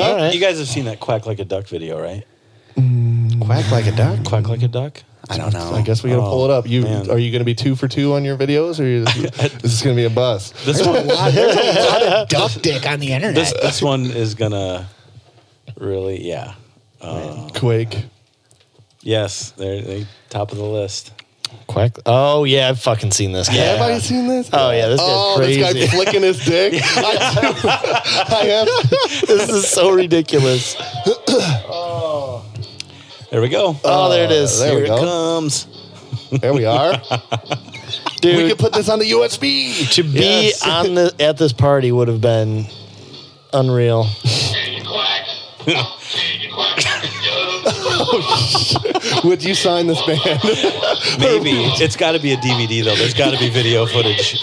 All right. You guys have seen that quack like a duck video, right? Mm. Quack like a duck. Quack like a duck. I don't know. Oh, I guess we gotta pull it up. You man. are you gonna be two for two on your videos, or you, this is gonna be a bust? This one, Wow, there's a lot of duck dick on the internet. this, this one is gonna really, yeah, Quake. yes, they're they top of the list. Quack. Oh yeah, I've fucking seen this. Guy. Have I seen this? Oh yeah, this Oh, guy's this crazy. guy flicking his dick. I, do. I have. this is so ridiculous. There we go. Oh, there it is, there Here we it go. comes. There we are. dude. We can put this on the USB. to be Yes. on the at this party would have been unreal. Would you sign this band? Maybe it's got to be a DVD though. There's got to be video footage.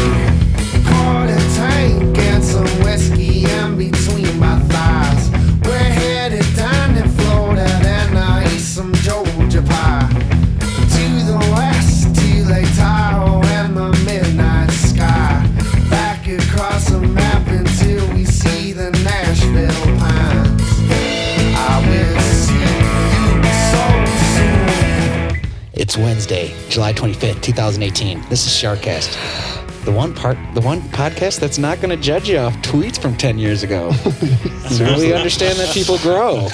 Hold it tight, get some whiskey in between my thighs. We're headed down in Florida, then I eat some Georgia pie. To the west, to Lake Tahoe and the midnight sky. Back across the map until we see the Nashville pines. I will see you so soon. It's Wednesday, July 25th, 2018. This is Sharkcast. The one part, the one podcast that's not going to judge you off tweets from 10 years ago. so we understand that people grow.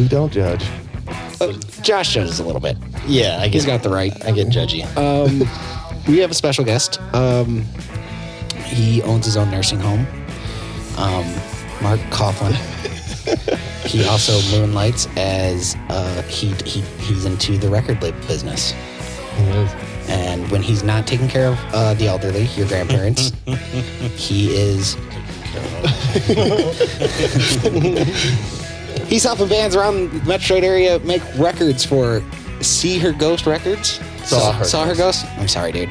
We don't judge. Uh, Josh judges a little bit. Yeah, I get, He's got the right. Um, I get judgy. We have a special guest. Um, he owns his own nursing home. Um, Mark Coughlin. he also moonlights as uh, he, he he's into the record label business. And when he's not taking care of uh, the elderly, your grandparents, he is. he's helping bands around the Metroid area make records for See Her Ghost Records. Saw Her Ghost. I'm sorry, dude.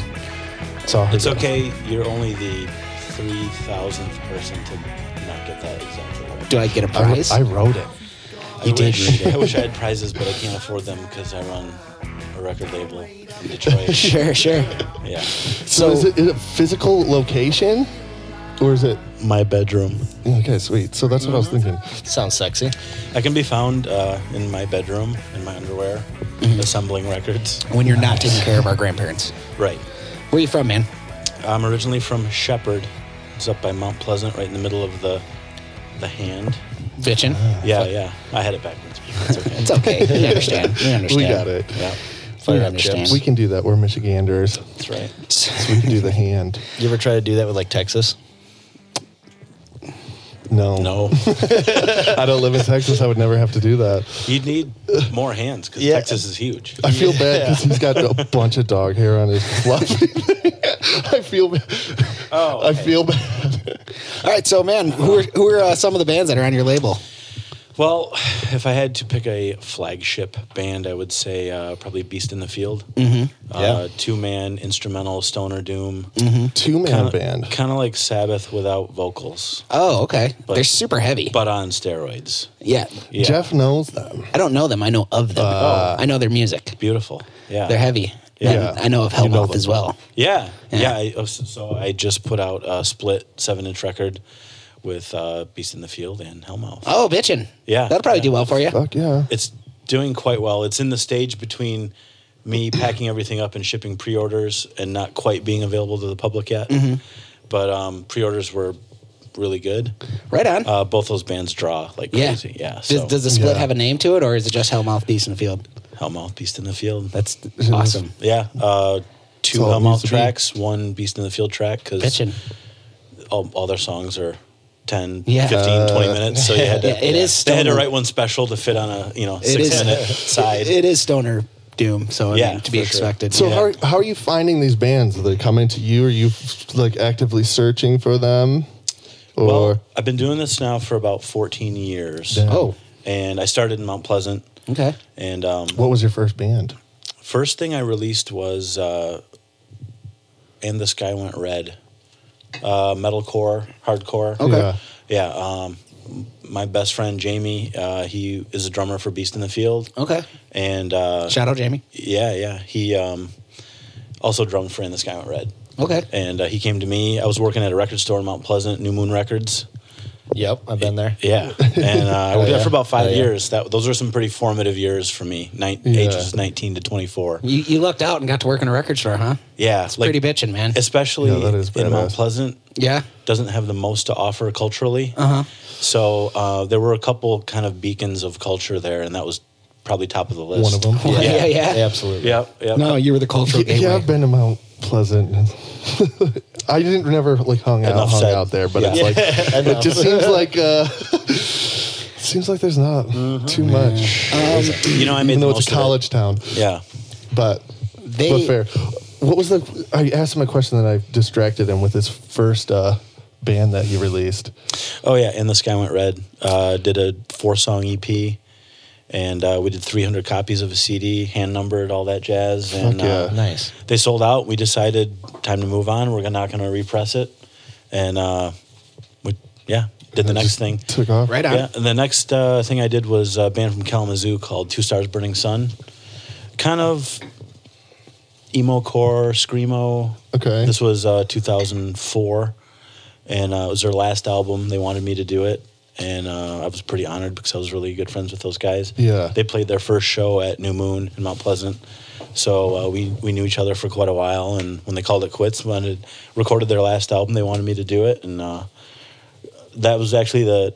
So It's okay. You're only the three thousandth person to not get that exactly right. Do I get a I, wr- prize? I wrote it. I you did wish, read I wish I had prizes, but I can't afford them because I run a record label in Detroit. it. Sure, sure. Yeah. So, is, it, is it physical location, or is it? My bedroom. Okay, sweet. So that's what I was thinking. Sounds sexy. I can be found uh, in my bedroom in my underwear, Mm-hmm. assembling records. When you're not taking care of our grandparents. Right. Where you from, man? I'm originally from Shepherd. It's up by Mount Pleasant, right in the middle of the the hand. Bitchin'. Uh, Yeah, yeah. I had it backwards. but That's okay. It's okay. We understand. We understand. We got it. yeah, We Fire up understand. chips. We can do that. We're Michiganders. that's right. We can do the hand. You ever try to do that with like Texas? No, No, I don't live in Texas. I would never have to do that. you'd need more hands because Yeah. Texas is huge. I feel bad because he's got a bunch of dog hair on his fluffy. I feel. Bad. Oh, I feel bad. All right, so, man, who are, who are uh, some of the bands that are on your label? Well, if I had to pick a flagship band, I would say uh, probably Beast in the Field. Uh, Yeah. Two man instrumental stoner doom. Two man band. Kind of like Sabbath without vocals, Oh, okay. But- They're super heavy. but on steroids. yeah. Yeah. Jeff knows them. I don't know them. I know of them. I know their music. Beautiful. Yeah. They're heavy. Yeah. And I know of You know Hellmouth them. as well. Yeah, Yeah. yeah. I, oh, so- so I just put out a split seven-inch record with uh, Beast in the Field and Hellmouth. Oh, bitchin'. Yeah. That'll probably Yeah. do well for you. Fuck yeah. It's doing quite well. It's in the stage between me packing everything up and shipping pre-orders and not quite being available to the public yet. Mm-hmm. But um, pre-orders were really good. Right on. Uh, both those bands draw like yeah. crazy. Yeah. Does, So does the split Yeah. have a name to it, or is it just Hellmouth, Beast in the Field? Hellmouth, Beast in the Field. That's awesome. yeah. Uh, two all it needs Hellmouth to be. tracks, one Beast in the Field track because Bitchin'. all, all their songs are 10, Yeah. 15, 20 minutes. So you had to, Yeah, it is They had to stoner. write one special to fit on a you know It six is- minute side. It is stoner doom, so I mean, Yeah, to be for sure. expected. So yeah. how, are- how are you finding these bands? Are they coming to you? Are you like actively searching for them? Or well, I've been doing this now for about fourteen years. Oh, and I started in Mount Pleasant. okay. And um, what was your first band? first thing I released was uh, "And the Sky Went Red," uh, metalcore, hardcore. Yeah. Yeah, um, my best friend Jamie. Uh, he is a drummer for Beast in the Field, Okay. and uh, Shout out, Jamie. yeah, yeah, he um, also drummed for In the Sky Went Red. Okay. And uh, he came to me. I was working at a record store in Mount Pleasant, New Moon Records. Yep, I've been there. Yeah, and uh, I worked there yeah. for about five Oh, yeah. years. That those were some pretty formative years for me. Nine, Yeah. Ages nineteen to twenty four. You, you lucked out and got to work in a record store, huh? Yeah, It's pretty bitching, man. Especially Yeah, that is in Mount badass. Pleasant, Yeah. doesn't have the most to offer culturally. Uh huh. So uh, there were a couple kind of beacons of culture there, and that was probably top of the list. One of them. Yeah. Yeah. Yeah. Absolutely. Yep. Yep. No, you were the cultural Yeah, gateway. I've been to Mount Pleasant. I didn't never like hung out Enough hung said. out there, but Yeah. it's like it just seems like uh, seems like there's not too much. you know, Mm-hmm. Uh, I made Even the though most it's a of it. college town, Yeah. but They- but fair. What was the? I asked him a question that I distracted him with his first uh, band that he released. Oh yeah, and the sky went red. Uh, did a four song EP, and uh, we did 300 copies of a CD, hand numbered, all that jazz. And Fuck yeah. uh, Nice. they sold out. We decided time to move on. We're not going to repress it, and uh, we yeah did the It next just thing. took off. Right on. Yeah, and the next uh, thing I did was a band from Kalamazoo called Two Stars Burning Sun, kind of emo core screamo. Okay. This was uh, 2004, and uh, it was their last album. They wanted me to do it, and uh, I was pretty honored because I was really good friends with those guys. Yeah. they played their first show at New Moon in Mount Pleasant. So uh, we we knew each other for quite a while, and when they called it quits, when it recorded their last album, they wanted me to do it, and uh, that was actually the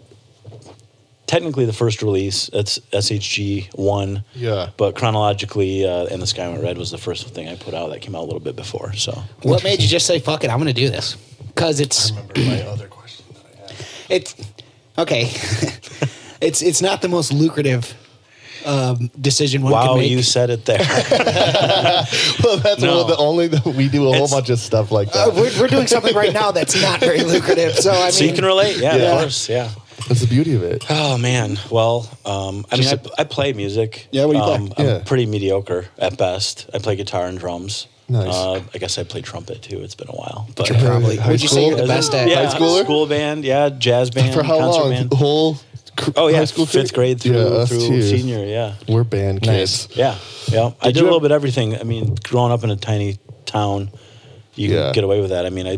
technically the first release. It's SHG one. Yeah. But chronologically, uh, and the Sky Went Red was the first thing I put out that came out a little bit before. So What made you just say "fuck it"? I'm gonna do this because it's my other question that I had. it's okay. it's it's not the most lucrative um, decision one wow, can make. you said it there. Well, that's No. one of the only we do a whole It's- Oh. bunch of stuff like that. Uh, we're, we're doing something right now that's not very lucrative. So I mean, so you can relate, yeah, Yeah. of course, yeah. that's the beauty of it. Oh man, well, um, I mean, I I play music. Yeah, what do you play? um, I'm Yeah. pretty mediocre at best. I play guitar and drums. Nice. Uh, I guess I play trumpet too. It's been a while, but you're probably. High Would you say you're the school? best at? yeah, High schooler? school band, yeah, jazz band, For how concert long? band. The whole cr- Oh yeah, high school fifth grade through, Yeah, us through too. senior. Yeah, We're band Nice. kids. yeah, yeah. I Did did you a little ever- bit of everything. I mean, growing up in a tiny town, you can Yeah. get away with that. I mean, I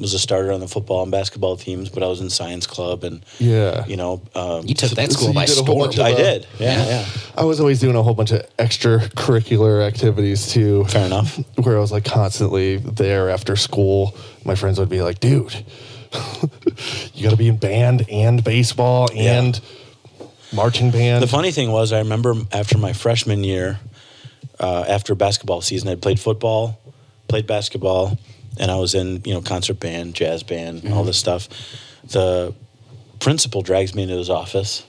was a starter on the football and basketball teams, but I was in science club, and Yeah. you know, um, You took that So school you by did a whole storm. bunch of- I did. Yeah, Yeah. yeah, I was always doing a whole bunch of extracurricular activities too. Fair enough. Where I was like constantly there after school. My friends would be like, dude, you got to be in band and baseball Yeah. and marching band. The funny thing was, I remember after my freshman year, uh, after basketball season, I played football, played basketball, and I was in you know concert band, jazz band, all this stuff. The principal drags me into his office,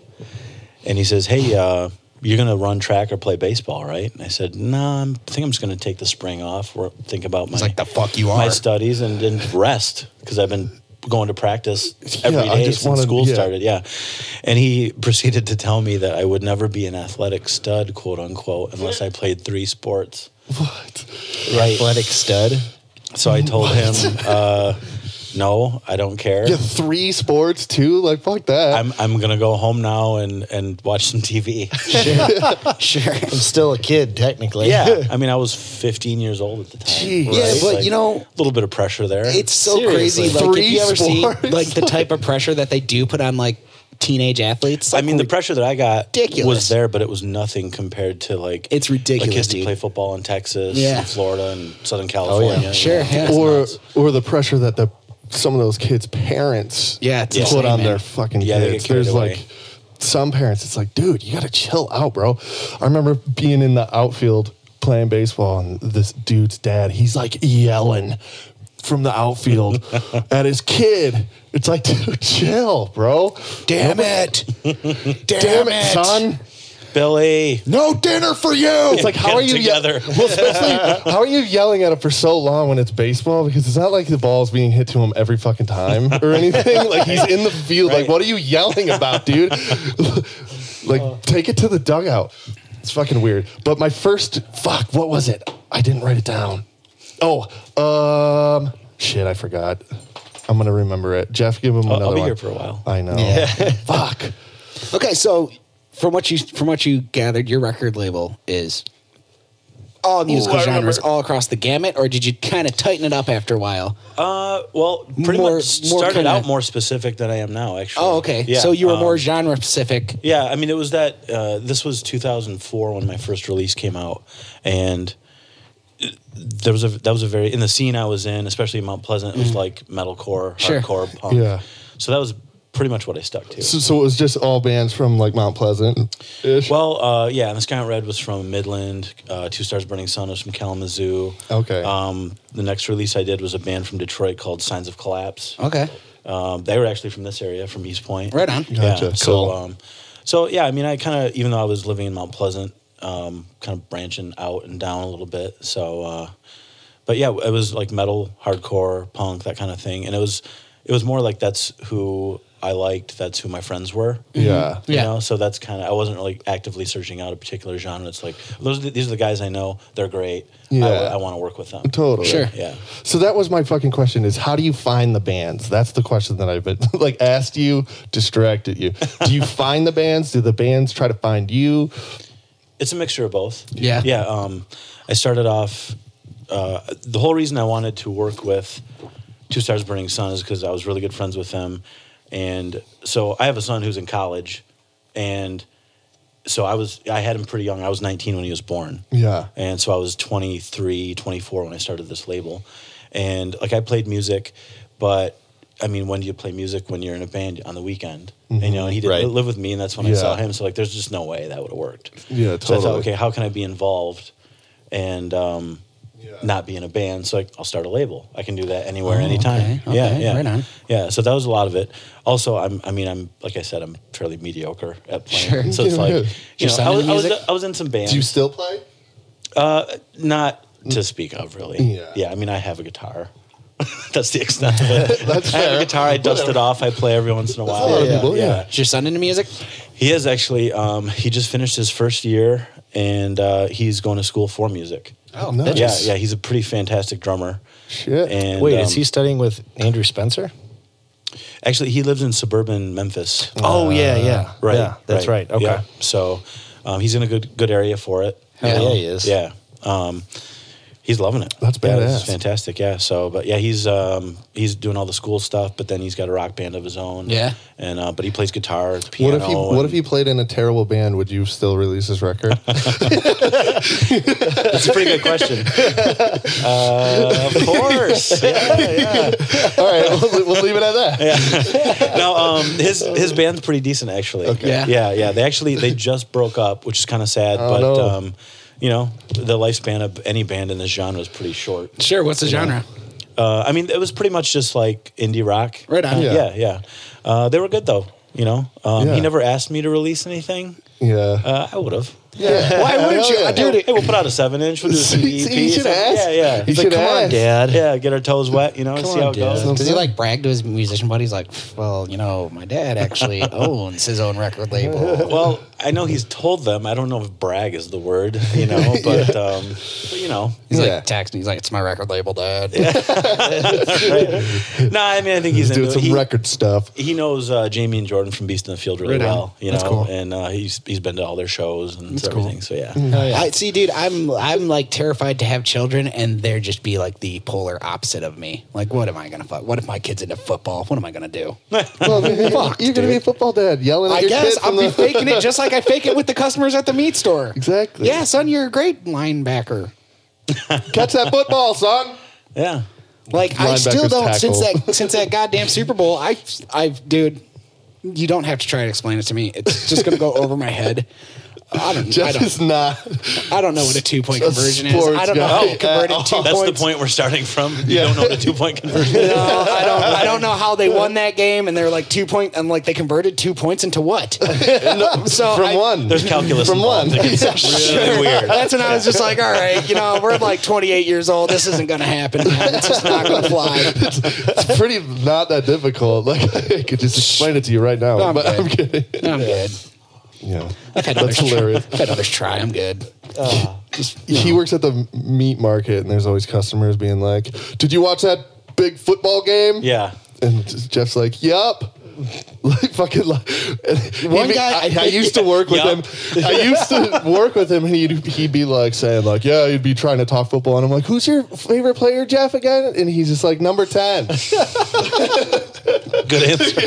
and he says, "Hey, uh, you're gonna run track or play baseball, right?" And I said, "No, I'm, I think I'm just gonna take the spring off. Or think about my It's like the fuck you are. my studies and then rest because I've been going to practice every day Yeah, I just since wanted- school yeah. started. Yeah. And he proceeded to tell me that I would never be an athletic stud, quote unquote, unless I played three sports. What? Right. Athletic stud. So I told him, uh, no, I don't care. Yeah, three sports too. Like fuck that. I'm, I'm going to go home now and, and watch some TV. Sure. I'm still a kid technically. yeah. I mean, I was 15 years old at the time. Jeez. right? Yeah, but Like, you know, a little bit of pressure there. it's so Seriously. crazy. Like, Three if you ever see sports? like the type of pressure that they do put on like teenage athletes, I mean, the pressure that I got Ridiculous. was there, but it was nothing compared to like It's ridiculous, Like kids that dude. play football in Texas, Yeah. Oh, and Florida, and Southern California. you know. Sure, yeah. It's or nuts. or the pressure that the some of those kids' parents Yeah, it's put insane, on man. their fucking Yeah, they get kids. carried There's away. like some parents, it's like, dude, you gotta chill out, bro. I remember being in the outfield playing baseball, and this dude's dad, he's like yelling from the outfield at his kid. It's like, dude, chill, bro. damn it, Damn it, son. Billy. No dinner for you. It's like Get how are it you ye- together. well, especially how are you yelling at him for so long when it's baseball? Because it's not like the ball's being hit to him every fucking time or anything. like he's in the field. Right. Like what are you yelling about, dude? like take it to the dugout. It's fucking weird. But my first fuck, what was it? I didn't write it down. Oh, um, shit, I forgot. I'm gonna remember it. Jeff, give him I'll- I'll another be one. here for a while. I know. Yeah. Fuck. Okay, so from what you from what you gathered, your record label is all musical I genres, remember. all across the gamut, or did you kind of tighten it up after a while? Uh, well, pretty More- much more started kinda- out more specific than I am now. Actually. Oh, okay. Yeah, so you were um, more genre specific. Yeah, I mean, it was that. Uh, this was 2004 when my first release came out, and there was a that was a very in the scene I was in, especially in Mount Pleasant, it was like metalcore, Sure. hardcore, punk. Mm. Yeah. So that was pretty much what I stuck to. So, so it was just all bands from like Mount Pleasant. well, uh, yeah, and the Sky on Red was from Midland. Uh, Two Stars Burning Sun was from Kalamazoo. Okay. Um, the next release I did was a band from Detroit called Signs of Collapse. Okay, Um, they were actually from this area, from East Point. right on. Yeah. Gotcha. Yeah. So, Cool. um, so yeah, I mean, I kind of, even though I was living in Mount Pleasant, um, kind of branching out and down a little bit. So, uh, but yeah, it was like metal, hardcore, punk, that kind of thing, and it was, it was more like that's who I liked, that's who my friends were. yeah. You Mm-hmm. Yeah. know, so that's kind of I wasn't really actively searching out a particular genre. It's like those are the, these are the guys I know. They're great. Yeah. I, I want to work with them. Totally. Sure. Yeah. So that was my fucking question: is how do you find the bands? That's the question that I've been like asked you, distracted you. Do you find the bands? Do the bands try to find you? it's a mixture of both. Yeah. Yeah. Um, I started off. Uh, the whole reason I wanted to work with Two Stars Burning Sun is because I was really good friends with them, and so I have a son who's in college, and so I was I had him pretty young. I was 19 when he was born. Yeah. And so I was 23, 24 when I started this label. And like I played music, but I mean, when do you play music when you're in a band on the weekend? And, you know, and he didn't Right. live with me, and that's when I Yeah. saw him. So like, there's just no way that would have worked. Yeah, So I totally. thought, okay, how can I be involved and um, not be in a band? So like, I'll start a label. I can do that anywhere, Oh, anytime. okay, yeah, okay, yeah, right on. yeah. So that was a lot of it. Also, I'm, I mean, I'm like I said, I'm fairly mediocre at playing. Sure. So it's Yeah, like, yeah. you know, Your son I was, into I was, music? I was in some bands Do you still play? not to speak of really Yeah. i mean i have a guitar that's the extent of it That's i have fair. a guitar i dust it Whatever. off i play every once in a while a lot of people, yeah. Is your son into music? he is actually um, he just finished his first year and uh, he's going to school for music Oh, that nice. yeah yeah he's a pretty fantastic drummer Shit. and Wait, um, is he studying with Andrew Spencer? actually he lives in suburban memphis Oh yeah, yeah, right Yeah, that's right. Okay. yeah. so um, he's in a good good area for it Hell Yeah. yeah. he is. Yeah. Um, he's loving it. That's Yeah, this badass. is fantastic. Yeah. So, but yeah, he's um, he's doing all the school stuff, but then he's got a rock band of his own. Yeah. And uh, but he plays guitar, piano. What if he What and- if he played in a terrible band? Would you still release his record? That's a pretty good question. uh, of course. Yeah. All right, we'll, we'll leave it at that. No. Um. His his band's pretty decent actually. Okay. Yeah. Yeah. Yeah. They actually they just broke up, which is kind of sad. Oh, but no. um, you know, the lifespan of any band in this genre is pretty short. Sure. What's the genre? Uh, I mean, it was pretty much just like indie rock. Right on. Yeah, Yeah. yeah. Uh, they were good though. You know, um, Yeah. he never asked me to release anything. Yeah. Uh, I would have. yeah. Why wouldn't you? yeah. Dude, Hey, we'll put out a seven inch. We'll do a E CD. See, you EP. should Yeah, ask. yeah. You It's like, should come on, ask. Dad. Yeah, get our toes wet. You know, and Come see on, how it goes. Dad. Does he like brag to his musician buddies like, well, you know, my dad actually owns his own record label. Well, I know he's told them. I don't know if brag is the word. You know, but, um, but you know, He's Yeah. like texting. He's like, it's my record label, dad. no. I mean, I think he's He's doing into some it. He- record stuff. he knows uh, Jamie and Jordan from Beast in the Field really Right on. well, you know, That's cool. and uh, he's he's been to all their shows and That's cool. Mm. everything. So Oh, yeah, I see, dude. I'm I'm like terrified to have children, and they're just be like the polar opposite of me. Like, what am I gonna fuck? What if my kid's into football? What am I gonna do? Well, you're gonna be a football dad yelling at I your guess kid from I'll be the- faking it just like I fake it with the customers at the meat store. Exactly. Yeah, son, you're a great linebacker. Catch that football, son. yeah. Like I still Linebackers don't since tackle. that since that goddamn Super Bowl. I I dude, you don't have to try to explain it to me. It's just gonna go over my head. I don't. I Jeff don't, is not. I don't know what a two point a conversion is. sports I don't know how guy they converted two That's points. the point we're starting from. You don't know the two point conversion. No, I don't. I don't know how they won that game, and they're like two point, and like they converted two points into what? so From I- one. There's calculus From involved. one. It gets really weird. That's when I was just like, all right, you know, we're like 28 years old. This isn't going to happen. man. It's just not going to fly. it's pretty not that difficult. Like I could just explain it to you right now, No, I'm but good. I'm kidding. I'm good. Yeah, I've had that's others hilarious. Try. I've had others try. I'm good. He works at the meat market, and there's always customers being like, "Did you watch that big football game?" Yeah. And Jeff's like, "Yup." Like fucking like, One guy- I, I used to work with Yup. him. I used to work with him, and he'd he'd be like saying like, "Yeah," he'd be trying to talk football, and I'm like, "Who's your favorite player, Jeff?" Again, and he's just like, "Number 10. Good answer.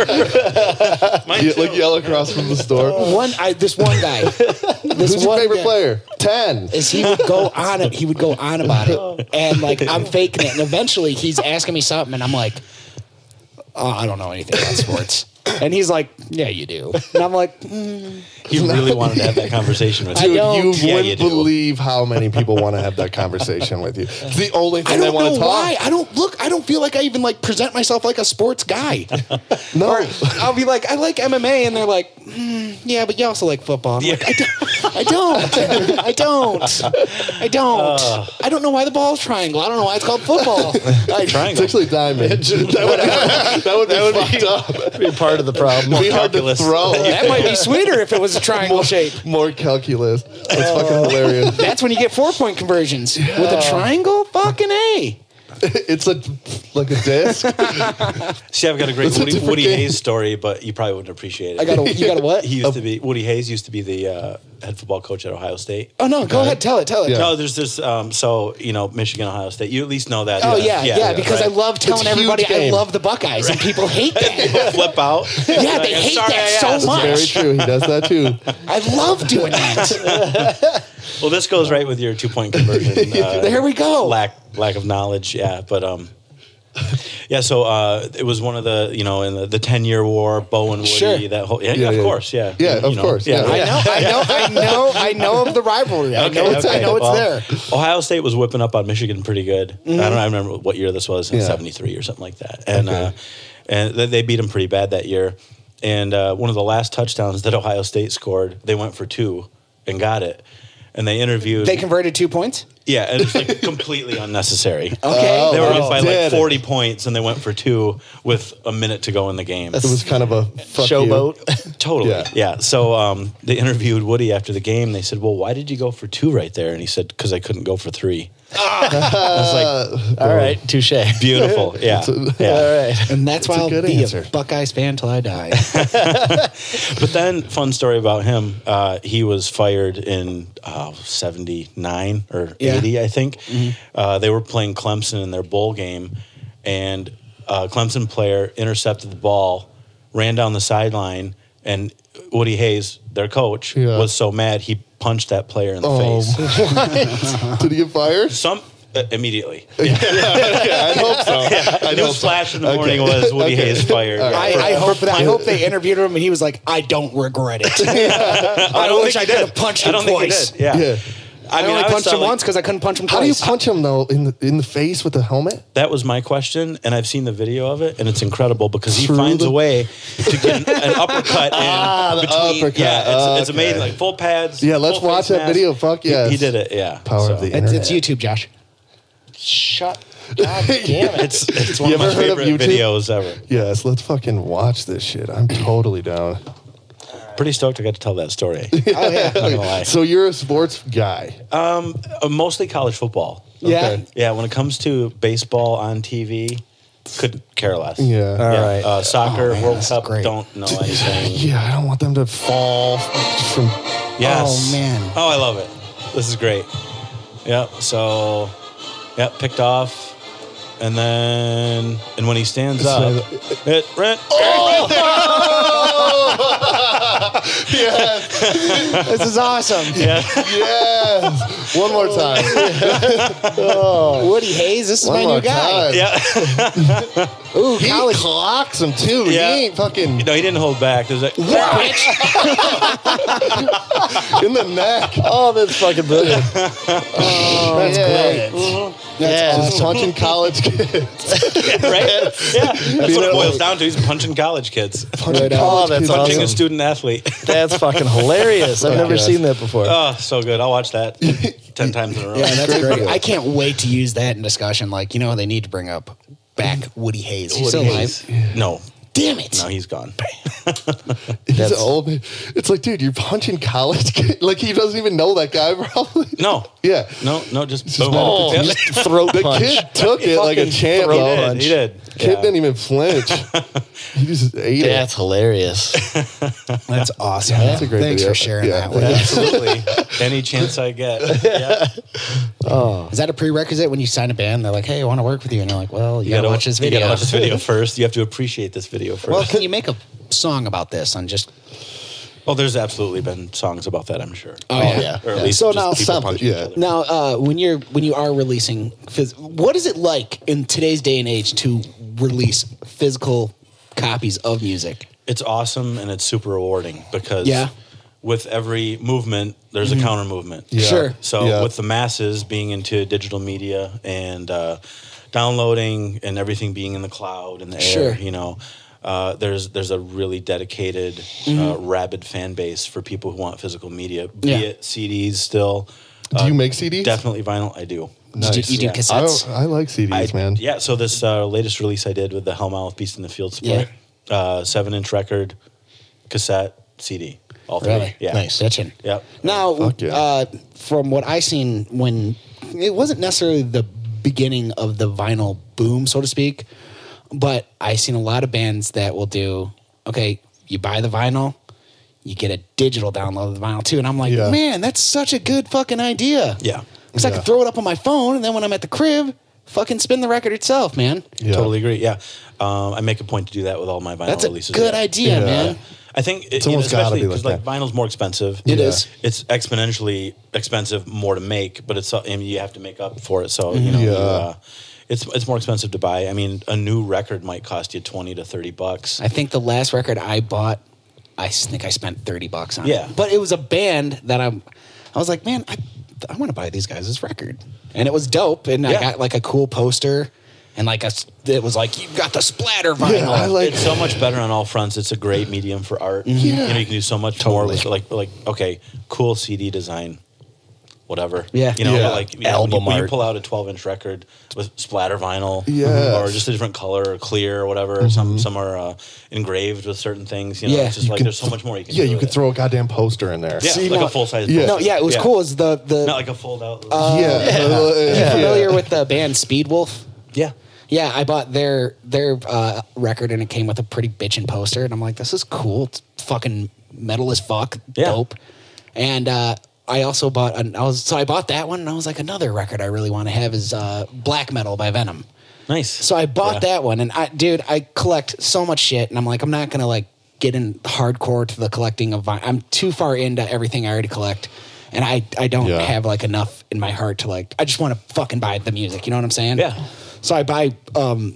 Ye- like yell across from the store. One, I, this one guy, this Who's your one favorite guy- player? Ten. Is he would go on it. He would go on about it, and like I'm faking it. And eventually, he's asking me something, and I'm like, oh, I don't know anything about sports. And he's like, Yeah, you do. And I'm like, "Mm, he really wanted to have that conversation with I Dude, you. don't. you Yeah, wouldn't you do. believe how many people want to have that conversation with you. It's the only I thing they don't want know to talk. why. I don't look. I don't feel like I even like present myself like a sports guy. No, I'll be like, I like MMA, and they're like, "Hmm, Yeah, but you also like football. I'm like, I don't. I don't. I don't. I don't. Uh. I don't know why the ball's triangle. I don't know why it's called football. Like, it's Triangle. actually diamond. that would that would be fucked up. Be part of the problem. Be hard to calculus. throw. that might be sweeter if it was a triangle shape. More calculus. That's fucking hilarious. That's when you get four point conversions with a triangle. Fucking a. It's a like a disc. See, I've got a great That's a Woody, different Woody game. Hayes story, but you probably wouldn't appreciate it. I got a. You got a what? he used to be Woody Hayes used to be the uh, head football coach at Ohio State. Oh no! Go ahead. Tell it. Tell it. Yeah. No, there's there's um, so you know Michigan, Ohio State. You at least know that. Oh yeah, yeah. because right. I love telling It's a huge everybody I game. love the Buckeyes, and people hate that. People flip out. Yeah, Like, they I'm hate sorry I that so asked. much. Very true. He does that too. I love doing that. Well, this goes right with your two point conversion. uh, There we go. Lack lack of knowledge. Yeah, but um. Yeah, so uh, it was one of the you know in the, the ten year war, Bo and Woody, Sure. that whole yeah, Yeah, of yeah. course, yeah, Yeah, You of course, yeah. I know, I know, I know, I know of the rivalry. I know it's, I know it's there. Mm-hmm. Ohio State was whipping up on Michigan pretty good. I don't I remember what year this was, in Yeah. 73 or something like that. And uh, and they- they beat them pretty bad that year. And uh, one of the last touchdowns that Ohio State scored, they went for two and got it. And they interviewed. They converted two points. yeah, and it's like completely unnecessary. Okay. Oh, They were that's up by like dead. 40 points and they went for two with a minute to go in the game. It was kind of a fuck you. Showboat. Totally. Yeah. Yeah. So um, they interviewed Woody after the game. They said, "Well, why did you go for two right there?" And he said, "Because I couldn't go for three. I was like, All right, touche. "Beautiful. Yeah. yeah." All right. and that's why a I'll good be answer. a Buckeyes fan till I die. But then, fun story about him. Uh, he was fired in uh, '79 or Yeah. '80, I think. Uh, they were playing Clemson in their bowl game, and a Clemson player intercepted the ball, ran down the sideline, and Woody Hayes, their coach, Yeah. was so mad he punched that player in the Oh, face. what? Did he get fired? Some uh, immediately. Yeah, I hope so. I News hope so. flash in the morning was Woody Hayes fired. I, I hope that I hope they interviewed him and he was like, I don't regret it. I, don't wish think I he could have did. punched I him don't think he twice. did. Yeah. Yeah. I, I, mean, only I was punched him telling- once because I couldn't punch him How do you twice. punch him though in the in the face with the helmet? That was my question, and I've seen the video of it, and it's incredible because he Through finds the- a way to get an, an uppercut in Ah, the between. uppercut. Yeah, it's, it's Okay. amazing. Like full pads. Yeah, let's full watch face that video. Fuck He- yes. he, did it. Yeah, Power of the It's, it's internet. YouTube, Josh. Shut. God damn it. It's it's one You of my ever heard of favorite YouTube? videos ever. Yes, let's fucking watch this shit. I'm totally down. Pretty stoked I got to tell that story. I'm Oh yeah. not gonna lie. So you're a sports guy. Uh, mostly college football. Yeah. Okay. Yeah, when it comes to baseball on TV, couldn't care less. Yeah. All right. Uh, soccer, World Oh, that's Cup, great. don't know anything. Yeah, I don't want them to fall from. yes. Oh, man. Oh, I love it. This is great. Yep. So, yep, picked off. And then, and when he stands up, it, right, Yes, this is awesome. yes. One more time. Woody Hayes, this is One my more new guy. time. yeah. Ooh, He college. clocks him too. Yeah. He ain't fucking no, he didn't hold back. There's like, in the neck. Oh, that's fucking brilliant. That's yeah. Yeah, That's just punching college kids. right? Yeah. That's Beat what it it boils up. down to. He's punching college kids, Punching on. college Oh, that's kids. punching a Awesome. student athlete. That's fucking hilarious. I've never yes. seen that before. Oh, so good. I'll watch that 10 times in a row. Yeah, Oh, that's Great great. video. I can't wait to use that in discussion. Like, you know, they need to bring up back Woody Hayes. He's Woody still alive. Hayes. No. damn it. Now he's gone. He's That's- old. It's like, dude, you're punching college kid. Like he doesn't even know that guy, probably. No. Yeah. No, no, just boom. medical Yeah. Throat The punch. kid took it like a Fucking champ. throat though. punch. He did. He did. Kid Yeah. didn't even flinch. he just ate That's hilarious. That's awesome. That's a great Thanks video. for sharing Yeah. that with us. Absolutely. Any chance I get. Yeah. Is that a prerequisite when you sign a band? They're like, hey, I want to work with you. And you're like, well, you, You gotta, watch this You video. gotta watch this video first. You have to appreciate this video first. well, can you make a song about this on just oh, there's absolutely been songs about that, I'm sure. Oh, yeah. Or at Yeah. least So just now people something, punching each yeah. other. Now, uh, when you're when you are releasing, phys- what is it like in today's day and age to release physical copies of music? it's awesome and it's super rewarding because Yeah. with every movement, there's a counter movement. Yeah. Sure. So Yeah. with the masses being into digital media and uh, downloading and everything being in the cloud and the Sure. air, you know, uh, there's there's a really dedicated, uh, rabid fan base for people who want physical media, be Yeah. it CDs still. Do you make CDs? uh, Definitely vinyl. I do. Did you, you do Yeah. I, cassettes? don't- Oh, I like CDs, I- man. Yeah. So this uh, latest release I did with the Hellmouth Beast in the Field split, uh, seven inch record, cassette, CD, all three. Really? uh, Yeah. Nice. Bitchin'. Yep. Now, Fuck yeah. uh, from what I seen, when it wasn't necessarily the beginning of the vinyl boom, so to speak, but I seen a lot of bands that will do. Okay, you buy the vinyl, you get a digital download of the vinyl too, and I'm like, Yeah. man, that's such a good fucking idea. Yeah. because I Yeah. could throw it up on my phone, and then when I'm at the crib, fucking spin the record itself, man. Yeah. Totally agree. Yeah. Um, I make a point to do that with all my vinyl That's a releases. good Yeah. idea, Yeah. man. I think it's almost gotta especially be like because like, that. vinyl's more expensive. It It is. is. It's exponentially expensive, more to make, but it's so- and you have to make up for it. So you know, Yeah. you, uh, it's it's more expensive to buy. I mean, a new record might cost you twenty to thirty bucks. I think the last record I bought, I s- think I spent thirty bucks on. Yeah. it. but it was a band that I'm. I was like, man, I, I want to buy these guys' record, and it was dope. And I Yeah. got like a cool poster, and like a, s- it was like you got the splatter vinyl. Yeah, I like it's so much better on all fronts. It's a great medium for art. Yeah. You know, you can do so much more with like like okay, cool CD design, whatever. Yeah. You know, Yeah. but, like you know, when you- Album when you, art. pull out a 12 inch record with splatter vinyl, Yes. or just a different color or clear or whatever. Some some are uh, engraved with certain things. You know, Yeah. it's just You like could- there's so much more you can. Yeah, do you with could it. throw a goddamn poster in there. Yeah, See, like no- a full size. Yeah. No, yeah, it was cool. Is the the Not like a fold out. Yeah. Uh, you yeah. familiar with the band Speedwolf? yeah. Yeah, I bought their their uh, record and it came with a pretty bitchin' poster, and I'm like, this is cool. It's fucking metal as fuck, Yeah. dope. And uh, I also bought an, I was so I bought that one, and I was like, another record I really want to have is uh, Black Metal by Venom. Nice. So I bought Yeah. that one, and I, dude, I collect so much shit, and I'm like, I'm not gonna like get in hardcore to the collecting of. Vi- I'm too far into everything I already collect, and I I don't Yeah. have like enough in my heart to like. I just want to fucking buy the music. You know what I'm saying? Yeah. So I buy um,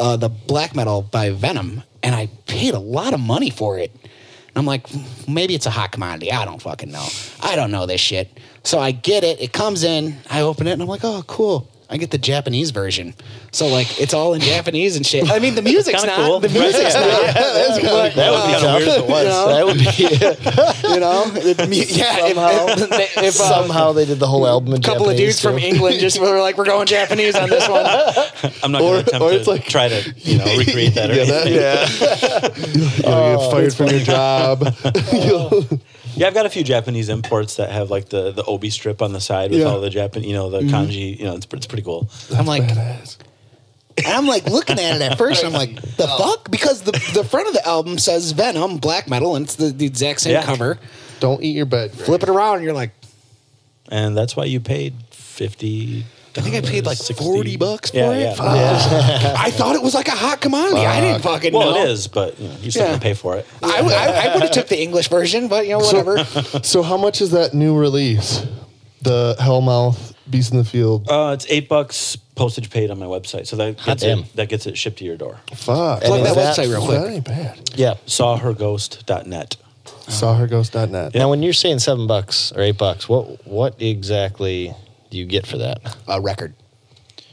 uh, the black metal by Venom, and I paid a lot of money for it. And I'm like, maybe it's a hot commodity. I don't fucking know. I don't know this shit. So I get it. It comes in. I open it, and I'm like, oh, cool. I get the Japanese version. So like, it's all in Japanese and shit. I mean, the music's Kinda not. cool. The music's not. That's That would be kind of weird if it was. That would be You know? The mu- yeah. Somehow. If, if, if, uh, somehow they did the whole album. In a couple of Japanese, dudes from too. England just were like, we're going Japanese on this one. I'm not Or- going to attempt or to it's like- try to you know recreate that or Yeah, that- anything. You'll Oh, get fired from your job. You'll- Yeah, I've got a few Japanese imports that have like the the obi strip on the side with Yeah. Mm-hmm. all the Japan, you know, the kanji. You know, it's it's pretty cool. I'm like, Badass. And I'm like looking at it at first, and I'm like, the fuck? Because the, the front of the album says Venom, black metal, and it's the, the exact same Yeah. cover. Don't eat your bed. Greg. Flip it around, and you're like, And that's why you paid fifty. I think I paid like 40 bucks for yeah, it. Yeah. Fuck. I thought it was like a hot commodity. I didn't fucking Well, know. it is, but you know, you still Yeah. have to pay for it. I, I, I would have took the English version, but you know, whatever. So how much is that new release? The Hellmouth Beast in the Field. Uh, it's eight bucks postage paid on my website, so that gets damn. it, that gets it shipped to your door. Fuck. Plug is that that- website real quick. That ain't bad. Yeah. Sawherghost.net. Sawherghost.net. Now, when you're saying seven bucks or eight bucks, what what exactly do you get for that? A record.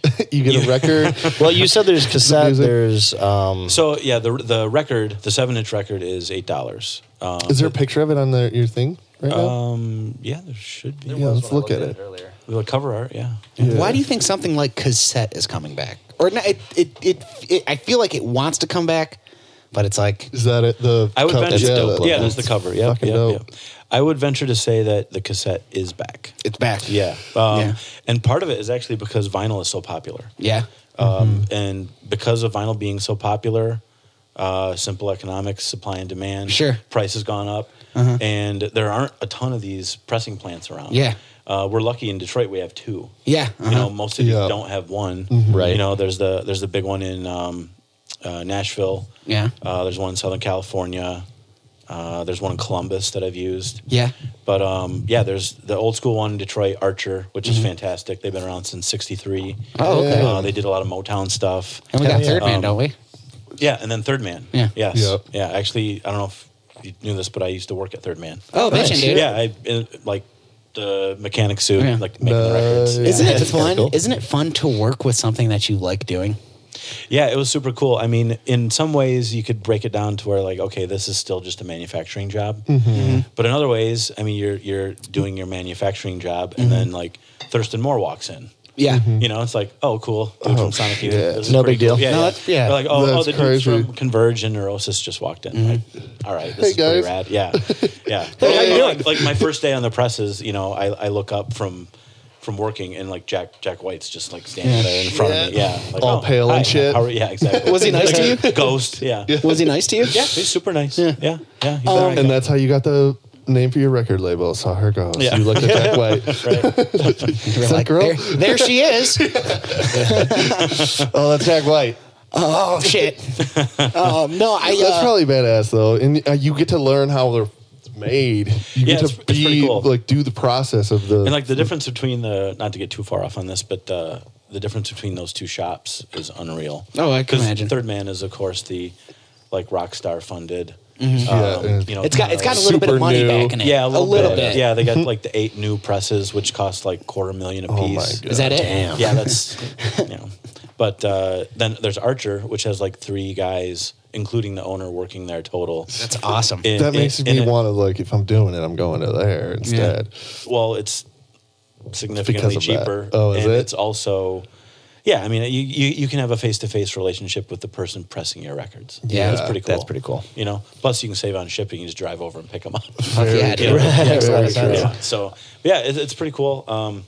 You get a record. Well, you said there's cassette, music. there's um, So yeah, the the record, the seven inch record is eight dollars. Um, is there a picture of it on the, your thing right now? um, yeah, there should be Yeah, let's look at it. the cover art. Yeah, Yeah. Why do you think something like cassette is coming back? Or not, it, it, it, it, I feel like it wants to come back, But it's like Is that it? The I would cover? venture. yeah, Yeah, that- that's the cover. Yep, fucking yep, dope. yep. I would venture to say that the cassette is back. it's back. Yeah. Um, Yeah. And part of it is actually because vinyl is so popular. Yeah. Mm-hmm. Um, And because of vinyl being so popular, uh, simple economics, supply and demand. Sure. Uh-huh. Price has gone up. And there aren't a ton of these pressing plants around. Yeah. Uh, we're lucky in Detroit, we have two. Yeah. Mm-hmm. You uh-huh. know, most cities Yeah. don't have one. Right. You know, there's the there's the big one in um, uh, Nashville. Yeah. Uh, there's one in Southern California. Uh, there's one in Columbus that I've used. yeah. But um, yeah, there's the old school one in Detroit, Archer, which is fantastic. They've been around since '63. Mm-hmm. Oh, okay. Uh, they did a lot of Motown stuff. And we got yeah. third man, Um, don't we? Yeah, and then Third Man. Yeah. Yes. Yep. Yeah. Actually, I don't know if you knew this, but I used to work at Third Man. Oh, nice. bitchin', dude. yeah. I in, like the mechanic suit, Yeah. like making the records. Nice. Isn't Yeah, it that's fun? kinda cool. Isn't it fun to work with something that you like doing? Yeah, it was super cool. I mean, in some ways, you could break it down to where like, okay, this is still just a manufacturing job. But in other ways, I mean, you're you're doing your manufacturing job, and then like Thurston Moore walks in. Yeah. You know, it's like, oh, cool, dude from Sonic Youth. shit. This is No pretty big deal. cool. Yeah, No, yeah. that's- yeah. They're like, oh, oh, That's the dudes crazy. from Converge and Neurosis just walked in. Like, all right, this Hey, is pretty guys. rad. Yeah, yeah. how you Like- doing? Like, my first day on the presses, you know, I, I look up from from working and like Jack Jack White's just like standing there in front of me. Yeah, like, oh, All pale and shit. how are- yeah, exactly. Was he nice to you? Ghost. Yeah. yeah, Was he nice to you? Yeah. He's super nice. Yeah, yeah, yeah. He's all right. And that's how you got the name for your record label. So here goes. Yeah. You looked at Jack White. Is Right. that girl? There, there she is. Oh, that's Jack White. oh shit. Um, no, I. That's uh, probably badass though, and uh, you get to learn how they're made. You Yeah, get it's- to it's pretty be cool. like do the process of the. And like the difference between the not to get too far off on this, but uh, the difference between those two shops is unreal. Oh, I can 'Cause imagine. Third Man is of course the like rock star funded. um, Yeah, and- you know, Mm-hmm. It's got it's got a little bit Super of money new. back in it. yeah, a little, bit. bit. Mm-hmm. Yeah, they got like the eight new presses, which cost like quarter million a Oh my piece. God. Is that it? Yeah, that's you know. But uh, then there's Archer, which has like three guys, including the owner, working there total. That's awesome. In- that in- makes in me it- want to like if I'm doing it, I'm going to there instead. Well, it's significantly Because of that. cheaper. Oh, is and it? It's also, yeah. I mean, you you, you can have a face to face relationship with the person pressing your records. Yeah, that's pretty cool. that's pretty cool. You know, plus you can save on shipping. You just drive over and pick them up. Fuck Very yeah, true. dude. Very Very true. true. yeah. So yeah, it, it's pretty cool. Um,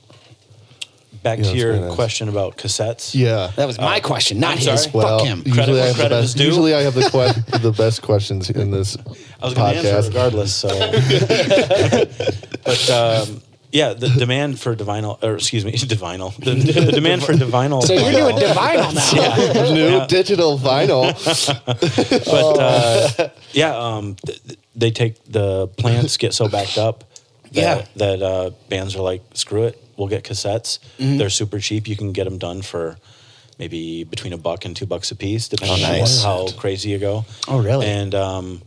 back Yeah, to that's your very nice. question about cassettes. Yeah. That was my question, not I'm his. sorry. Fuck well, him. Credit usually where I have the credit is best. due. Usually I have the que- the best questions in this I was going to answer podcast. regardless. So, but um, yeah, the demand for divinal, or excuse me, divinal. The, the demand for divinal. So you're doing divinal now. New digital vinyl. Oh. but uh, yeah, um, th- th- they take the plants get so backed up that, Yeah. that uh, bands are like, screw it, we'll get cassettes. Mm-hmm. They're super cheap. You can get them done for maybe between a buck and two bucks a piece, depending Oh, nice. on what- how crazy you go. Oh, really? And um,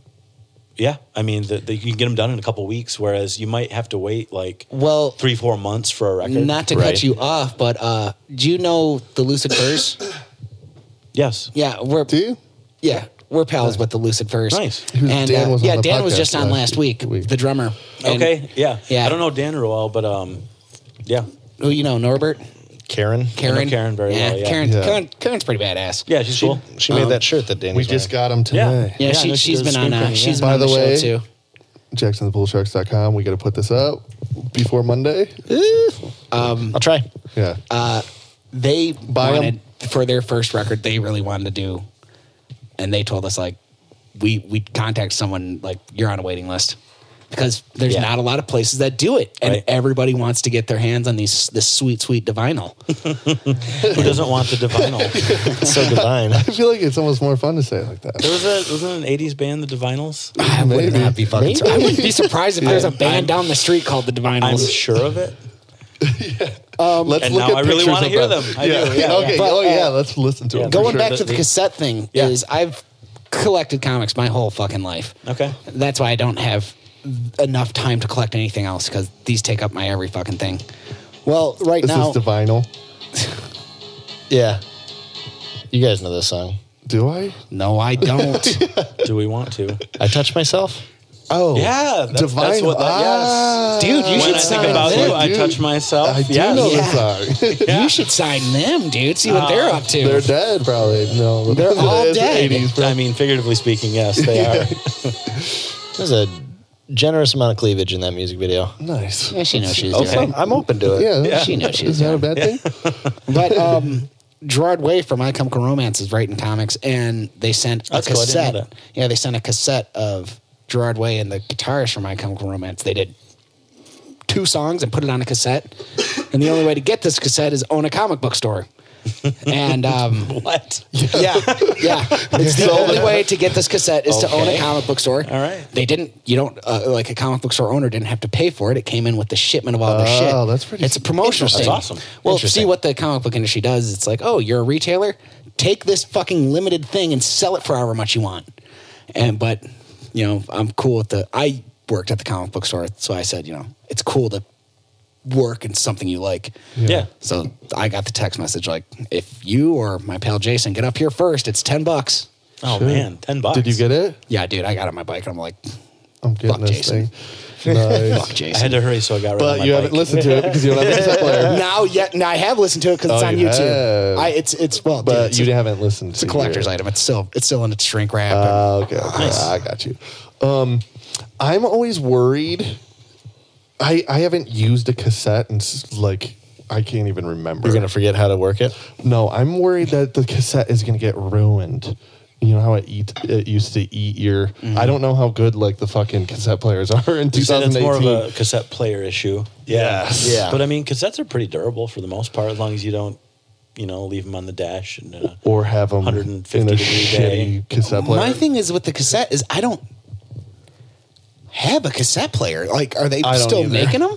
yeah, I mean, the, the, you can get them done in a couple weeks, whereas you might have to wait like Well, three, four months for a record. not to Right. cut you off, but uh, do you know the Lucid Verse? yes. yeah, we're Do you? yeah we're pals with the Lucid Verse. Nice. He was- And Dan uh, was on yeah, the Dan was podcast just on last last week. week. The drummer. And Okay. Yeah. Yeah. I don't know Dan real well, but um, yeah. Who you know? Norbert. Karen. Karen. Karen very well, yeah. Karen, Yeah. Karen. Karen's pretty badass. Yeah, she's cool. She made that shirt that Danny. Um, We just got him today. Yeah, Yeah, I she, know she she's does been on. Uh, screenwriting, she's yeah. been By on the, the way- show too. JacksonTheBullSharks.com. We got to put this up before Monday. Eh? I'll try. Yeah. Ah. They Buy 'em. wanted for their first record. They really wanted to do, and they told us like, we we contact someone like you're on a waiting list because there's Yeah. not a lot of places that do it, and Right. everybody wants to get their hands on these this sweet sweet divinyl. Who doesn't want the divinal? It's so divine. I feel like it's almost more fun to say it like that. There was a wasn't an '80s band, the Divinals. I would Maybe. not be fucking. I wouldn't be surprised if there's a band down the street called the I'm Divinals. sure of it. Let's And look now at I really pictures wanna of hear that. them. I yeah. do, yeah, okay. Um, yeah. But, oh yeah. uh, let's listen to yeah, them. for Going sure. back to The- the the- cassette thing Yeah. is I've collected comics my whole fucking life. Okay. That's why I don't have enough time to collect anything else because these take up my every fucking thing. Well, right This now, is the vinyl. Yeah. You guys know this song. Do I? no, I don't. Do we want to? I touch myself. Oh, Yeah, that's, divine. that's what that, Ah, yes. Dude, you when should I think sign about them. you, I Dude, touch myself. I do yes. know Yeah. the song. Yeah. You should sign them, dude. See what they're up to. They're dead, probably. No, They're all It's the dead. 80s, bro. I mean, figuratively speaking, yes, they are. There's a generous amount of cleavage in that music video. nice. Yeah, she knows she's Okay. doing. I'm open to it. Yeah, She knows she's Is that a bad thing? But um, Gerard Way from My Chemical Romance is writing comics, and they sent a That's cool. I didn't know cassette. that. Yeah, they sent a cassette of Gerard Way and the guitarist from My Chemical Romance. They did two songs and put it on a cassette. and the only way to get this cassette is own a comic book store. And um, what? yeah, yeah. It's the So- only way to get this cassette is to own a Okay. comic book store. All right. They didn't. You don't uh, like a comic book store owner didn't have to pay for it. It came in with the shipment of all their Oh, shit. that's pretty It's a promotional That's thing. awesome. Well, Interesting. see what the comic book industry does. It's like, oh, you're a retailer. Take this fucking limited thing and sell it for however much you want. And but you know, I'm cool with the. I worked at the comic book store, so I said, you know, it's cool to work in something you like. Yeah. So I got the text message like, if you or my pal Jason get up here first, it's 10 bucks. Oh man, ten bucks. Did you get it? Yeah, dude, I got on my bike and I'm like, I'm getting Fuck this Jason. thing. Nice. fuck Jason. I had to hurry, so I got rid of But my you bike. haven't listened to it because you don't have a cassette player. now, yet, now I have listened to it because it's Oh, on you YouTube. have. I, it's, it's, well, dude, But it's, you a, haven't listened it's to a collector's your- item. It's still, it's still in its shrink wrap. Ah, okay, okay. I got you. Um, I'm always worried. I I haven't used a cassette and s- like I can't even remember. You're gonna forget how to work it. No, I'm worried that the cassette is going to get ruined. You know how it eat it used to eat your. I don't know how good like the fucking cassette players are in Mm-hmm. You said 2018. it's more of a cassette player issue. Yes. Yeah. But I mean, cassettes are pretty durable for the most part, as long as you don't, you know, leave them on the dash. And uh, or have them in a 150 degree shitty day. cassette player. My thing is with the cassette is I don't have a cassette player. Like, are they I don't still either. making them?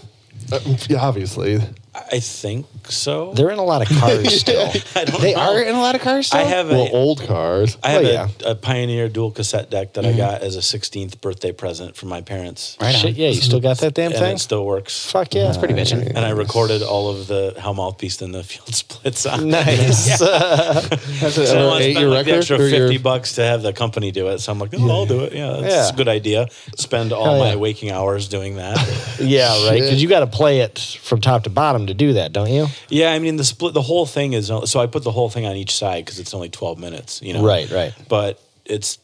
Uh, yeah, obviously. I think so. They're in a lot of cars still. I don't They know. are in a lot of cars still? I have Well, a, old cars. I have Well, a, yeah. a Pioneer dual cassette deck that I got as a 16th birthday present from my parents. Right on. Shit, yeah, you still got that damn and thing. it still works. Fuck yeah, That's pretty bitching. And I recorded all of the How Mouthpiece and the Field Splits on. Nice. That's a- So I don't want to eight spend year like the record extra or your- fifty bucks to have the company do it. So I'm like, oh, I'll do it. Yeah, that's Yeah. a good idea. Spend all Hell my yeah. waking hours doing that. yeah, right. Because you got to play it from top to bottom to do that, don't you? yeah, I mean the split, the whole thing is so I put the whole thing on each side because it's only twelve minutes. You know, Right, right. But it's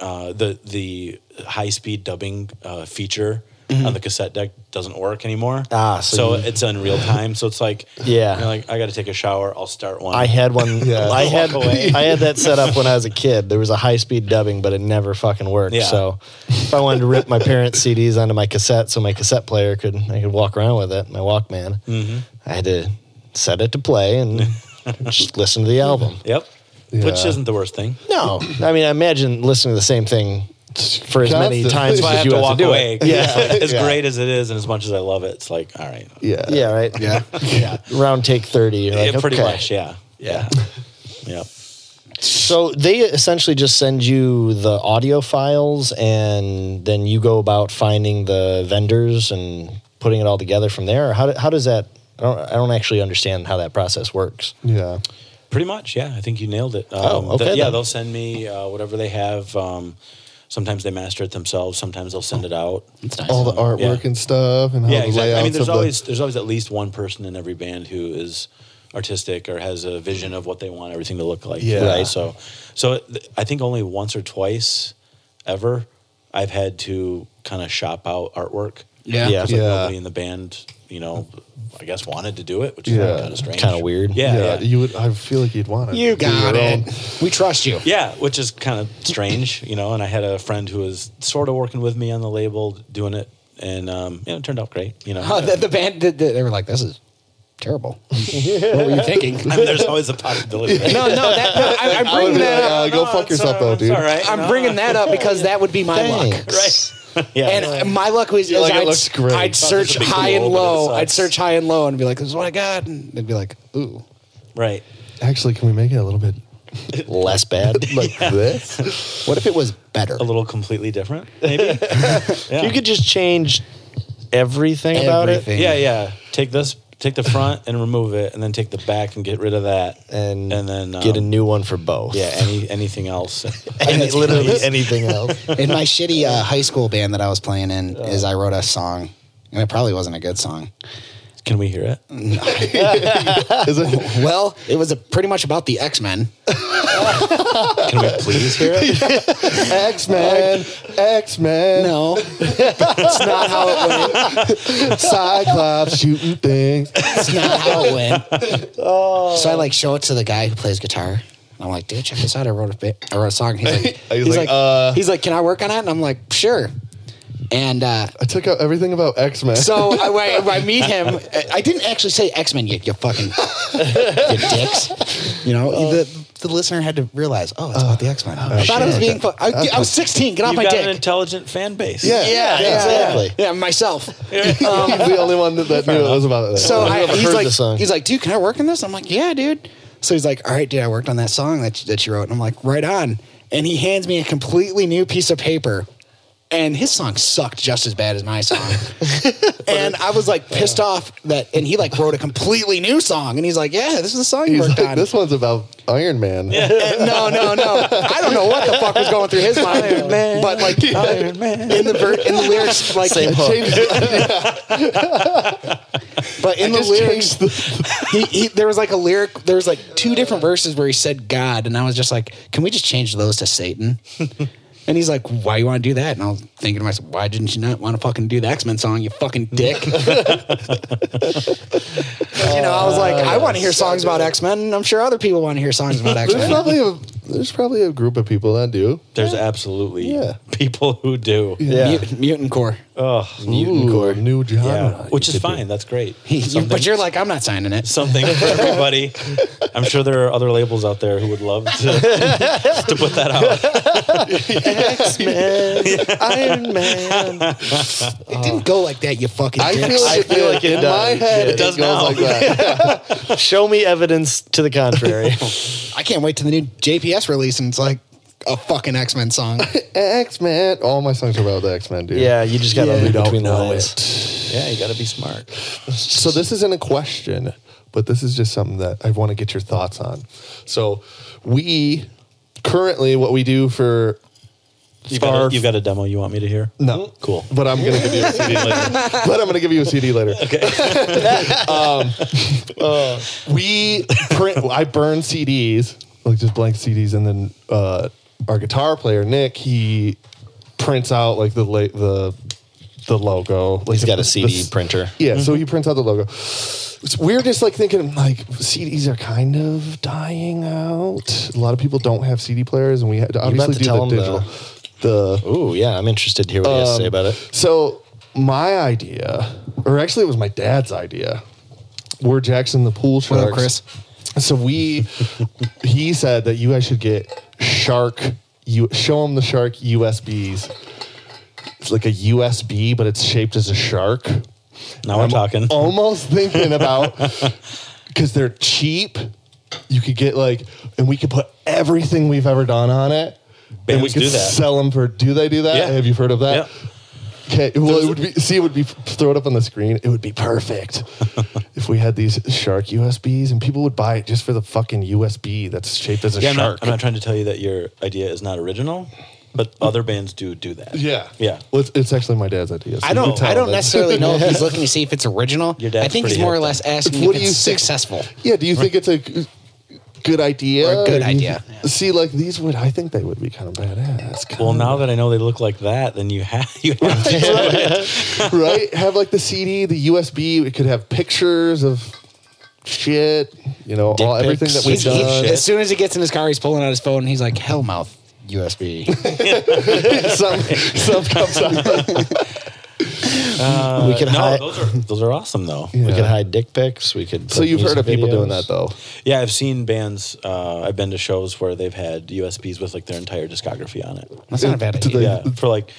uh, the the high speed dubbing uh, feature. On the cassette deck doesn't work anymore. Mm-hmm. Ah, so you- it's on real time. So it's like, Yeah. you're like I got to take a shower. I'll start one. I had one. Yeah. I had Walk away. I had that set up when I was a kid. There was a high speed dubbing, but it never fucking worked. Yeah. So if I wanted to rip my parents' CDs onto my cassette, so my cassette player could I could walk around with it, my Walkman, Mm-hmm. I had to set it to play and just listen to the album. yep, which Yeah. isn't the worst thing. No, I mean I imagine listening to the same thing for as many Constantly. times That's as That's why I have you to have walk to do away. it. 'cause it's like, as Yeah. great as it is, and as much as I love it, it's like, all right, Yeah. Yeah, right. Yeah. Yeah. Round take thirty. You're like, yeah, pretty okay. much, yeah, yeah, yeah. So they essentially just send you the audio files, and then you go about finding the vendors and putting it all together from there. Or How, do- how does that? I don't, I don't actually understand how that process works. Yeah. Pretty much, yeah. I think you nailed it. Um, Oh, okay th- yeah, then. they'll send me uh, whatever they have. Um, sometimes they master it themselves. Sometimes they'll send it out. It's nice. All the artwork Yeah. and stuff and how Yeah, Oh, the exactly. layouts I mean, there's of always there's always at least one person in every band who is artistic or has a vision of what they want everything to look like. Yeah. Right. So, so th- I think only once or twice ever I've had to kind of shop out artwork. Yeah. Yeah. Because like Yeah. nobody in the band, you know, I guess wanted to do it, which is Yeah. kind of strange, Kinda weird. the, Yeah. yeah, Yeah. You would. I feel like you'd want it. You got your own. it. We trust you. Yeah, which is kind of strange, you know. And I had a friend who was sort of working with me on the label, doing it, and um, you know, it turned out great. You know, Oh, the, the band, the, the- they were like, this is terrible. what were you thinking? I mean, there's always a possibility. No, no, that, no I, I'm I would bringing be like, that up. uh, go No, fuck it's yourself, all- though, it's dude. all right. I'm No, bringing that up because that would be my luck. right. yeah, And uh, my luck was You're is like, it I'd, looks great. I'd Thought this search would be high and cool, but it low. sucks. I'd search high and low and be like, "This is what I got," and they'd be like, "Ooh, right. Actually, can we make it a little bit Less bad. like this? what if it was better?" A little completely different, maybe. yeah. You could just change everything about it. Everything. yeah, yeah. Take this, Take the front and remove it, and then take the back and get rid of that, and and then get a um, new one for both. Yeah, any anything else? and literally anything else. in my shitty uh, high school band that I was playing in, is I wrote a song, and it probably wasn't a good song. Can we hear it? Is it? Well, it was a, pretty much about the X Men. Can we please hear it? X Men, X Men, No, it's not how it went. Cyclops shooting things. It's not how it went. So I like show it to the guy who plays guitar. I'm like, dude, check this out. I wrote a bit. I wrote a song. He's like, He's like, uh, he's like, can I work on it? And I'm like, sure. And uh, I took out everything about X Men. So I, when I, I meet him. I- I didn't actually say X Men yet. You fucking you dicks. You know the the listener had to realize. Oh, it's about the X Men. I thought it was being. fu- I, I was 16. Get off You've my got dick. an intelligent fan base. Yeah. yeah, Yeah, exactly. Yeah, myself. He's the only one that, that knew it was about that. So I've I, never he's heard like, the song. he's like, dude, can I work on this? I'm like, yeah, dude. So he's like, all right, dude, I worked on that song that you, that you wrote, and I'm like, right on. And he hands me a completely new piece of paper, and his song sucked just as bad as my song. and I was like pissed off that, and he like wrote a completely new song, and he's like, yeah, this is the song you he's worked like, on. this one's about Iron Man. And no, no, no. I don't know what the fuck was going through his mind, but like in the ver- in the lyrics, like I changed, But in I the just lyrics, changed he, he, there was like a lyric. There was like two different verses where he said God, and I was just like, "Can we just change those to Satan?" and he's like, "Why you want to do that?" And I was thinking to myself, "Why didn't you not want to fucking do the X Men song? You fucking dick." 'Cause, you know, I was like, "I want to hear songs about X Men, and I'm sure other people want to hear songs about X there's Men." probably a there's probably a group of people that do. There's absolutely Yeah. people who do. Yeah. Mutant core, Mutant new genre, Yeah. Which You is could do. fine. That's great. You- but you're like, I'm not signing it. Something for everybody. I'm sure there are other labels out there who would love to, to put that out. Iron Man. It didn't go like that. You fucking. I dicks. feel like I it, feel did. like it in does. my head. Yeah, it does goes now. like that. Show me evidence to the contrary. I can't wait to the new JPS release, and it's like a fucking X Men song. X Men. All my songs are about the X Men, dude. yeah, you just gotta Yeah. We read don't between the know lines. Yeah, you got to be smart. So this isn't a question, but this is just something that I want to get your thoughts on. So we currently what we do for You've got, our- a, you've got a demo you want me to hear? no Cool. but I'm gonna give you a CD later. But I'm gonna give you a CD later. Okay. um, uh, we print. I burn CDs, like just blank CDs, and then uh, our guitar player Nick he prints out like the la- the the logo. Like He's got a the- CD the- printer. Mm-hmm. Yeah, so he prints out the logo. So we're just like thinking like CDs are kind of dying out. A lot of people don't have CD players, and we had to meant obviously to do tell the him digital. The Ooh, yeah, I'm interested to hear what he has to say Um, about it. so my idea, or actually it was my dad's idea, were Jackson the pool sharks. up, Chris? So we, he said that you guys should get shark. You show him the shark USBs. It's like a USB, but it's shaped as a shark. Now we're talking. Almost thinking about because they're cheap. You could get like, and we could put everything we've ever done on it. and we Bands could do that. sell them for. Do they do that? Yeah. Have you heard of that? Yeah. Okay. Well, it would be see. It would be throw it up on the screen. It would be perfect if we had these shark USBs, and people would buy it just for the fucking USB that's shaped as a Yeah, I'm shark. not, I'm not trying to tell you that your idea is not original, but other bands do do that. yeah. Yeah. Well, it's, it's actually my dad's idea. so I you can don't. tell I don't him that. necessarily know if he's looking to see if it's original. Your dad's I think he's pretty more or hip, less asking What if do you it's think- successful. Yeah. Do you think it's a g- good idea? Or a good you idea, th- yeah. See, like these would. I think they would be kind of badass. Well, kinda. now that I know they look like that, then you have you have to right? Have like the CD, the USB. It could have pictures of shit. You know, all pics. everything that He- we've he- done. as soon as he gets in his car, he's pulling out his phone. and He's like, "Hell mouth USB." some, some comes out. we could No, hide. those are those are awesome though. uh, Yeah. We could hide dick pics. We could. So put you've heard music of people doing videos. that though. Yeah, I've seen bands. Uh, I've been to shows where they've had USBs with like their entire discography on it. That's not a bad Do idea. they- Yeah, for like,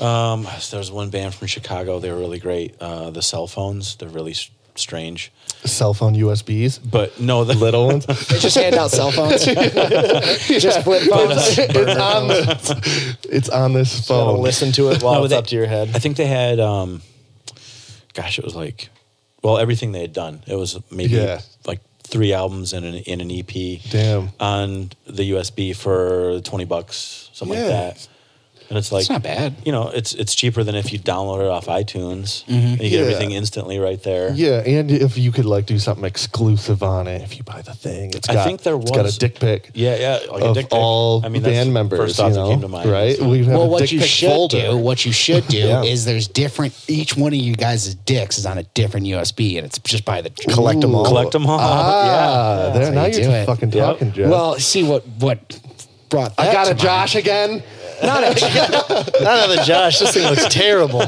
um, there's one band from Chicago. They were really great. Uh, the cell phones. They're really s- strange, Cell phone USBs, but no, the little ones. They just hand out cell phones. just flip phones. it's on this. It's on this Gotta phone. listen to it while Oh. No, it's they- up to your head. I think they had. Um, gosh, it was like well, everything they had done. It was maybe Yeah. like three albums and an, and an EP. Damn. On the USB for twenty bucks, something Yeah. like that. And it's like It's not bad. You know, it's it's cheaper than if you download it off iTunes. And you get Yeah. everything instantly right there. Yeah, and if you could like do something exclusive on it, if you buy the thing, it's I got, think there it's got was- a dick pic. Yeah, yeah. Like a of dick pic. all I mean, that's band the members, first thought you that know, came to mind. right? We have Well, a what dick you pic should folder. do, what you should do, Yeah. is there's different. Each one of you guys' dicks is on a different USB, and it's just by the Collect 'em all. Collect them all. Ah, there, how now you you are do just it. fucking Yep. talking, Jeff. Well, see what what brought. That I got to a mind. Josh again. Not a Josh. Not another Josh. This thing looks terrible.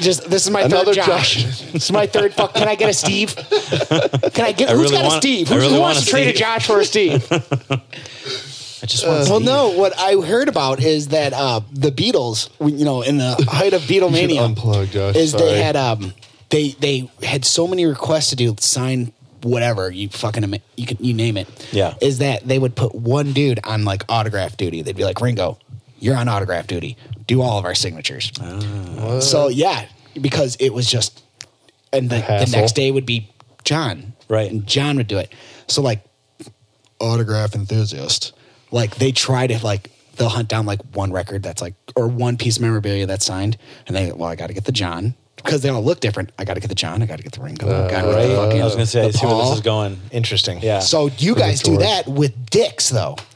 just this is my Another third Josh. Josh. this is my third. Fuck. Can I get a Steve? Can I get? I who's really got a want- Steve? I Who's- really who want wants a to trade a Steve. Josh for a Steve? I just want. Well, no. What I heard about is that uh, the Beatles, we- you know, in the height of should Beatlemania, unplug, Josh, is sorry. they had um, they they had so many requests to do sign whatever you fucking ama- you can you name it. Yeah. is that they would put one dude on like autograph duty. They'd be like Ringo, you're on autograph duty. Do all of our signatures. So yeah, because it was just, and the, the Hassle. next day would be John, Right. And John would do it. So like autograph enthusiast. Like they try to like they'll hunt down like one record that's like or one piece of memorabilia that's signed, and they well I got to get the John because they all look different. I got to get the John. I got to get the Ringo. I got Right? the fucking. I was gonna say, I the see where Paul. this is going. Interesting. Yeah. So you guys do George. that with dicks though.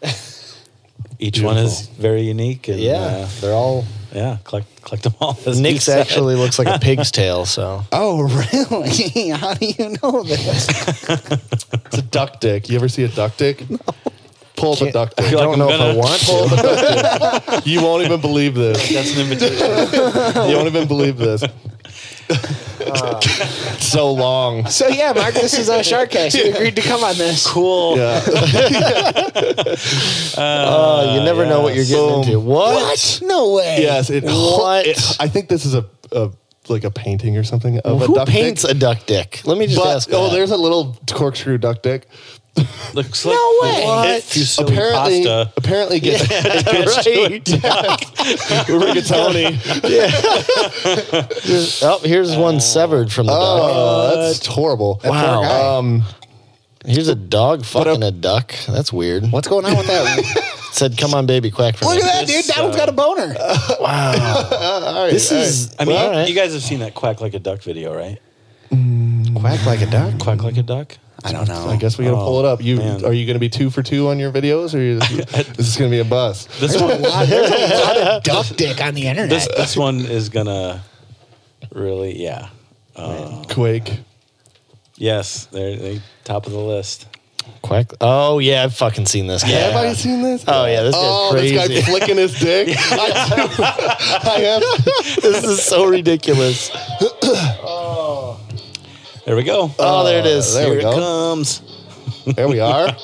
Each one is very unique. And, Yeah. uh, they're all. yeah. Collect collect them all. as you Nick's said. actually looks like a pig's tail. So Oh really? How do you know this? It's a duck dick. You ever see a duck dick? Pull the Can't- duck I dick. feel like Don't I'm know gonna- if I want to. Pull the duck dick. You won't even believe this. That's an invitation. You won't even believe this. so long. so yeah, Mark, this is a Sharkcast. You agreed to come on this. cool. Yeah. uh, you never know what you're getting Boom. into. What? What? No way. Yes. It, What? it- I think this is a, a like a painting or something of a Who duck paints dick. a duck dick? Let me just but, ask. oh, that. there's a little corkscrew duck dick. Looks like No way. What? Fusilli Apparently, pasta. apparently, gets right. rigatoni. oh, here's one severed from the dog. Oh, that's horrible. Wow. Wow. Um, Here's a dog fucking a duck. That's weird. What's going on with that? Said, come on, baby, quack for Look me. at that, dude. That one's got a boner. This is. I mean, well, all right. you guys have seen that quack like a duck video, right? Quack like a duck. Quack like a duck. I don't know. I guess we gotta Oh, pull it up. You man. are you gonna be two for two on your videos, or you, is this gonna be a bust? This one, duck dick on the internet. this, this one is gonna really, yeah, Quake. yes, they're, they top of the list. Quack. Oh, yeah, I've fucking seen this guy. Have I seen this? Oh, yeah, this guy's Oh, crazy. this guy flicking his dick. I, do. I have. this is so ridiculous. There we go. Oh, there it is. there Here we it go. comes. There we are. We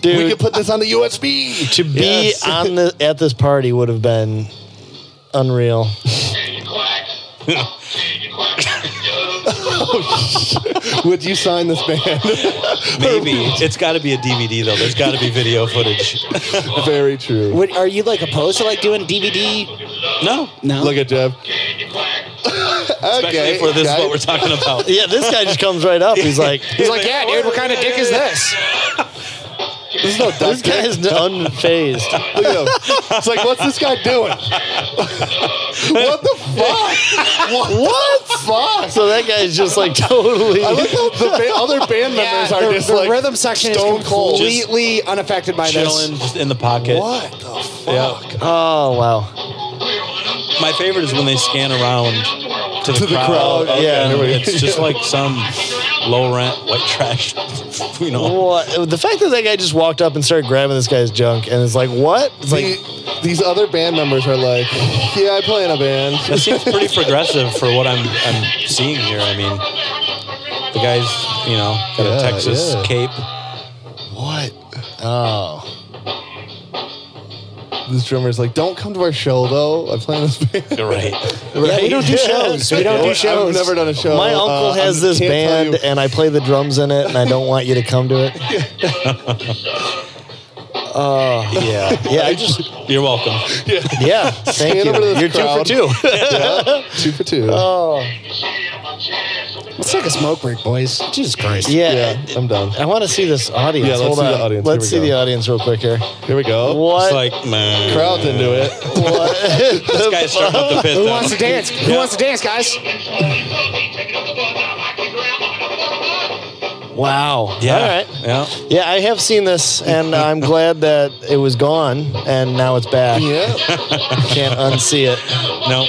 Dude, can put this on the USB. to be Yes. on the at this party would have been unreal. Would you sign this band? Maybe it's got to be a DVD though. There's got to be video footage. Very true. What, are you like opposed to like doing DVD? No, No. Look at Jeff. especially okay, for this, guy. what we're talking about. Yeah, this guy just comes right up. He's like, He's like, yeah, dude. What kind of dick is this? This is no duck this guy dick. is unfazed. Look at him. It's like, what's this guy doing? what the fuck? What, the fuck? So that guy's just like totally. I look how the ba- other band members the, are just the like rhythm section is stone cold. completely unaffected by Chilling, this. just in the pocket. What the fuck? Yeah. Oh wow! My favorite is when they scan around to the, To the crowd, Okay, yeah. and it's just like some low rent white trash. You know, What? The fact that that guy just walked up and started grabbing this guy's junk and it's like, what? It's like, The- these other band members are like, yeah, I play in a band. that seems pretty progressive for what I'm I'm seeing here. I mean, the guy's you know got Yeah, a Texas yeah. cape. What? oh, This drummer's like, don't come to our show though. I play in this band. You're right. Yeah, we don't do shows. We don't do shows. I've never done a show. my Uh, uncle has I this can't tell band you- and I play the drums in it and I don't want you to come to it. Yeah. Yeah, I just You're welcome. yeah. Thank Stand over to you. this You're two for crowd. two. two for two. oh, Let's take a smoke break, boys. Jesus Christ. Yeah, Yeah. I'm done. I want to see this audience. Yeah, let's Hold see on. the audience. Let's see Here we the go. audience real quick here. Here we go. What? It's like, man. Crowd's into it. what? This guy's starting up the pit. Who though. wants to dance? Who Yeah. wants to dance, guys? wow. Yeah. All right. Yeah. Yeah, I have seen this, and I'm glad that it was gone, and now it's back. Yeah. Can't unsee it. No.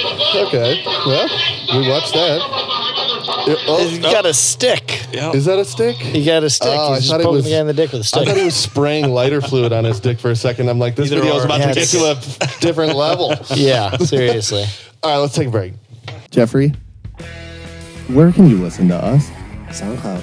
Okay. Well, we watched that. Yeah, He's Oh, got a stick. Yeah. is that a stick? He got a stick. Oh, I He's thought just it poking was- the guy in the dick with a I stick. thought he was spraying lighter fluid on his dick for a second. I'm like, this Either video is or. about Yeah, to get it's- to a different level. yeah, seriously. All right, let's take a break. Jeffrey, where can you listen to us? SoundCloud.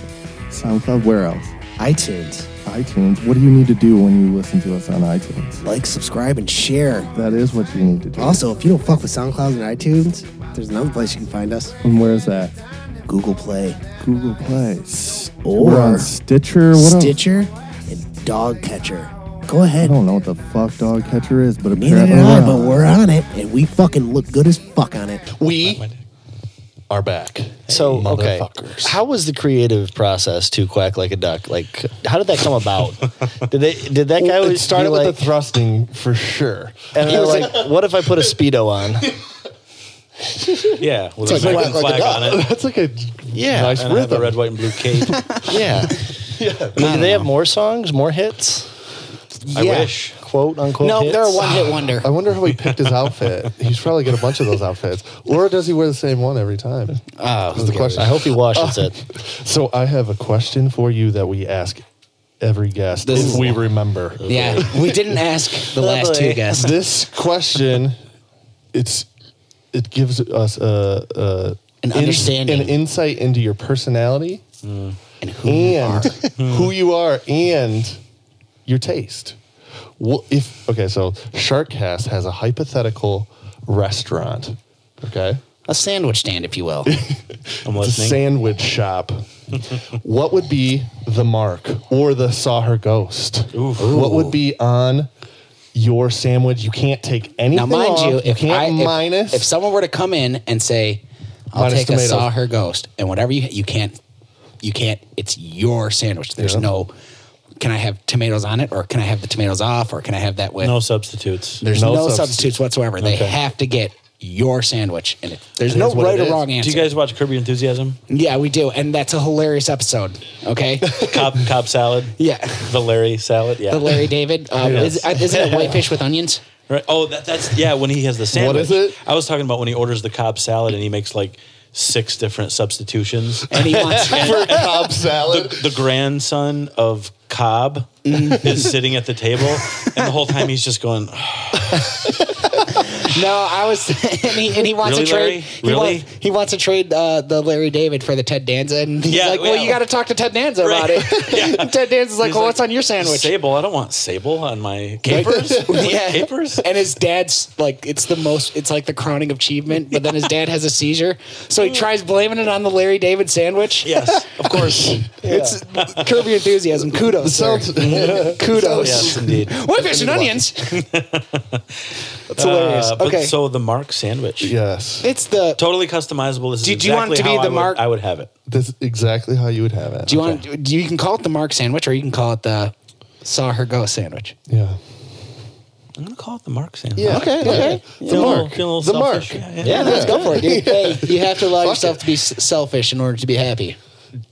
SoundCloud, where else? iTunes. iTunes. What do you need to do when you listen to us on iTunes? Like, subscribe, and share. That is what you need to do. Also, if you don't fuck with SoundCloud and iTunes, there's another place you can find us And where's that? Google Play, Google Play. S- Or- We're on Stitcher. What else? Stitcher, and Dogcatcher. Go I ahead. don't know what the fuck dog catcher is, but Neither apparently did I, we're but on. we're on it, and we fucking look good as fuck on it. We are back. So Hey, okay, motherfuckers. how was the creative process to quack like a duck? Like, how did that come about? did they? Did that guy It was started be with like, the thrusting for sure. and they're like, what if I put a speedo on? Yeah. With It's an like American black like flag a on dot. it. That's like a Yeah, nice And I have a rhythm. red, white, and blue cape. Yeah. Do they have more songs, more hits? I wish. Quote unquote. No, hits? they're a one hit wonder. I wonder how he picked his outfit. He's probably got a bunch of those outfits. Or does he wear the same one every time? Oh, That's the question. I hope he washes it. So I have a question for you that we ask every guest This if is- we remember. yeah. We didn't ask Oh, the last two guests. This question, it's it gives us a, a An in- understanding. an insight into your personality And who and who you are and your taste. Well, if okay, so Sharkcast has a hypothetical restaurant. Okay. a sandwich stand, if you will. I'm It's a listening. sandwich shop. what would be the mark or the saw her ghost? What would be on your sandwich? You can't take anything Now, mind off. you, if I can't if, minus. if someone were to come in and say, "I'll Minus take tomatoes. a saw her ghost," and whatever you you can't, you can't. It's your sandwich. There's no. Can I have tomatoes on it, or can I have the tomatoes off, or can I have that with? No substitutes. there's no no, substitute. substitutes. whatsoever. They Okay. have to get your sandwich, and it, there's It no is what right it or is. wrong Do answer. you guys watch Curb Your Enthusiasm? yeah, we do, and that's a hilarious episode. Okay, Cobb, Cobb salad? yeah, The Larry salad? Yeah. the Larry David uh, is, uh, isn't it whitefish with onions? Right. Oh, that, that's yeah. When he has the sandwich. is it? I was talking about when he orders the Cobb salad and he makes like six different substitutions. And he wants for Cobb The, salad. the grandson of Cobb Mm. is sitting at the table, and the whole time he's just going, No, I was, and he, and he wants Really, to trade. Larry? He Really? wants, he wants to trade uh, the Larry David for the Ted Danza, and he's Yeah, like, "Well, yeah. you got to talk to Ted Danza about Right. it." And Ted Danza's like, He's "Well, like, what's on your sandwich?" "Sable, I don't want sable on my capers. Yeah. Capers? And his dad's like, it's the most, it's like the crowning achievement. But then his dad has a seizure, so he tries blaming it on the Larry David sandwich. yes, of course. It's Curb Your Enthusiasm. Kudos, sir. Sounds- Kudos. Yes, indeed. Uh, Whitefish and onions. That's hilarious. Uh, but okay, So the Mark sandwich. yes, it's the. Totally customizable. This is Did exactly you want it to how be I the would- Mark- I would have it. that's exactly how you would have it. Do you want? Do you can call it the Mark sandwich, or you can call it the Saw Her Go sandwich. yeah. I'm gonna call it the Mark sandwich. Yeah. Okay, okay. The mark. The mark. Yeah, Yeah, yeah. let's go for it, dude. Hey, you have to allow Fuck yourself it. to be s- selfish in order to be happy.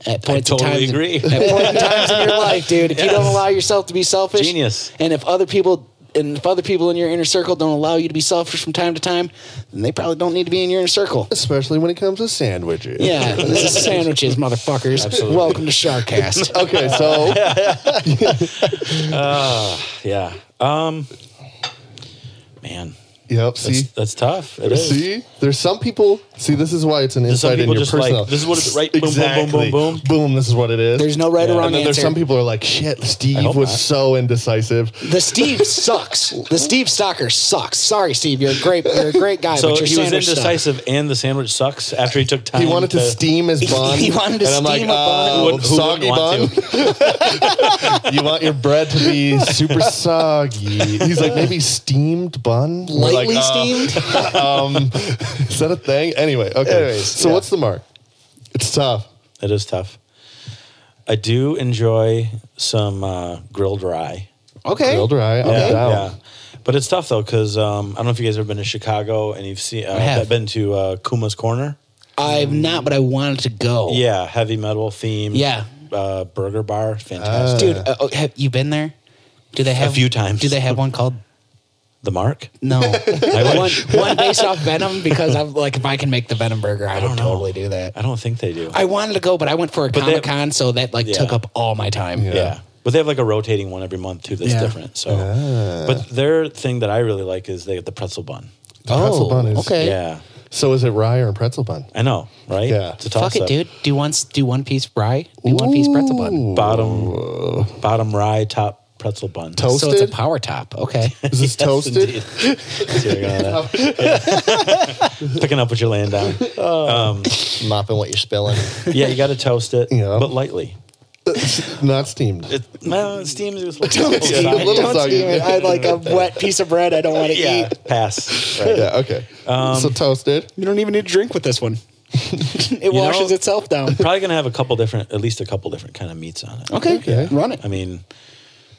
At points totally in times, agree. At points in times in your life, dude. If you don't Yes. allow yourself to be selfish, Genius. And if other people and if other people in your inner circle don't allow you to be selfish from time to time, then they probably don't need to be in your inner circle. Especially when it comes to sandwiches. Yeah, this is sandwiches, motherfuckers. Absolutely. Welcome to Sharkcast. Okay, so Yeah. Um, man, yep. See, that's, that's tough. It is. See, there's some people. See, this is why it's an some insight in people your just like, personal. this is what it's right, boom, boom, boom, boom, Exactly. boom. boom. This is what it is. There's no right or wrong And then answer. there's some people who are like, shit, Steve hope was not. so indecisive. The Steve sucks. The Steve Stalker sucks. Sorry, Steve. You're a great. You're a great guy. So but your he was sandwich sucks. indecisive, and the sandwich sucks. After he took time, He wanted to steam his bun. He wanted to and I'm like, steam a bun. "Oh, Who would- who soggy wouldn't bun. you want your bread to be super soggy. He's like, maybe steamed bun. We're like, Lightly "Uh, steamed. um, is that a thing? Anyway, okay. Anyways, so yeah. what's the mark? It's tough. It is tough. I do enjoy some uh, grilled rye. Okay. Grilled rye. I'm down. But it's tough though, because um, I don't know if you guys have been to Chicago and you've seen. Uh, I have. Been to uh, Kuma's Corner. I've not, but I wanted to go. Yeah, heavy metal theme. Yeah. Uh, burger bar, fantastic. Dude, uh, oh, have you been there? Do they have few times. Do they have one called the Mark. No, one, wish. one based off Venom because I'm like, if I can make the Venom burger, I, would don't know. totally do that. I don't think they do. I wanted to go, but I went for a they- Comic Con, so that like Yeah. took up all my time. yeah. But they have like a rotating one every month too. That's Yeah. different. So, Ah. but their thing that I really like is they get the pretzel bun. The pretzel Oh, bun is. okay. Yeah, So is it rye or pretzel bun? I know, right? Yeah. It's a Fuck it, toss-up. dude. Do one do one piece rye. Do one piece pretzel bun. Bottom, bottom rye, top pretzel bun. Toast? So it's a Toasted? power top. Okay. Is this toasted? Indeed. Tearing on that. Yeah. Picking up what you're laying down. mopping what you're spilling. Yeah, you got to toast it, Yeah. but lightly. Not steamed. It, no, it steams. It was steam it, little Don't soggy. steam it. I like a wet piece of bread. I don't want to yeah, eat. pass. Right. Yeah. Okay. so toasted. You don't even need to drink with this one. it washes know- itself down. Probably gonna have a couple different, at least a couple different kind of meats on it. Okay. Okay. Run it. I mean,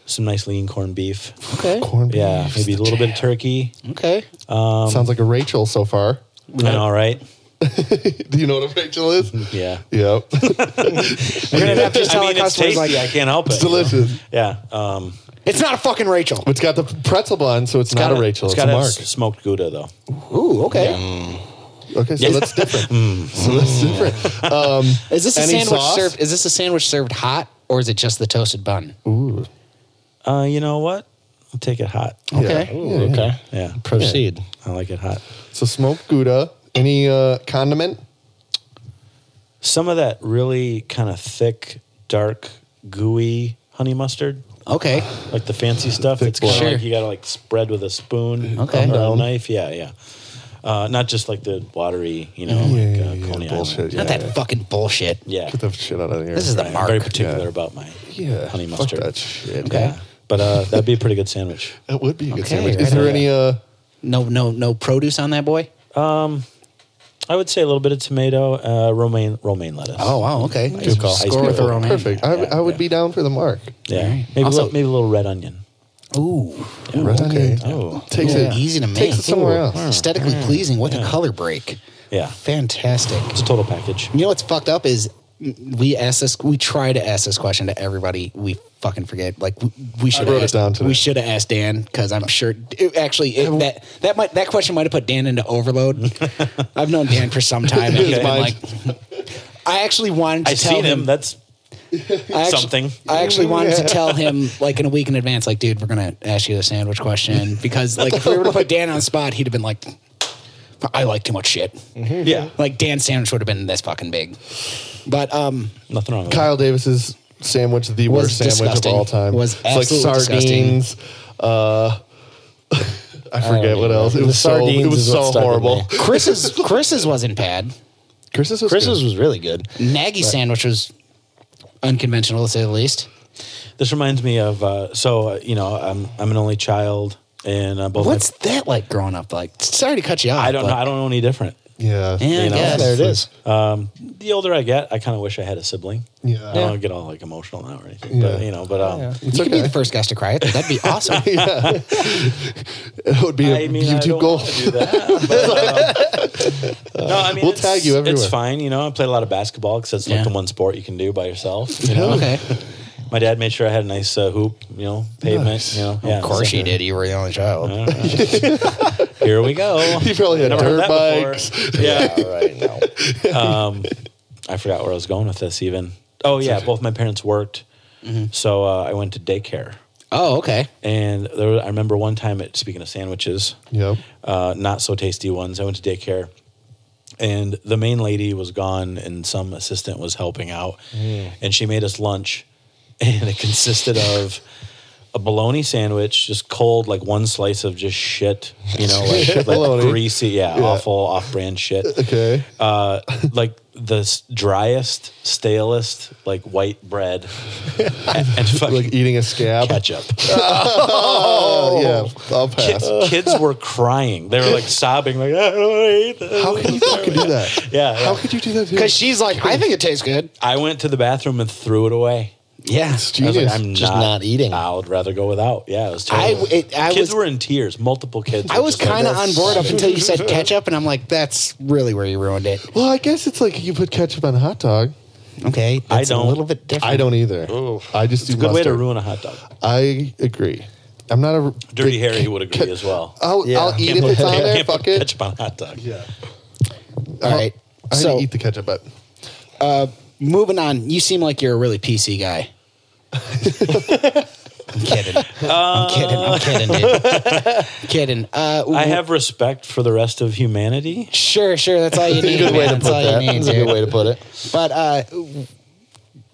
some nice lean corned beef. Okay. Corn beef. Yeah, maybe a little bit of turkey. Okay. Sounds like a Rachel so far. I know, right? Do you know what a Rachel is? Yeah. Yep. We're gonna have to I tell mean, our it's customers tasty. like I can't help it. It's delicious. Yeah. Um, it's not a fucking Rachel. It's got the pretzel bun, so it's, not gotta- a Rachel. It's, got a to have Mark. s- smoked Gouda, though. Ooh. Okay. Okay, so Yeah. that's different. So that's different. Um, Is this a Any sandwich sauce? served? Is this a sandwich served hot or is it just the toasted bun? Uh, you know what? I'll take it hot. Oh, Okay. okay. Yeah. Proceed. I like it hot. so smoked gouda. Any uh, condiment? Some of that really kind of thick, dark, gooey honey mustard, Okay. like the fancy stuff. It's kind of Sure. like you got to like spread with a spoon Okay. or a Down. knife. Yeah, yeah. Uh, not just like the watery, you know, like uh, Coney Island. bullshit. Not yeah. that fucking bullshit. Yeah. Get the shit out of here. This is the I'm mark. very particular Yeah. about my yeah. honey fuck mustard. that shit. Okay. Yeah. But uh, that'd be a pretty good sandwich. That would be a good Okay, sandwich. right Is there on. any? Uh, No, no, no produce on that boy. I would say a little bit of tomato, uh, romaine, romaine lettuce. Oh wow. Okay. Ice call. Ice Score with a call. romaine. perfect. I, Yeah, I would yeah. be down for the mark. yeah. Alright. Maybe, Also- a little, maybe a little red onion. Ooh. Right. Okay. Oh, Takes Ooh, it easy to make. Takes it somewhere Ooh, else. Hmm. Aesthetically pleasing with a color break. yeah. Fantastic. It's a total package. You know what's fucked up is we ask this. We try to ask this question to everybody. We fucking forget. Like we, we should. wrote it asked, down today. We should have asked Dan because I'm sure. it- actually, it, that that might that question might have put Dan into overload. I've known Dan for some time, and he's been Mine- like. I actually wanted to I've tell seen him, him. That's I actu- something. I actually wanted to tell him like in a week in advance, like, dude, we're gonna ask you the sandwich question because like if we were to put Dan on the spot, he'd have been like, I like too much shit. yeah. Like Dan's sandwich would have been this fucking big. But um Nothing wrong with Kyle Davis's sandwich, the Was worst sandwich disgusting. of all time. Was it's absolutely like disgusting. sardines. Uh, I forget what else. It The was so sardines it was is what so started horrible. Chris's Chris's wasn't bad. Chris's was Chris's good. was really good. Nagy's sandwich was unconventional to say the least. that. This reminds me of uh, so uh, you know I'm I'm an only child and uh, both. my- What's that like growing up? Like sorry to cut you off. I don't but- know. I don't know any different. yeah. Yeah, I you know, Um, guess. There it is. The older I get, I kind of wish I had a sibling. Yeah. I don't get all like emotional now or anything, but Yeah. you know, but um, You could be the first guest to cry. That'd be awesome. yeah. it would be a I mean, I YouTube don't goal. want to do that. but, um, no, I mean, We'll it's- tag you everywhere. It's fine. You know, I played a lot of basketball because that's Yeah. like the one sport you can do by yourself. You know? okay. My dad made sure I had a nice uh, hoop, you know, pavement. Nice. You know, yeah, Of course so- uh, you did. You were the only child. Here we go. He probably had Never heard dirt that bikes. before. Yeah. All right, no. Um, I forgot where I was going with this. Even. Oh yeah, both my parents worked, Mm-hmm. so uh, I went to daycare. Oh, okay. And there was, I remember one time, at, speaking of sandwiches, Yep. uh, not so tasty ones. I went to daycare, and the main lady was gone, and some assistant was helping out, Mm. and she made us lunch, and it consisted of a bologna sandwich, just cold, like one slice of just shit, you know, like, like Bologna. greasy, yeah, Yeah. awful off-brand shit. Okay. Uh, like the s- driest, stalest, like white bread and, and fucking like eating a scab. ketchup. Oh, yeah, I'll pass. Ki- kids were crying. They were like sobbing, like, I don't wanna eat this." How can you fucking do that? Yeah, yeah. How could you do that? to- Because she's like, I think it tastes good. I went to the bathroom and threw it away. Yeah. I was like, Genius. I'm Just not, not eating. I would rather go without. Yeah, it was I, terrible. it, I kids was were in tears. Multiple kids. I were was just like, kind of on "That's board up until you said ketchup, and I'm like, that's really where you ruined it. Well, I guess it's like you put ketchup on a hot dog. Okay, I that's don't- a little bit different. I don't either. I just It's a do good way to mustard. ruin a hot dog. I agree. I'm not a Dirty big- Harry would agree as well. I'll, Yeah. I'll uh, eat Can't if put- it's on can't there. put Fuck it. Ketchup on a hot dog. Yeah. All right, I had so to eat the ketchup, but moving on. You seem like you're a really PC guy. I'm kidding. I'm kidding. I'm kidding. Dude. kidding. Uh, Uh, I have respect for the rest of humanity. Sure, sure. That's all you need. Good man. way to put that's all that. you need. That's a good dude. way to put it. But uh,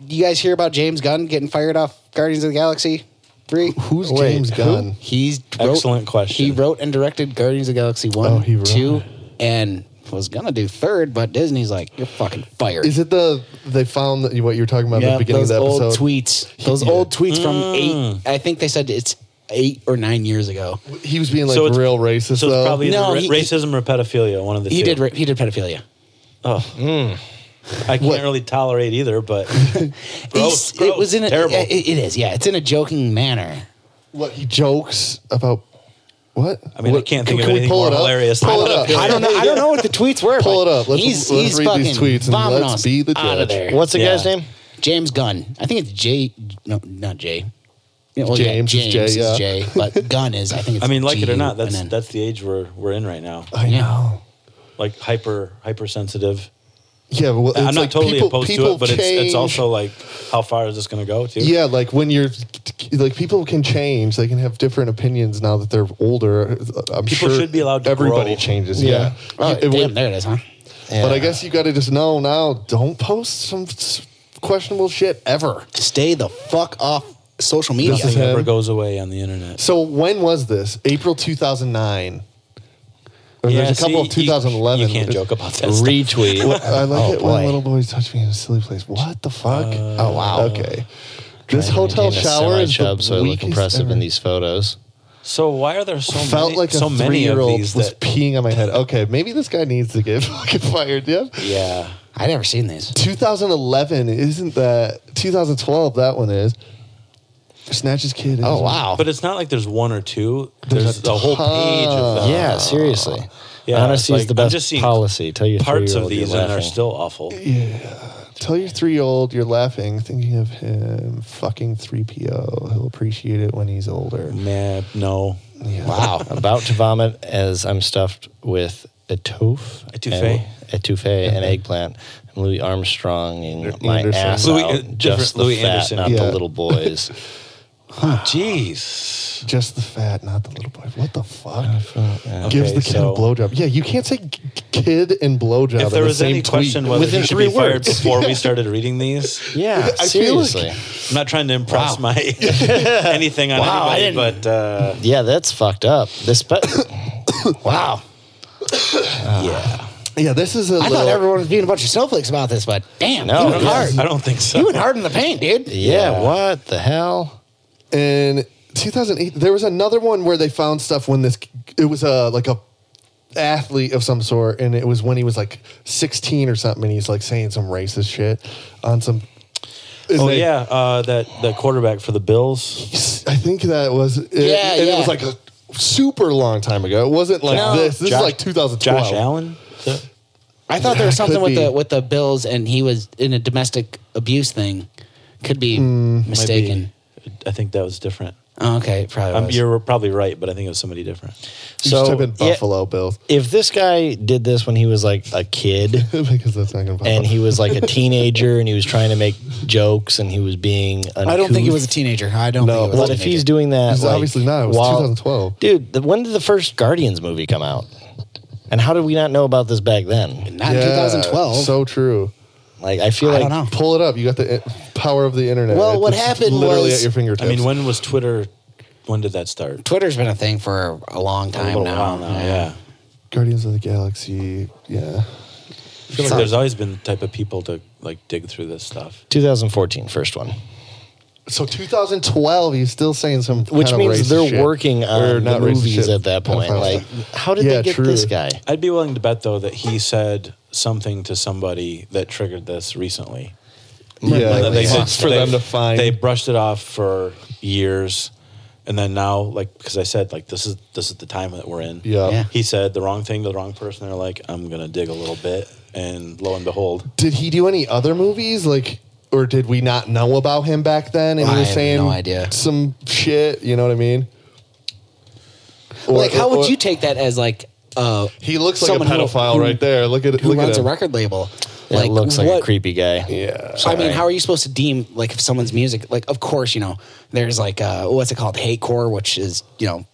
you guys hear about James Gunn getting fired off Guardians of the Galaxy three? who's Wait, James who? Gunn? He's Excellent question. He wrote and directed Guardians of the Galaxy one, Oh, he wrote two, it. and was gonna do third, but Disney's like, you're fucking fired. Is it the they found that you, what you were talking about at the beginning of those the old Mm. episode? tweets. Those Yeah. old tweets from eight. I think they said it's eight or nine years ago. He was being like So it's- real racist So though. it's probably No, either he- ra- racism or pedophilia. One of the He two. did. ra- He did pedophilia. I can't really tolerate either, but gross, He's- It was in a, terrible. it- it is. Yeah, it's in a joking manner. what he jokes about. What? I mean, I what, can't think can of we anything pull more it up? hilarious than Pull it that. up. I don't know. I don't know what the tweets were. Pull but it up. Let's- he's let's he's read fucking these tweets and vomiting let's us be the out judge. of there. What's the Yeah. guy's name? James Gunn. I think it's J. No, not J. Yeah, well, James is J, yeah. J, but Gunn is. I think. It's I mean, like it or not, G-U-N-N. that's that's the age we're we're in right now. I Yeah. know. Like hyper hypersensitive. Yeah, well, it's I'm not like totally people, opposed people to it, but it's, it's change. also like how far is this going to go? Too. Yeah, like when you're like people can change. They can have different opinions now that they're older. I'm People sure should be allowed to everybody grow. changes. Yeah. Yeah. Oh, You- it damn, would- there it is, huh? But I guess you got to just know now. Don't post some s- questionable shit ever. Stay the fuck off social media. This Nothing is ever him. goes away on the internet. So when was this? April 2009. Or Yeah, there's a couple see, of you- 2011. You, can't joke about that. stuff. Retweet. What- I like Oh, it when boy. little boys touch me in a silly place. What the fuck? Uh, Oh wow. okay. This hotel Maintain a shower is the semi-chub so I look weakest impressive in ever. these photos. So why are there so felt many, like a so many of three-year-old these was that? peeing on my head. Okay, maybe this guy needs to get fucking fired. Yeah. yeah. I never seen these. 2011 isn't that 2012? That one is. Snatches kid. Oh wow. But it's not like there's one or two. There's a whole page of uh, them. Yeah, seriously. Uh, Yeah, Honesty it's is the like, I'm best just seeing policy. Tell your Parts of three-year-old you're these and are laughing. still awful. Tell your three-year-old you're laughing, thinking of him fucking 3PO. He'll appreciate it when he's older. Man, no. wow. About to vomit as I'm stuffed with etouff, Etouffee. and- etouffee, and eggplant. And Louis Armstrong and my Anderson. ass Louis- uh, out, just different the Louis fat, Anderson. not Yeah. the little boys. Jeez. Just the fat, not the little boy. What the fuck? Yeah. Gives the Ah, Okay, kid so- a blowjob. Yeah, you can't say k- kid and blowjob. If there in the was same any question tweet. whether Within he should three be fired words. before we started reading these, yeah, I feel like- seriously. I'm not trying to impress my anything on Wow, I anybody, didn't- but uh, yeah, that's fucked up. This, but Wow. yeah, yeah, this is a I little. thought everyone was being a bunch of snowflakes about this, but damn, No, you I went yeah. hard. don't, I don't think so. You went hard in the paint, dude. yeah, Yeah. what the hell? in 2008 there was another one where they found stuff when this it was a like a athlete of some sort and it was when he was like 16 or something and he's like saying some racist shit on some and Oh they- yeah, uh, that the quarterback for the Bills. i think that was it, Yeah, and it yeah. was like a super long time ago it wasn't like No. this this Josh- is like 2012 Josh Allen. I thought there was Could something with be. the with the bills, and he was in a domestic abuse thing. Could Mm, be Might be- mistaken. I think that was different. Oh, okay, it probably. Um, was. you're probably right, but I think it was somebody different. you just type So in yeah, buffalo bills if this guy did this when he was like a kid, because that's not gonna pop and up. he was like a teenager and he was trying to make jokes and he was being uncouth. I don't think he was a teenager. I don't. No, think he was What a if teenager. he's doing that? He's like, obviously not. It was while- 2012. Dude, the, when did the first Guardians movie come out? And how did we not know about this back then? not in Yeah, 2012? so true Like, I feel I like don't know. pull it up you got the uh, power of the internet Well, what It's happened literally was- at your fingertips I mean, when was Twitter? When did that start? Twitter's been a thing for a long A time little now. while now. Yeah. Guardians of the Galaxy. Yeah. I feel like there's always been the type of people to like dig through this stuff. 2014, first one. So 2012, he's still saying some. Which kind of means racist they're shit. working Or on the not racist movies shit, at that point. pedophile Like, stuff. how did Yeah, they get true. this guy? I'd be willing to bet though that he said something to somebody that triggered this recently. yeah, And then they it's said- for they- them to find. They brushed it off for years, and then now, like, because I said, like, this is this is the time that we're in. yeah. Yeah. He said the wrong thing to the wrong person. They're like, I'm gonna dig a little bit, and lo and behold, Did he do any other movies like? Or did we not know about him back then? And I he was have saying no idea. some shit. You know what I mean? Or- like, how or- would you take that as like? Uh, He looks like a someone who- pedophile who- right there. Look at who look runs at a him. record label? Yeah, it looks like a what- creepy guy. Yeah. I mean, how are you supposed to deem like if someone's music? Like, of course, you know, there's like uh, what's it called, hate core, which is you know,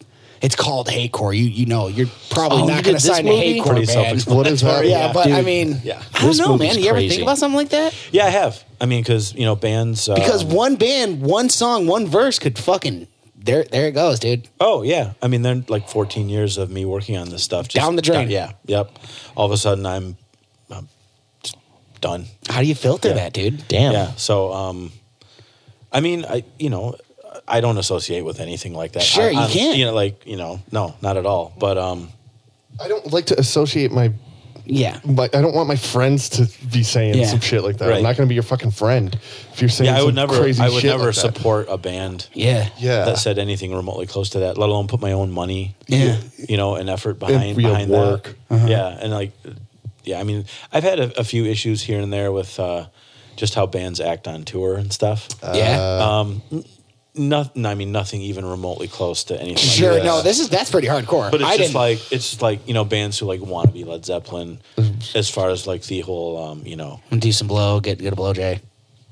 it's called hate core. You you know, you're probably Oh, you not did going to this sign a movie? hate core Pretty band. self-explanatory. What is Yeah, that? but I Dude, mean, yeah. I don't This know, man. movie's You ever crazy. think about something like that? yeah, I have. I mean, because you know, bands. um, Because one band, one song, one verse could fucking there. There it goes, dude. Oh yeah, I mean, they're like 14 years of me working on this stuff. Down the drain. yeah, yep. All of a sudden, I'm, I'm just done. How do you filter Yeah. that, dude? Damn. Yeah. So, um, I mean, I you know, I don't associate with anything like that. Sure, I, you I'm- can't. You know, like you know, no, not at all. But um, I don't like to associate my Yeah. my, I don't want my friends to be saying Yeah. some shit like that. Right. I'm not going to be your fucking friend if you're saying yeah, I some would never, crazy I would shit never like that. support a band Yeah. Yeah. that said anything remotely close to that. Let alone put my own money, Yeah. you know, and effort behind yeah, behind work. that. Uh-huh. Yeah, and like, yeah, I mean, I've had a, a few issues here and there with uh, just how bands act on tour and stuff. Yeah. Um, nothing. I mean, nothing even remotely close to anything. like sure. that. No, this is that's pretty hardcore. But it's I just didn't. like it's just like you know bands who like want to be Led Zeppelin, Mm-hmm. as far as like the whole um you know do some blow. Get get a blow, Jay.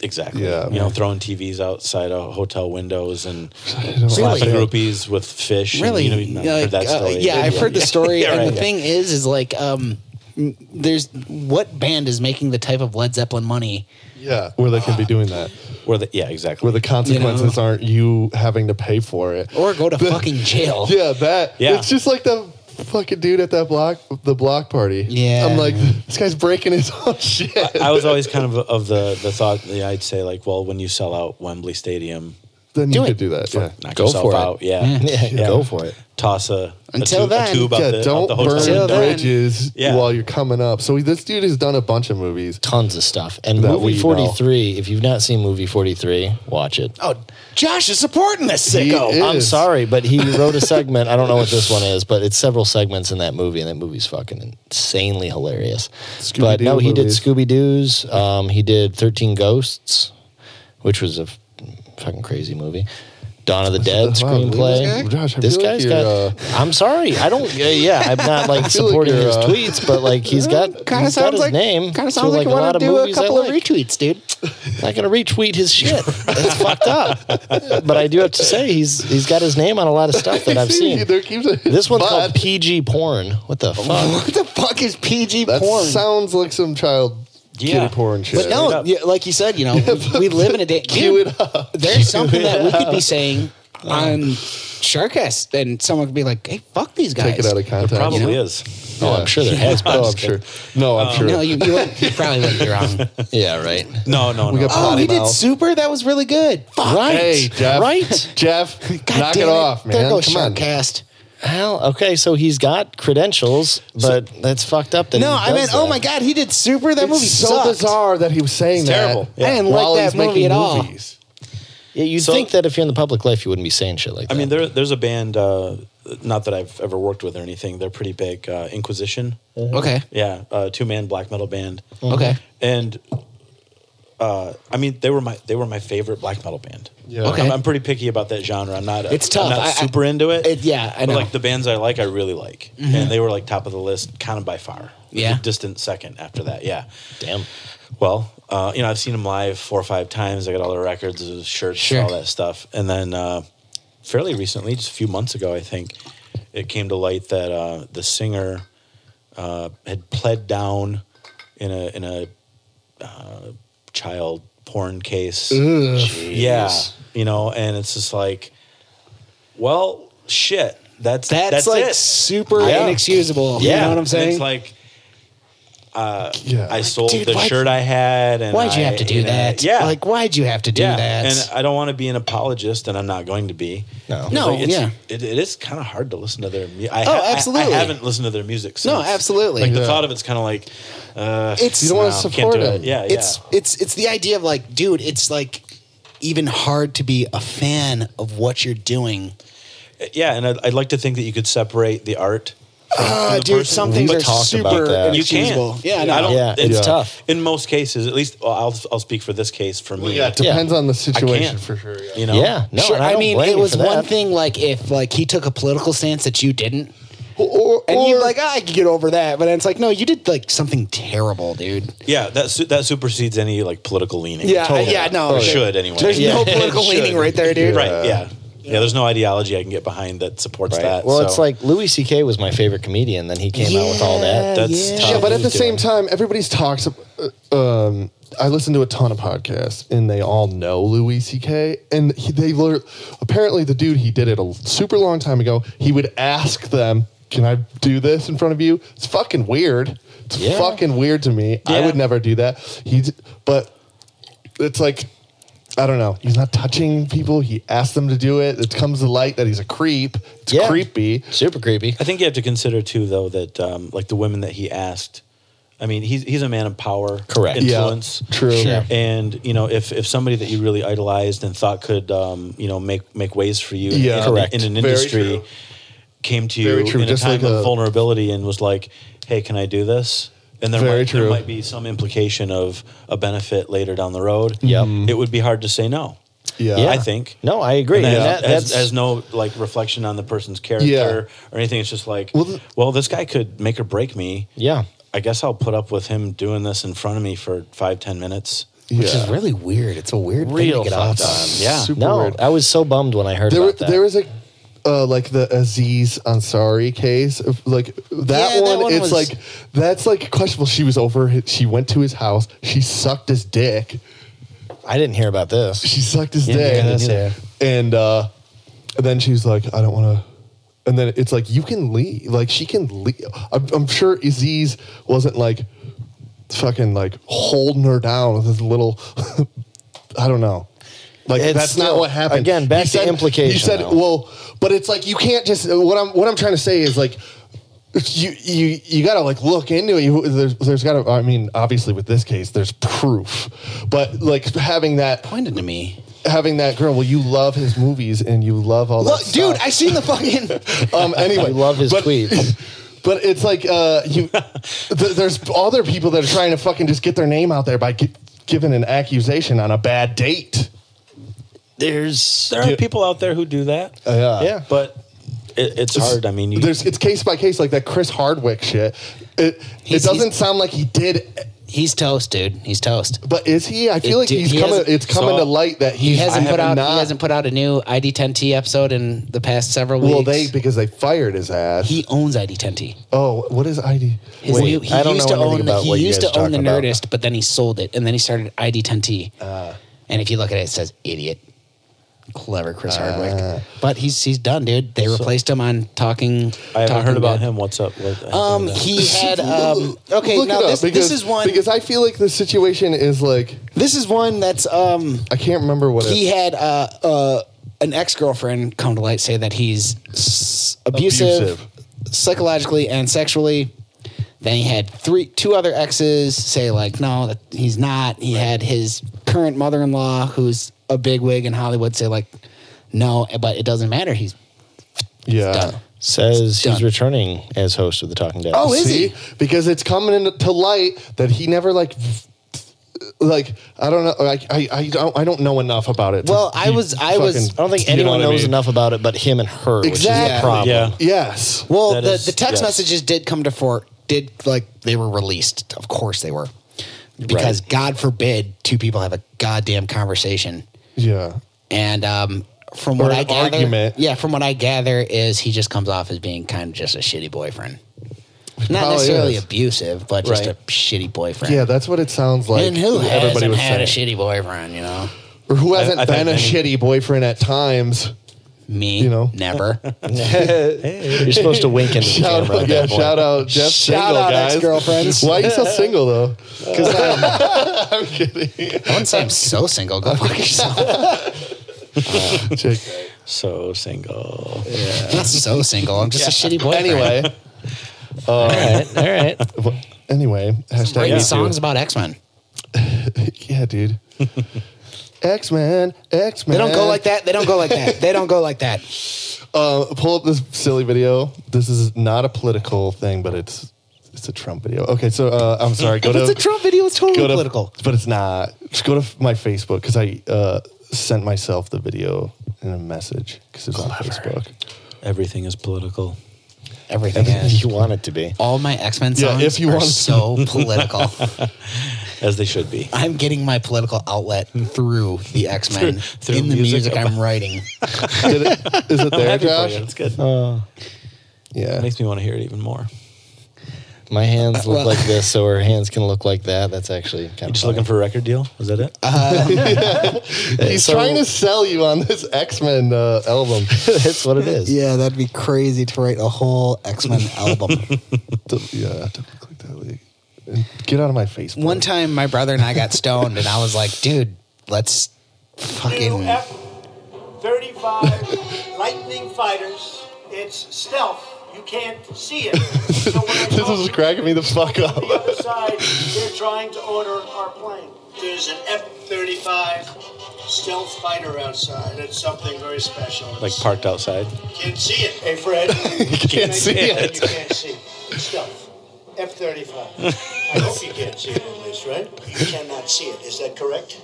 exactly Yeah, you know man. throwing TVs outside of hotel windows and don't slapping like that. groupies with fish. and, Really? you know, you've heard Like, that uh, story. yeah, I've heard the story. Yeah, and right, the yeah. thing is, is like, um, n- there's what band is making the type of Led Zeppelin money? Yeah, where they can be doing that, Where the yeah exactly where the consequences aren't you having to pay for it. Or go to fucking jail. yeah, that. Yeah. It's just like the fucking dude at that block, the block party. Yeah. I'm like, this guy's breaking his own shit. I was always kind of of the the thought. Yeah, I'd say like, well, when you sell out Wembley Stadium, then you Do could it. do that. Yeah. knock Go yourself for it. out. Yeah. Yeah, go for it. toss a Until a tube, then. a tube out Yeah, the, out don't the hotel burn Till window. then. bridges Yeah. while you're coming up. So this dude has done a bunch of movies. Tons of stuff. And That we movie know. 43, if you've not seen movie 43, watch it. Oh, Josh is supporting this He sicko. is. I'm sorry, but he wrote a segment. I don't know what this one is, but it's several segments in that movie, and that movie's fucking insanely hilarious. but no, Scooby-Doo he did movies. Scooby Doo's. Um, he did 13 Ghosts, which was a f- fucking crazy movie. Dawn of the Dead wow, screenplay. this guy- Josh, I this feel like guy's you're, got. uh, I'm sorry, I don't. Yeah, yeah I'm not like feel like supporting you're, his uh, tweets, but like he's got. Kind of he's got sounds his like name. Kind to, of sounds like, you lot want of to do a movies I couple of like retweets, dude. not gonna retweet his shit. It's fucked up. But I do have to say he's he's got his name on a lot of stuff that I've seen. There keeps This one's called but PG porn. What the fuck? What the fuck is PG That porn? sounds like some child Yeah. kitty porn shit. But no, yeah, like you said, you know, we- we live in a day. Cue Dude, it up. There's something that we could be saying on Sharkcast, and someone could be like, "Hey, fuck these guys." Take it out of context. Probably Yeah. is. Oh, I'm sure there has been. Oh, I'm sure. No, I'm sure. Um, No, you, you, wouldn't- you probably wouldn't be wrong. Yeah, right. No, no, We no. got Oh, Potty he did mouth. super. That was really good. Fuck. Right. Hey, Jeff. Right. Jeff, God knock it damn off, man. There goes Come on. Sharkcast. Hell, okay, so he's got credentials, but that's fucked up. That No, he I does meant, oh that. my god, he did super. That movie It's so sucked. bizarre that he was saying that. terrible. Yeah. I didn't While like he's that movie making at all. movies. Yeah, you'd So- think that if you're in the public life, you wouldn't be saying shit like that. I mean, there, there's a band, uh, not that I've ever worked with or anything. They're pretty big. Uh, Inquisition. Okay. Yeah, uh, two man black metal band. Okay. And uh, I mean, they were my they were my favorite black metal band. Yeah. Okay. I'm, I'm pretty picky about that genre. I'm not. It's tough. I'm not I- I- super into it. It- yeah, But I know. Mm-hmm. like the bands I like, I really like, and they were like top of the list, kind of by far. Yeah. Distant second after that. Yeah. damn. Well, uh, you know, I've seen them live four or five times. I got all their records, his shirts, Sure. all that stuff. And then uh, fairly recently, just a few months ago, I think, it came to light that uh, the singer uh, had pled down in a in a uh, child porn case. Yeah, you know, and it's just like, well, shit. That's That's, that's like it. super Yeah. inexcusable. You Yeah, know what I'm And saying? it's like uh, Yeah. I sold dude, the why'd- shirt I had. And Why'd you I- have to do and I- that? yeah. Like, why'd you have to do yeah. that? And I don't want to be an apologist, and I'm not going to be. No. It's No, it's- yeah. It, it is kind of hard to listen to their music. I, Oh, I- absolutely. I, haven't listened to their music since. No, absolutely. Like, the Yeah. thought of it's kind of like, uh, It's- You don't wanna no, can't support do it. Yeah, it's yeah. it's it's the idea of like, dude, it's like even hard to be a fan of what you're doing. Yeah, and I'd, I'd like to think that you could separate the art. Ah, the dude, person- some things We are talked super about that. You inexcusable. can't. Yeah, I know. I don't. Yeah, it's tough. In most cases, at least, well, I'll I'll speak for this case for me. Yeah, it depends on the situation can't. for sure. Yeah. You know. Yeah, no, sure, and I, I, don't mean, blame it you was for that. one thing like if like he took a political stance that you didn't, Or, and or- you're like, ah, I could get over that, but it's like, no, you did like something terrible, dude. Yeah, that su- that supersedes any like political leaning. Yeah, Totally. yeah, no. Or Okay. should anyway. There's Yeah, no it political should. leaning right there, dude. Right. Yeah. Yeah. There's no ideology I can get behind that supports Right. that. well, so- it's like Louis C.K. was my favorite comedian. Then he came out with all that. That's yeah. tough. yeah, but at the Dude. same time, everybody's talks. uh, Um, I listen to a ton of podcasts, and they all know Louis C.K. And he, they learn. Apparently, the dude he did it a l- super long time ago. He would ask them, "Can I do this in front of you?" It's fucking weird. It's Yeah. fucking weird to me. I Yeah. would never do that. He's but it's like. I don't know. He's not touching people. He asked them to do it. It comes to light that he's a creep. It's Yeah. creepy. super creepy. I think you have to consider too, though, that um, like the women that he asked. I mean, he's he's a man of power, Correct. Yeah. Influence, Yeah, true. Sure. And you know, if if somebody that you really idolized and thought could, um, you know, make make ways for you, Yeah. in, Correct. in an Very industry, true. came to you Very true. in Just a time like of a- vulnerability and was like, "Hey, can I do this?" And there Very might, true. there might be some implication of a benefit later down the road. Yep. it would be hard to say no. Mm-hmm. Yeah. I think. No, I agree. And And that, that- has, that's- has no like reflection on the person's character or anything. It's just like, well, Well, th- this guy could make or break me. Yeah. I guess I'll put up with him doing this in front of me for five, ten minutes. Which Yeah. is really weird. It's a weird Real thing to get off fucked on. Yeah. Super No, weird. I was so bummed when I heard There, about that. there was a uh, like the Aziz Ansari case, of- like that Yeah, that one. one it's was- like that's like questionable. She was over. his- She went to his house. She sucked his dick. I didn't hear about this. She sucked his Yeah, yeah, that's dick. it. And uh, and then she's like, I don't want to. And then it's like you can leave. Like she can leave. I'm, I'm sure Aziz wasn't like fucking like holding her down with his little. I don't know. Like It's that's not still- what happened. again, back to implication, He said, though. "Well, but it's like you can't just." What I'm what I'm trying to say is like. if You you you gotta like look into it. You, there's there's gotta. I mean, obviously with this case, there's proof, but like having that Pointed to me. having that girl. Well, you love his movies and you love all that. Look, dude, stuff. I seen the fucking. um, anyway, You love his but, tweets. But it's like uh, you. th- there's other people that are trying to fucking just get their name out there by gi- giving an accusation on a bad date. There's There are people out there who do that, yeah. yeah. but it, it's hard. I mean, you, There's it's case by case like that Chris Hardwick shit. It it He's- doesn't he's- sound like he did, He's toast, dude. He's toast. but is he? I feel It like did- he's he coming. hasn't- It's coming so- to light that He he's hasn't I put have out. Not, He hasn't put out a new ID10T episode in the past several weeks. well, they because they fired his ass. he owns ID10T. oh, what is ID? His Wait, new, he I don't used know to anything own the, about he what you used guys to own the talking about. Nerdist, but then he sold it, and then he started ID10T. and if you look at it, it says idiot. Clever Chris Hardwick, but he's he's done, dude. They replaced him on Talking. I haven't Talking heard about Dead. him. What's up? What, Um, he had um. Okay, Look now it up this, because- this is one. because I feel like the situation is like This is one that's um. I can't remember what he it, had uh, uh, an ex girlfriend come to light say that he's s- abusive, Abusive. psychologically and sexually. Then he had three, two other exes say like, no, that he's not. He had his current mother in law, who's a bigwig in Hollywood, say like, no, but it doesn't matter. He's yeah. done. says Done. he's returning as host of the Talking Dead. Oh, is See? he? Because it's coming into to light that he never like f- like I don't know like I I don't I don't know enough about it. to Well, I be was- I was- fucking- I don't think you know anyone what I knows mean? enough about it but him and her, which is Exactly. the problem. yeah. Yes. Well, That the, is- the yes. text messages did come to fore. Did like they were released? Of course they were, because God forbid two people have a goddamn conversation. yeah. And um, from what an I gather, argument. yeah, from what I gather is he just comes off as being kind of just a shitty boyfriend, not probably necessarily is. abusive, but just Right. a shitty boyfriend. Yeah, that's what it sounds like. and who that hasn't was had saying. a shitty boyfriend? You know, or who hasn't I- I been think a many- shitty boyfriend at times? Me, You know? never. You're supposed to wink into the Shout camera. out, at yeah, that point. shout out, Jeff. Shout single, out, guys. ex-girlfriends. Why are you so single though? Because I'm, I'm kidding. I wouldn't say I'm so single. Go fuck yourself. Jake. So single. I'm not so single. I'm just a shitty boy. Anyway, All right, all right. Uh, anyway, hashtag writing me too. songs about X Men. Yeah, dude. X Men, X Men. They don't go like that. They don't go like that. They don't go like that. Uh, pull up this silly video. This is not a political thing, but it's it's a Trump video. Okay, so uh, I'm sorry. Go If it's to a Trump video. It's totally go to, political. but it's not. Just go to my Facebook because I uh, sent myself the video in a message because it's on Facebook. Everything is political. Everything is. You want it to be. All my X Men Yeah, songs if you are want- so political. As they should be. I'm getting my political outlet through the X Men Through- through in the music, music. I'm writing. Did it, is it there, Happy for Josh? you. It's good. Yeah. It makes me want to hear it even more. My hands look Well- like this, so her hands can look like that. That's actually kind You of just looking for a record deal? Is that it? He's trying to sell you on this X Men uh, album. That's what it is. Yeah, that'd be crazy to write a whole X Men album. Dou- yeah, double click that link. And Get out of my Facebook. One time, my brother and I got stoned, and I was like, dude, let's fucking. F-35 Lightning fighters. It's stealth. You can't see it. So when I This talk is to cracking me the fuck up. the other side, they're trying to order our plane. There's an F-35 stealth fighter outside. It's something very special. It's- Like parked outside? Can't see it. Hey, Fred. you can't see it. You can't see it. Stealth. F-35. I hope you can't see it at least, right? You cannot see it. Is that correct?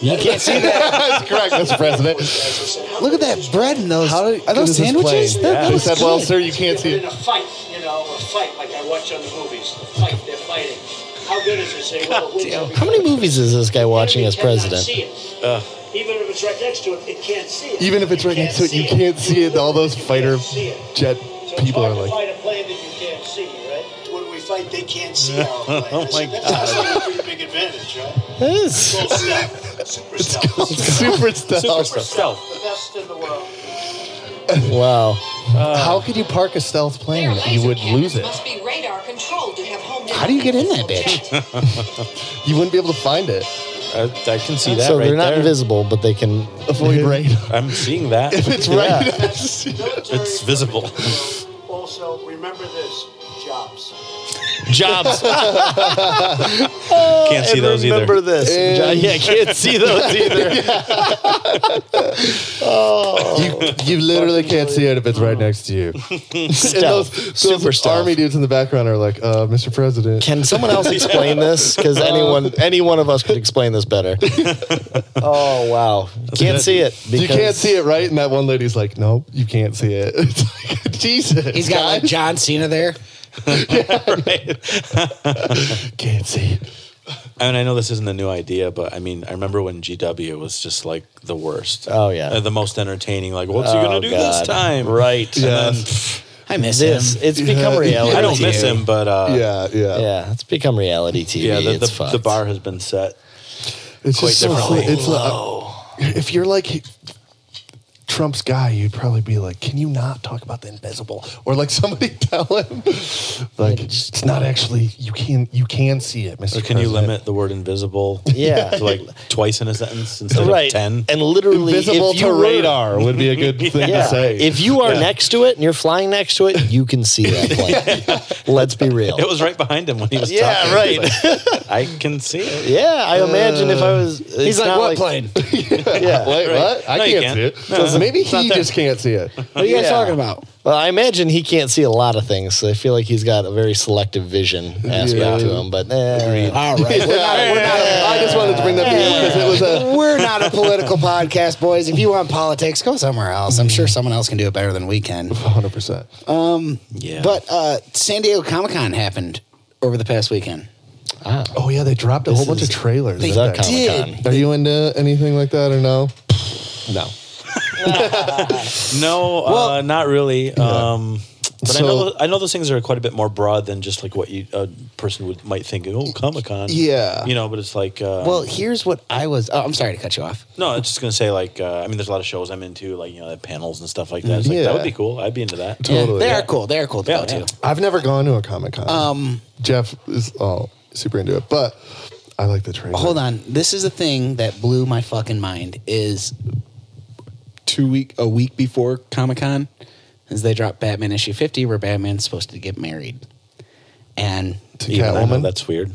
You can't see that. That's correct, Mr. President. As I said, how Look at could that bread and those. How did- are those this is sandwiches? playing. That, that They was said, well, good. sir, you can't Yeah, see. but in a fight, you know, a fight like I watch on the movies. A fight, they're fighting. How good is it? Say, well, who's every- How many movies is this guy watching enemy as cannot president? see it. Even if it's right next to it, it can't see it. Uh. Even if it's You right can't next to it, see you can't see it. All those You can't fighter see it. jet So it's people hard are to like, fight a plane that you can't see, right? When we fight, they can't see our plane. Oh my That's- That's actually a pretty big advantage, right? It is. Full stealth. Super stealth. super stealth. Super stealth. The best in the world. Wow. How could you park a stealth plane? You would lose it. Must be radar controlled to have home How do you get in that bitch? Jet. You wouldn't be able to find it. I, I can see that So right they're not there. invisible, but they can. Avoid radar. I'm seeing that. If it's right, next to you. It's visible. Also, remember this jobs. Jobs. Can't see those either. Remember this. And- yeah, I can't see those either. you, you literally can't see it if it's right next to you. And those, those Super stealth. army dudes in the background are like, uh, Mr. President. Can someone else explain this? Because anyone, any one of us could explain this better. Oh wow! Can't see it. you can't see it, right? And that one lady's like, "Nope, you can't see it." It's like, Jesus, He's got like guys, John Cena there. can't see. it." I mean, I know this isn't a new idea, but I mean, I remember when GW was just like the worst. Oh, yeah. Uh, the most entertaining. Like, what's he gonna Oh, do God. this time? Right. And then, Yes. pff, I miss This him. it's become reality. I don't to miss you. him, but uh, Yeah, yeah, Yeah, it's become reality TV. yeah. The, it's the, fucked. the bar has been set. It's Quite just so differently. It's like, if you're like Trump's guy, you'd probably be like, "Can you not talk about the invisible?" Or like somebody tell him, like, "It's not actually. You can you can see it, Mr. Or can you President. limit the word invisible? Yeah. To like twice in a sentence instead right? of ten. And literally, Invisible if you to were- radar would be a good thing to Yeah. say. If you are next to it and you're flying next to it, you can see that plane. Let's be real. It was right behind him when he was Yeah, talking. right. Like, I can see it. yeah, I imagine if I was. He's like, what plane? What Yeah. Wait, Right. what? I No, you can't, see can't. it. Maybe he just can't see it. are you guys Yeah. talking about? Well, I imagine he can't see a lot of things. So I feel like he's got a very selective vision aspect Yeah. to him. But eh, All right. We're not, we're not I just wanted to bring that because it was a We're not a political podcast, boys. If you want politics, go somewhere else. I'm sure someone else can do it better than we can. 100. percent Yeah. But uh, San Diego Comic Con happened over the past weekend. Oh yeah, they dropped a whole bunch is- of trailers. They didn't did. they? Are you into anything like that or no? no. no, uh, not really. Um, But I So- know I know those things are quite a bit more broad than just like what you, a person would might think. Oh, Comic Con. Yeah. you know. But it's like uh, Well, here's what I was. Oh, I'm sorry to cut you off. no, I was just gonna say like uh, I mean, there's a lot of shows I'm into, like you know, the panels and stuff like that. It's like, Yeah. that would be cool. I'd be into that. Totally. they are Yeah. cool. They are cool to Yeah, go yeah. to. I've never gone to a Comic Con. Um, Jeff is all super into it, but I like the trailer. hold on. This is the thing that blew my fucking mind. Is two week a week before Comic Con, is they dropped Batman issue 50, where Batman's supposed to get married, and To Even I know Catwoman. That's weird.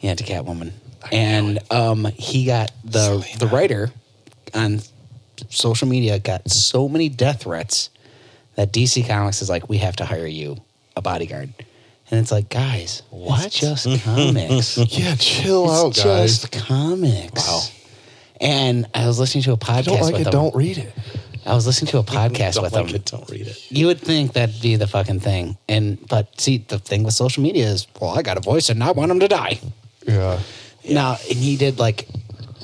Yeah, to Catwoman. And um, he got the the writer on social media got so many death threats that DC Comics is like, we have to hire you a bodyguard. And it's like, guys, what? It's just comics. It's Yeah, chill out, guys. just comics. Wow. And I was listening to a podcast If you don't like with it, him. don't read it. I was listening to a podcast Don't with like him. it, Don't read it. You would think that'd be the fucking thing. And but see, the thing with social media is, well, I got a voice and I want him to die. Yeah. Now, and he did like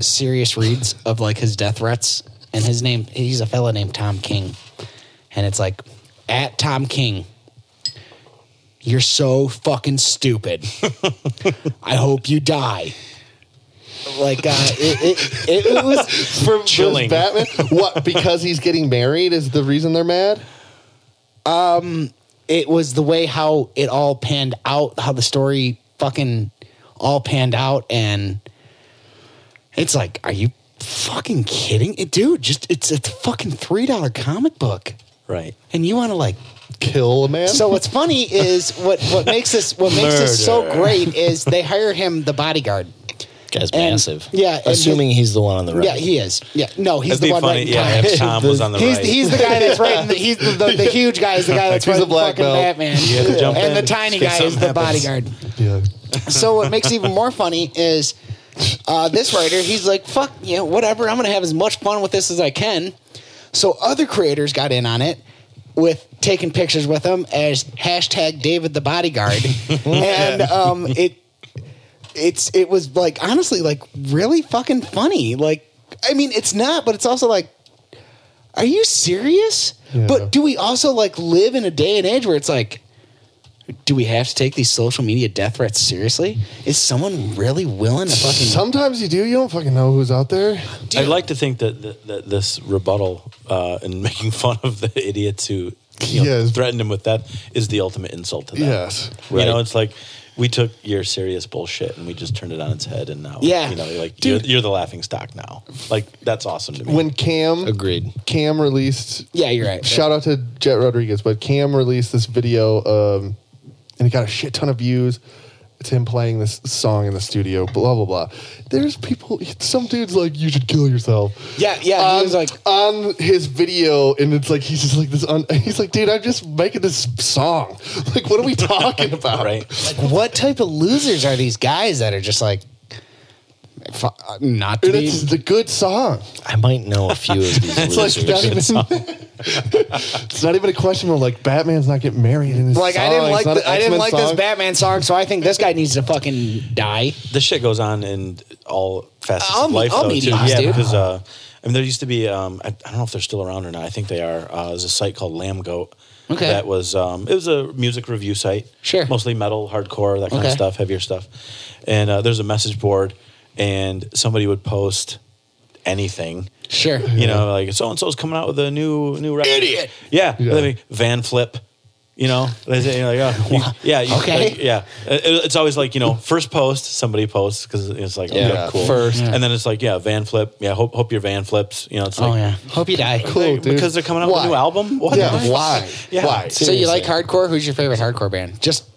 serious reads of like his death threats, and his name he's a fella named Tom King, and it's like at Tom King. You're so fucking stupid. I hope you die. Like uh, it, it, it was For for Chilling. Batman, what? Because he's getting married is the reason they're mad. it was the way how it all panned out, how the story fucking all panned out, and it's like, are you fucking kidding, it, dude? Just it's a fucking three dollar comic book, Right. and you want to like. Kill a man. So what's funny is what what makes this what makes this so Murder. great is they hire him the bodyguard. Guy's And- massive. yeah, and Assuming he's the one on the right. Yeah, he is. Yeah, no, he's That'd the be one funny, right. yeah, if Tom was on the he's, right. He's the guy that's right. in The, he's the, the, the huge guy is the guy that's He's right. the in black fucking belt. Batman. You had to jump and in the in tiny case guy is something the happens. bodyguard. yeah. So what makes it even more funny is uh, this writer. He's like, "Fuck, you know, whatever. I'm gonna have as much fun with this as I can." So other creators got in on it with taking pictures with him as hashtag David the Bodyguard, and um, it it's it was like honestly like really fucking funny. Like, I mean, it's not, but it's also like, are you serious? Yeah. But do we also like live in a day and age where it's like? do we have to take these social media death threats seriously? Is someone really willing to fucking? Sometimes you do. You don't fucking know who's out there. I'd like to think that that, that this rebuttal uh, and making fun of the idiots who you know, Yes. threatened him with death is the ultimate insult to them. Yes. You Right. know, it's like we took your serious bullshit and we just turned it on its head, and now, Yeah. you know, you're like Dude. You're, you're the laughing stock now. Like that's awesome to me. When Cam Agreed. Cam released yeah, you're right. Shout out to Jet Rodriguez, but Cam released this video, um, and it got a shit ton of views. It's him playing this song in the studio, blah blah blah. There's people, some dude's like, "You should kill yourself." Yeah, yeah. on, he was like, on his video, and it's like he's just like this. Un- he's like, "Dude, I'm just making this song. Like, what are we talking about?" right? what type of losers are these guys that are just like, fu- uh, not to And be? it's the good song. I might know a few of these It's like losers. not even. it's not even a question of like Batman's not getting married in his Like I song. didn't It's like not an the, I didn't X-Men like this song. Batman song, so I think this guy needs to fucking die. this shit goes on in all facets All of me- life, all though, too. mediums, yeah, dude. because uh, I mean, there used to be. Um, I, I don't know if they're still around or not. I think they are. Uh, there's a site called Lamb Goat. Okay. That was um, it was a music review site. Sure. Mostly metal, hardcore, that kind Okay. of stuff, heavier stuff. And uh, there's a message board, and somebody would post anything. Sure. You know, like so and so's coming out with a new new record. Idiot! Yeah, Yeah. Like, Van Flip. You know, They say, you're like, oh, you- yeah, you- Okay. like, yeah. It- it's always like you know, first post somebody posts because it's like, yeah, Yeah, cool. first. and then it's like, yeah, Van Flip. Yeah, hope hope your van flips. You know, it's like, oh yeah. Hope you die. Cool, dude. because they're coming out with a new Why? album. What? Yeah, why? Yeah. Why? So you like hardcore? Who's your favorite hardcore band? Just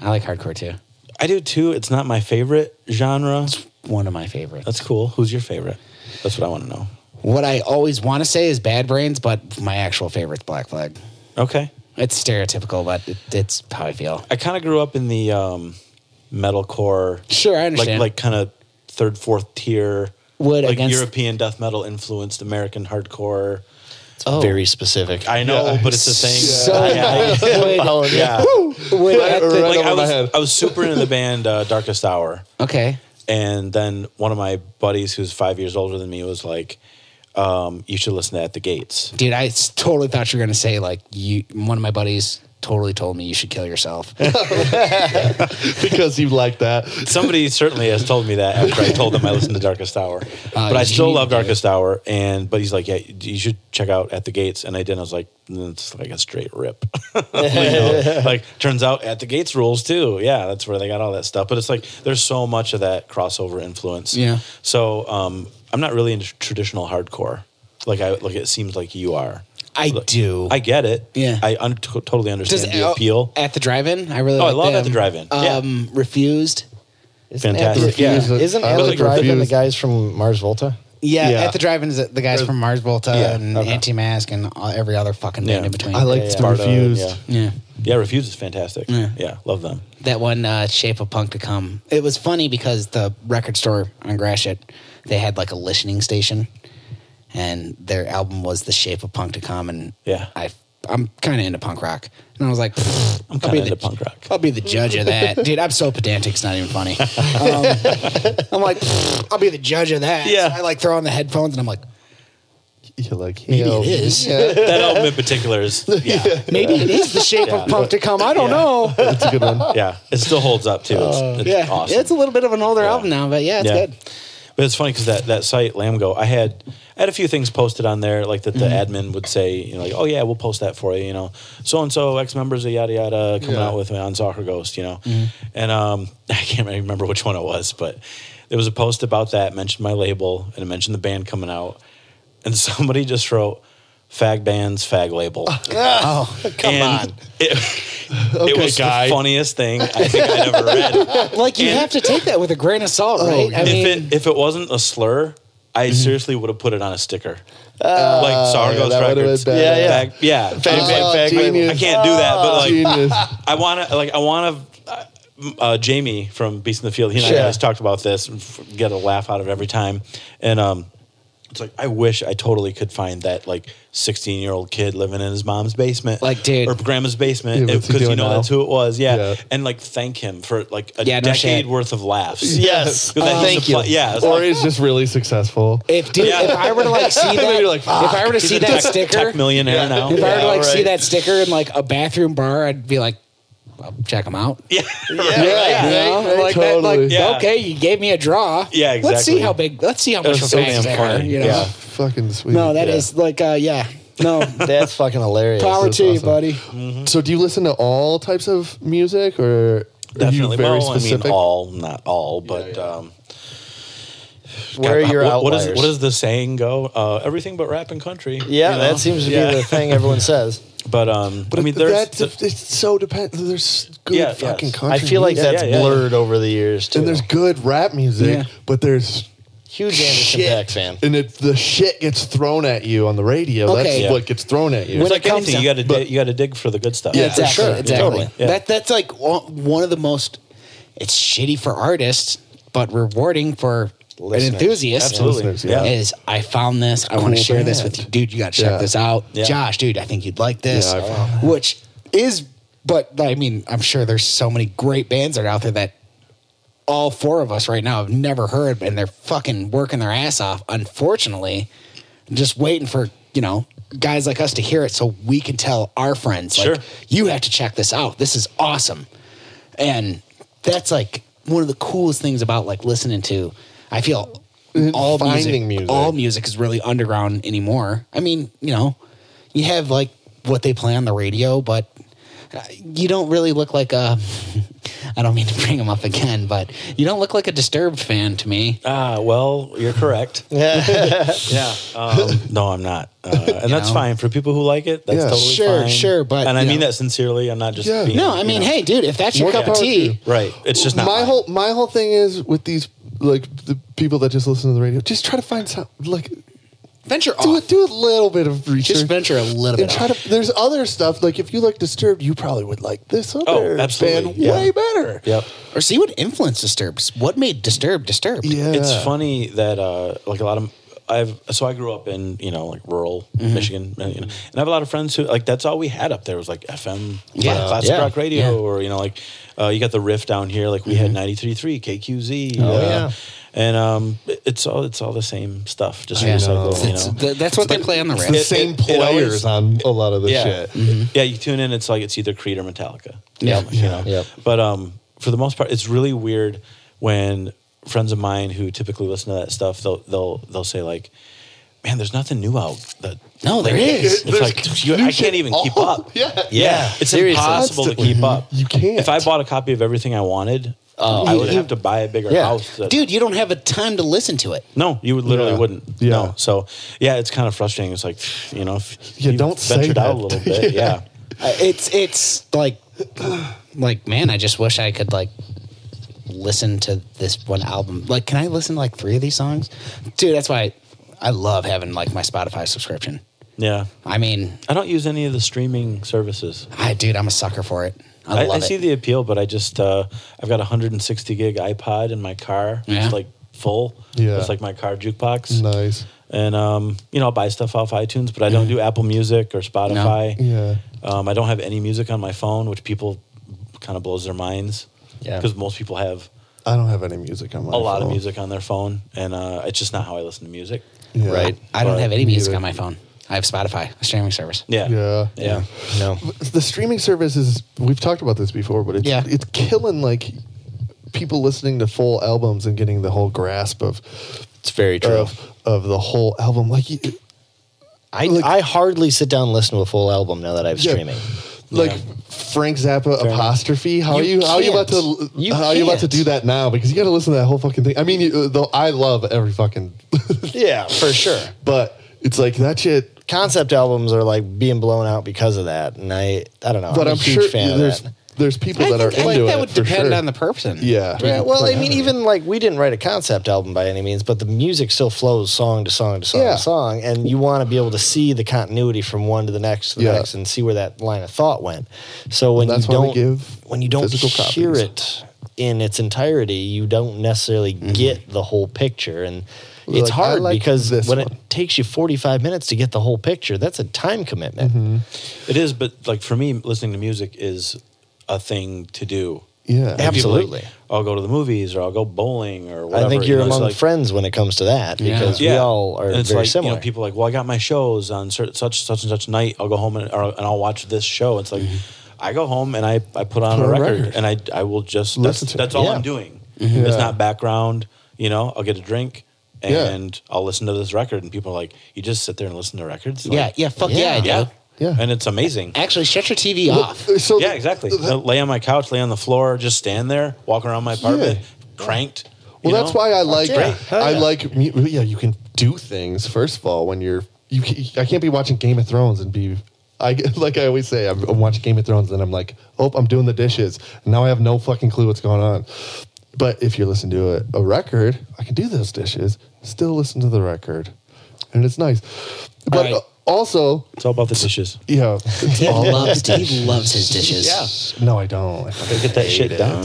I like hardcore too. I do too. It's not my favorite genre. One of my favorites. That's cool. Who's your favorite? That's what I want to know. What I always want to say is Bad Brains, but my actual favorite's Black Flag. Okay. It's stereotypical, but it, it's how I feel. I kind of grew up in the um, metalcore. Sure, I understand. Like, like kind of third, fourth tier. Wood like against- European death metal influenced American hardcore. oh, Very specific. I know, but it's the thing. So- I- I- Wood- yeah. wood at the- Right Like, over I my was, head. I was super into the band uh, Darkest Hour. okay. And then one of my buddies who's five years older than me was like, um, you should listen to At the Gates. Dude, I s- totally thought you were gonna say like you. One of my buddies totally told me you should kill yourself. because you like that. Somebody certainly has told me that after I told them I listened to Darkest Hour, but I you still need love to. Darkest Hour. And but he's like, yeah, you should check out At the Gates, and I did. And I was like, "Mm, it's like a straight rip. You know? Like turns out At the Gates rules too. Yeah, that's where they got all that stuff. But it's like there's so much of that crossover influence. Yeah. So um, I'm not really into traditional hardcore. Like I like it seems like you are. I Like, do. I get it. Yeah. I un- t- totally Does- understand the appeal. at the drive-in? I really. Oh, I like love At the them. Drive-In. Yeah. Um, refused. Fantastic. Yeah. Yeah. Isn't I Alec like Drive and the Refused. guys from Mars Volta? Yeah, Yeah. at the drive-in is the guys from Mars Volta Yeah, and okay. Anti-Mask and all, every other fucking band Yeah. in between. I like Yeah, the yeah. refused. Yeah. Yeah. Yeah, Refuse is fantastic. Yeah. yeah love them. that one uh, shape of punk to come it was funny because the record store on gratiot they had like a listening station and their album was the shape of punk to come and Yeah. i i'm kind of into punk rock and i was like "Pfft, I'm I'll kind be of into the- punk rock. I'll be the judge of that, dude. I'm so pedantic; it's not even funny. Um, I'm like, "Pfft, I'll be the judge of that. Yeah. So I like throw on the headphones, and I'm like, You like maybe yo, it is. that album in particular is yeah, yeah. Maybe it is the shape Yeah. of punk to come. I don't know. That's a good one. It still holds up too. It's, it's Uh, yeah, awesome. it's a little bit of an older album now, but yeah, it's Yeah. good. But it's funny because that, that site Lamgo, I had I had a few things posted on there, like that the admin would say, you know, like, oh yeah, we'll post that for you, you know, so and so ex members of yada yada coming Yeah. out with me on Soccer Ghost, you know, and um, I can't really remember which one it was, but there was a post about that mentioned my label and it mentioned the band coming out, and somebody just wrote. Fag bands, fag label. Oh, Come on! It, it was guy. the funniest thing I think I'd ever read. like you have to take that with a grain of salt, right? I if mean, it if it wasn't a slur, I seriously would have put it on a sticker. like Sour Mm-hmm. Ah, yeah, Ghost that would've been Records. better. yeah, Yeah, yeah, yeah. Fag, fag, fag, I can't do that, but like Genius. I want to, like I want to. Uh, uh, Jamie from Beast in the Field, he and Sure. I always talked about this. and f- Get a laugh out of it every time, and um, it's like I wish I totally could find that like sixteen year old kid living in his mom's basement, Like, dude. or grandma's Yeah, basement, what's he because you doing know now? that's who it was, yeah. Yeah. And like thank him for like a Yeah, no decade shit. worth of laughs. Yes. Oh, Because that used Thank to you. pl- Yeah, it's Or like- he's just really successful. if dude, Yeah. if I were to like see that, like, if I were to see that sticker, tech millionaire now. if I were to like Yeah, see right. that sticker in like a bathroom bar, I'd be like, well, check them out. Yeah. Yeah, You know? like that, totally. like Yeah. okay, you gave me a draw. Yeah, Let's exactly. see how big. Let's see how much was of so damn fans they are. funny. You know? Yeah. Fucking sweet. No, that Yeah. is like uh, yeah. No, That's fucking hilarious. power that's to you, awesome. buddy. So, do you listen to all types of music, or are you Definitely. very well, specific? I mean, all, not all, but um, Where are your what, what outliers? is what does the saying go? Uh, everything but rap and country. yeah, you know? that seems to be Yeah. the thing everyone says. But um, But I mean, there's that's the- it's so depend. There's good Yeah, fucking yes. I country. I feel like music. that's yeah, yeah. blurred over the years too. and there's good rap music, Yeah. but there's huge Anderson shit. Paak fan. And if the shit gets thrown at you on the radio, that's Okay. what gets thrown at you. When it's like it comes anything. to- you got to but- dig you got to dig for the good stuff. Yeah, exactly, sure. Exactly. Totally, yeah. That that's like o- one of the most. It's shitty for artists, but rewarding for an Listeners. enthusiast. absolutely. Listeners, yeah. Is I found this. I want to cool share this band. with you, dude. You got to check Yeah. this out, Yeah. Josh, dude. I think you'd like this, Yeah, I found which is. But I mean, I'm sure there's so many great bands that are out there that all four of us right now have never heard, and they're fucking working their ass off. Unfortunately, just waiting for you know guys like us to hear it so we can tell our friends Sure. like you have to check this out this is awesome and that's like one of the coolest things about like listening to i feel all Mm-hmm. Finding music. music, all music is really underground anymore i mean you know you have like what they play on the radio but uh, you don't really look like a i don't mean to bring them up again but you don't look like a disturbed fan to me Ah, well, you're correct. yeah. Um, no, I'm not, uh, and that's know? fine for people who like it. That's Yeah. totally Sure, fine. sure, but, and I you mean know. that sincerely. I'm not just Yeah. being, no i you mean know. hey dude if that's your More cup of power to you. tea right? It's just not my mine. whole my whole thing is with these like the people that just listen to the radio. Just try to find some like venture do off it. Do a little bit of research. just venture a little and bit try off. to. There's other stuff like if you like Disturbed, you probably would like this other Oh, absolutely, band yeah. way better. Yep. or see what influence disturbs. What made disturb disturbed? Yeah, It's funny that uh, like a lot of I've so I grew up in you know like rural Michigan, and, you know, and I have a lot of friends who like that's all we had up there was like FM, Yeah. classic Yeah. rock radio, Yeah. or you know like uh, you got the riff down here. Like we had 93.3 KQZ. Oh yeah. and um, it- it's all it's all the same stuff, just Yeah. recycled. It's- You it's- know, th- that's what they play on the The radio. it- same it always- players on a lot of the yeah. shit. Yeah, you tune in, it's like it's either Creed or Metallica. Yeah. You know? Yep. But um, for the most part, it's really weird when friends of mine who typically listen to that stuff, they'll they'll they'll say like, "Man, there's nothing new out." That No, there like, is. It's like you, I can't even keep up. Yeah. yeah. It's Seriously. impossible to keep up. You can't. If I bought a copy of everything I wanted, I would have to buy a bigger Yeah. house. that- Oh. Dude, you don't have a time to listen to it. no, you would literally Yeah. wouldn't. Yeah. No. So yeah, it's kind of frustrating. It's like you know, if Yeah, you've don't say ventured out a that. little bit. Yeah. yeah. Uh, It's it's like like man, I just wish I could like listen to this one album. Like, can I listen to like three of these songs? Dude, that's why I, love having like my Spotify subscription. Yeah. I mean, I don't use any of the streaming services. I dude, I'm a sucker for it. I, I, love I it. see the appeal, but I just uh, I've got a 160 gig iPod in my car. Yeah. It's like full. Yeah. It's like my car jukebox. Nice. And um, you know, I'll buy stuff off iTunes, but I don't do Apple Music or Spotify. Yeah. Um, I don't have any music on my phone, which people kind of blows their minds. Yeah. Because most people have I don't have any music on my a lot of phone. music on their phone, and uh, it's just not how I listen to music. Yeah. Right. I don't but have any music neither- on my phone. I have Spotify, a streaming service. Yeah. Yeah. Yeah. No. The streaming service is we've talked about this before, but it's Yeah. it's killing like people listening to full albums and getting the whole grasp of It's very true. of, of the whole album. Like you- I, I hardly sit down and listen to a full album now that I have Yeah. streaming. like Frank Zappa apostrophe. How You are you? How are you about to? can't. You how are you about to do can't. that now? Because you got to listen to that whole fucking thing. I mean, you, though I love every fucking, Yeah, for sure. but it's like that shit. Concept albums are like being blown out because of that, and I I don't know. But I'm, I'm, a huge sure fan there's of that. there's people I that think, are I think into that it would for depend sure. on the person. Yeah. Yeah, well, I mean, Yeah. even like we didn't write a concept album by any means, but the music still flows song to song to song Yeah. to song, and you want to be able to see the continuity from one to the next to the Yeah. next, and see where that line of thought went. So when that's you why we don't give when you don't physical hear copies. it in its entirety, you don't necessarily get the whole picture, and it's Mm-hmm. like, I hard like because this when one. it takes you forty five minutes to get the whole picture, that's a time commitment. Mm-hmm. It is, but like for me, listening to music is a thing to do. Yeah. Like, people, Absolutely. like, I'll go to the movies or I'll go bowling or whatever. I think you you're know, it's among like- friends when it comes to that Yeah. because we all are And very it's like, similar. You know, people are like, well, I got my shows on cer- such such and such night. I'll go home and, or, and I'll watch this show. It's like, I go home and I, I put on a Put on record, record. and I I will just Listen that's, to it. that's all Yeah. I'm doing. Yeah. It's not background. You know, I'll get a drink. Yeah. And I'll listen to this record, and people are like, "You just sit there and listen to records." Like, Yeah, yeah, fuck yeah, I do. yeah, Yeah. and it's amazing. Actually, shut your TV off. So yeah, exactly. lay on my couch, lay on the floor, just stand there, walk around my apartment, cranked. Well, you that's know? why I like great. Hell I yeah. like mu- yeah. You can do things first of all when you're you. ca- I can't be watching Game of Thrones and be. I get- like I always say, I'm, I'm watching Game of Thrones and I'm like, oh, I'm doing the dishes. And now I have no fucking clue what's going on. But if you listen to a, a record, I can do those dishes, still listen to the record. And it's nice. But right. uh, also, It's all about the dishes. yeah. It's Dave all loves, Dave loves his dishes. No, I don't. I fucking Get that hate shit it. down.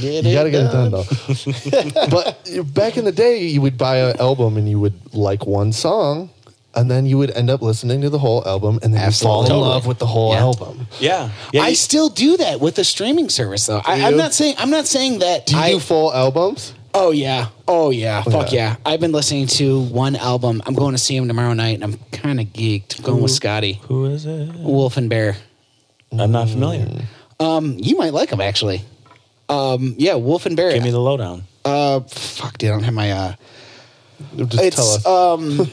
You gotta get it done though. but back in the day, you would buy an album and you would like one song, and then you would end up listening to the whole album, and then you fall in Absolutely. love with the whole Yeah. album. Yeah, yeah. I you- still do that with the streaming service, though. I, Do I'm you? not saying I'm not saying that. Do you I, do full albums? oh yeah, oh yeah, fuck yeah. yeah. I've been listening to one album. I'm going to see him tomorrow night, and I'm kind of geeked. I'm going with Scotty Who is it? Wolf and Bear. I'm not familiar. Um, you might like him actually. Um, yeah, Wolf and Bear. Give me the lowdown. uh, fuck, dude, I don't have my uh. Just It's tell us. um,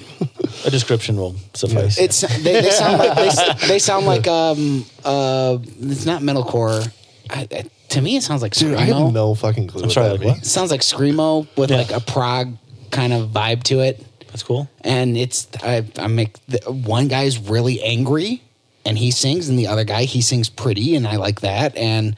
A description will suffice. it's they, they sound like they, they sound like um uh, it's not metalcore. I, I, to me, it sounds like Dude, I screamo. have no fucking clue. I'm sorry, what that like what? means. It sounds like screamo with Yeah. like a prog kind of vibe to it, That's cool. and it's I, I make the, one guy's really angry and he sings, and the other guy he sings pretty, and I like that, and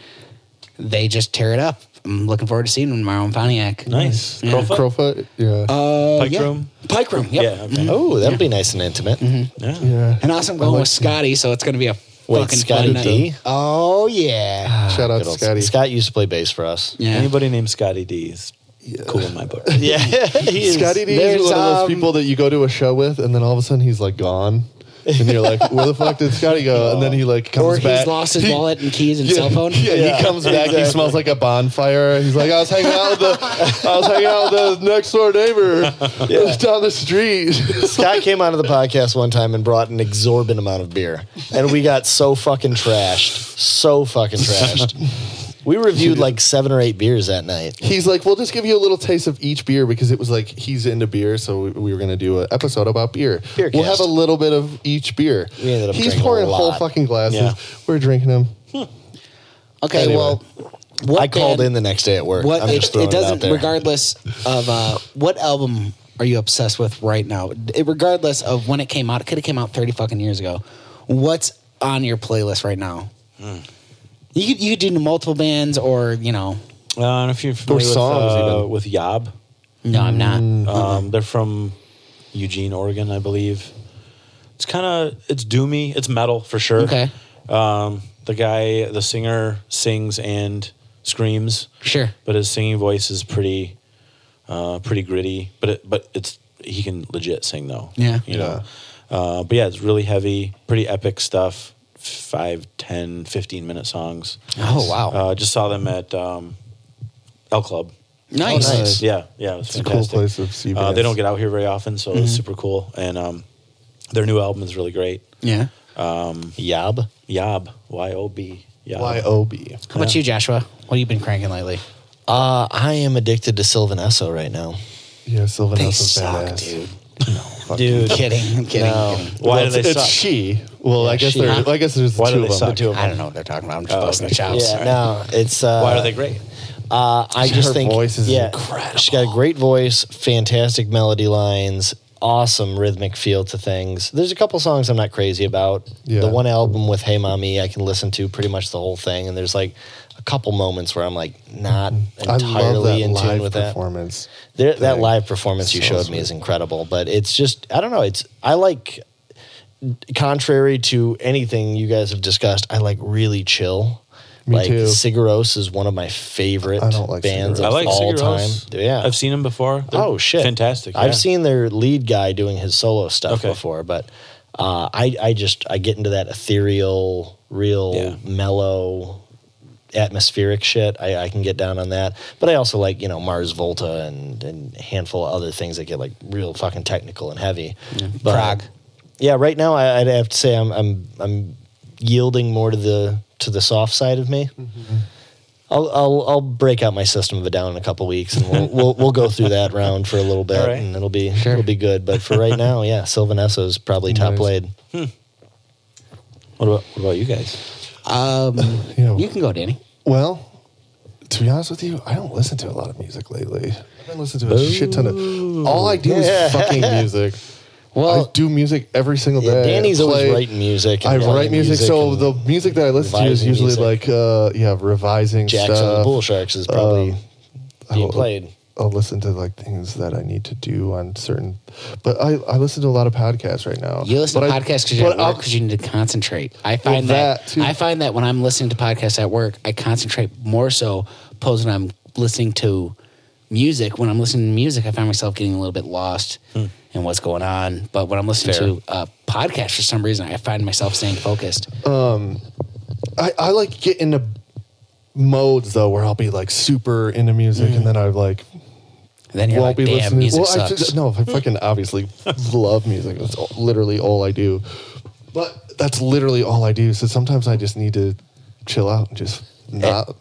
they just tear it up. I'm looking forward to seeing them tomorrow in Pontiac. Nice. Yeah. Crowfoot? Crowfoot? Yeah. Uh, Pike yeah. room? Pike room. Yep. Yeah. Okay. Oh, that'd be nice and intimate. Mm-hmm. Yeah. yeah. And also, I'm going with Scotty, so it's going to be a Wait, fucking Scotty fun night. D? Ah, Oh yeah, Shout out Good to old- Scotty. Scott used to play bass for us. yeah. Anybody named Scotty D is cool in my book. Uh, Yeah, he is. Scotty D There's, is one of um, those people that you go to a show with, and then all of a sudden he's like gone, and you're like, "Where the fuck did Scotty go?" And then he like comes Or he's back. lost his He- wallet and keys and yeah, cell phone. Yeah, he comes back. He smells like a bonfire. He's like, "I was hanging out with the, I was hanging out with the next door neighbor down the street." Scott came onto the podcast one time and brought an exorbitant amount of beer, and we got so fucking trashed, so fucking trashed. We reviewed like seven or eight beers that night. he's like, "We'll just give you a little taste of each beer because it was like he's into beer, so we, we were gonna do an episode about beer. Beer we'll cast. have a little bit of each beer. We ended up he's drinking a pouring whole lot. fucking glasses. Yeah. We're drinking them. Okay, Anyway. well, what I called band- in the next day at work. What I'm it, just throwing it it, out doesn't, there. regardless of uh, what album are you obsessed with right now? It, regardless of when it came out, it could have came out thirty fucking years ago. What's on your playlist right now? Hmm. You could you could do multiple bands, or you know, Uh, I don't know if you're familiar with, songs, uh, even. with Yob. no, I'm not. Mm. Um, they're from Eugene, Oregon, I believe. It's kind of it's doomy. It's metal for sure. Okay, Um, the guy, the singer, sings and screams, sure. but his singing voice is pretty, uh, pretty gritty. But it, but it's he can legit sing though. Yeah. you know. Uh, but yeah, it's really heavy, pretty epic stuff. Five, 10, 15 minute songs. Oh wow, Uh, just saw them at um, L Club. nice. oh, nice. Yeah, yeah, it was It's a cool fantastic. place to see Uh, they bands. don't get out here very often, so Mm-hmm. it's super cool. And um, their new album is really great. Yeah. Yob. Yob, Y O B. Yob. Y O B. How about you, Joshua? What have you been cranking lately? Uh, I am addicted to Sylvanesso right now. Yeah, Sylvan They House is suck, badass. dude. Dude, I'm kidding. I'm kidding. No. I'm kidding. Why Well, do they it's, it's suck? she. Well, I guess she. there. Huh? I guess there's the Why do two, they of them. suck? I don't know what they're talking about. I'm just busting okay. the chops. Oh, Yeah, no, it's. Uh, Why are they great? Uh, I just her think voice is incredible. She's got a great voice, fantastic melody lines, awesome rhythmic feel to things. There's a couple songs I'm not crazy about. Yeah. The one album with Hey Mommy, I can listen to pretty much the whole thing, and there's like a couple moments where I'm like not I love entirely that in tune live with that. performance. There, that thing. live performance you So showed me sweet. is incredible, but it's just I don't know. It's I like contrary to anything you guys have discussed. I like really chill. Me like too. Sigaros is one of my favorite I don't like bands Sigaros. of I like all Sigur Rós. time. Yeah, I've seen them before. They're oh shit, fantastic. yeah. I've seen their lead guy doing his solo stuff Okay. before, but uh, I I just I get into that ethereal, real Yeah. mellow. Atmospheric shit, I, I can get down on that. But I also like you know Mars Volta and and a handful of other things that get like real fucking technical and heavy. But, Prague. yeah. Right now, I, I'd have to say I'm I'm I'm yielding more to the to the soft side of me. Mm-hmm. I'll, I'll I'll break out my system of a down in a couple weeks, and we'll we'll, we'll go through that round for a little bit, All right. and it'll be it'll be good. But for right now, yeah, Sylvanesso is probably top Nice. played. What about, what about you guys? Um, Yeah. you can go, Danny. Well, to be honest with you, I don't listen to a lot of music lately. I've been listening to a shit ton of. All I do Yeah. is fucking music. Well, I do music every single day. Danny's always Play- writing music. I write playing music, so and the music that I listen to is revising usually like, music. uh, yeah, revising Jackson stuff. and the Bull Sharks is probably um, being I'll- played. I'll listen to like things that I need to do on certain, but I, I listen to a lot of podcasts right now. You listen But to I- podcasts because you're but at work I'll- 'cause you need to concentrate. I find that, that, too. I find that when I'm listening to podcasts at work, I concentrate more so opposed when I'm listening to music. When I'm listening to music, I find myself getting a little bit lost Hmm. in what's going on. But when I'm listening to a podcast for some reason, I find myself staying focused. Uh, I, I like get into modes though where I'll be like super into music Mm. and then I like And then you're won't be like, damn, listening. music well, I sucks. just, no, I fucking obviously love music. That's all, literally all I do. But that's literally all I do. So sometimes I just need to chill out and just Eh. not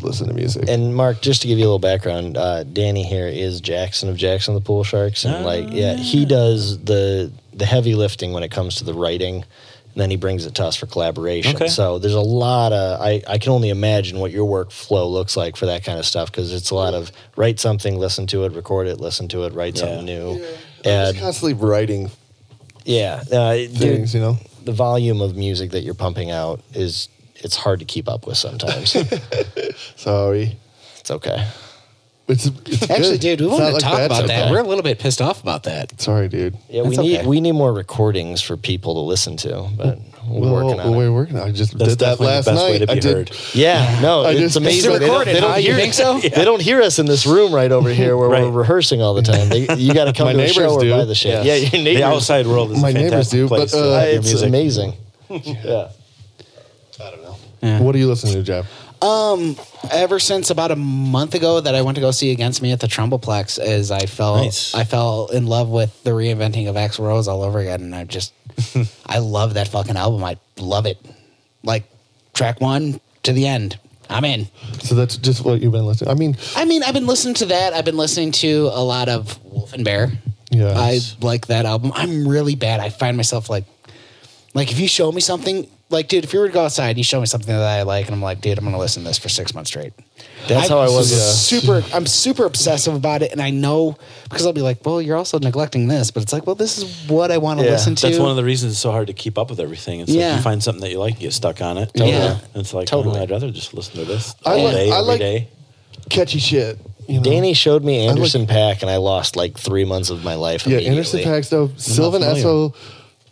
listen to music. And Mark, just to give you a little background, uh, Danny here is Jackson of Jackson the Pool Sharks, and like, yeah, he does the the heavy lifting when it comes to the writing, and then he brings it to us for collaboration. Okay. So there's a lot of I I can only imagine what your workflow looks like for that kind of stuff because it's a lot of write something, listen to it, record it, listen to it, write something new, I'm uh, just add, constantly writing yeah, uh, dude, things, you know. the volume of music that you're pumping out is it's hard to keep up with sometimes. Sorry. it's okay. It's, it's Actually, good. dude, we It's want not to like talk bad about that. sometimes. We're a little bit pissed off about that. Sorry, dude. Yeah, we That's need okay. we need more recordings for people to listen to, but we're Well, working on we're it. working. on it. I just That's did that definitely the last best night. way to be I did. heard. Yeah, no, I it's just- amazing. It's They don't- recorded, they don't huh? You hear think so? They don't hear us in this room right over here where Right. we're rehearsing all the time. They, you got to come My to a show neighbors or do. buy the shit. Yes. Yeah, your The neighbors. outside world is My a neighbors fantastic do, but, place to uh, let your it's music. amazing. yeah. What are you listening to, Jeff? ever since about a month ago that I went to go see Against Me at the Trumbleplex is I fell Nice. I fell in love with the reinventing of Axl Rose all over again and I just I love that fucking album. I love it. Like track 1 to the end. I'm in. So that's just what you've been listening. I mean, I mean, I've been listening to that. I've been listening to a lot of Wolf and Bear. Yes. I like that album. I'm really bad. I find myself like, like if you show me something, like dude, if you were to go outside and you show me something that I like, and I'm like, dude, I'm gonna listen to this for six months straight. That's how I was, yeah. Super. I'm super obsessive about it, and I know because I'll be like, well, you're also neglecting this, but it's like, well, this is what I want to Yeah, listen to. That's one of the reasons it's so hard to keep up with everything. It's like Yeah. you find something that you like, you get stuck on it. Totally. Yeah. And it's like, Totally. oh, I'd rather just listen to this I all like- day, I every like- day. catchy shit. You know? Danny showed me Anderson Pack, and I lost like three months of my life. Yeah, Anderson immediately. Paak stuff. Sylvan familiar. Esso.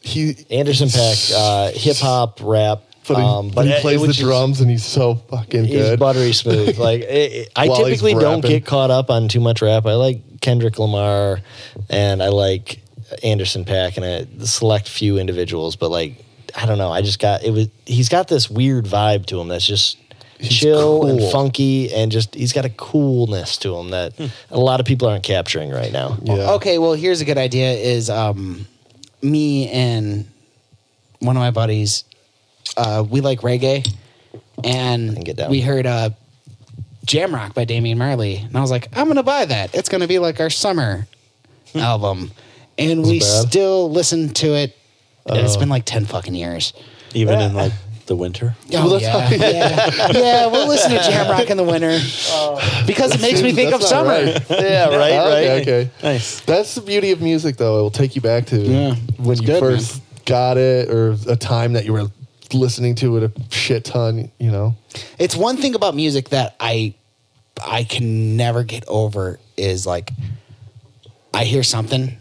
He Anderson Pack, uh, hip hop, rap. but he, um, but he it- plays it the was just- drums and he's so fucking He's good. buttery smooth. Like it, it- I While he's typically don't rapping. get caught up on too much rap. I like Kendrick Lamar, and I like Anderson Pack, and a select few individuals. But like, I don't know. I just got it was. He's got this weird vibe to him that's just chill cool. Hmm. and funky, and just he's got a coolness to him that a lot of people aren't capturing right now. Yeah. Okay, well, here's a good idea: is um, me and one of my buddies, uh, we like reggae, can and get down. we heard uh, Jam Rock by Damian Marley, and I was like, I'm gonna buy that. It's gonna be like our summer album, and we bad. still listen to it. it's been like ten fucking years. Even in Uh, like the winter. Oh, yeah, yeah, yeah. We'll listen to Jam Rock in the winter because it makes me think of That's not summer. right. Yeah, right, Okay, right. okay. Nice. That's the beauty of music, though. It will take you back to Yeah, when it's you good, first got it, or a time that you were listening to it a shit ton. You know, it's one thing about music that I I can never get over is like I hear something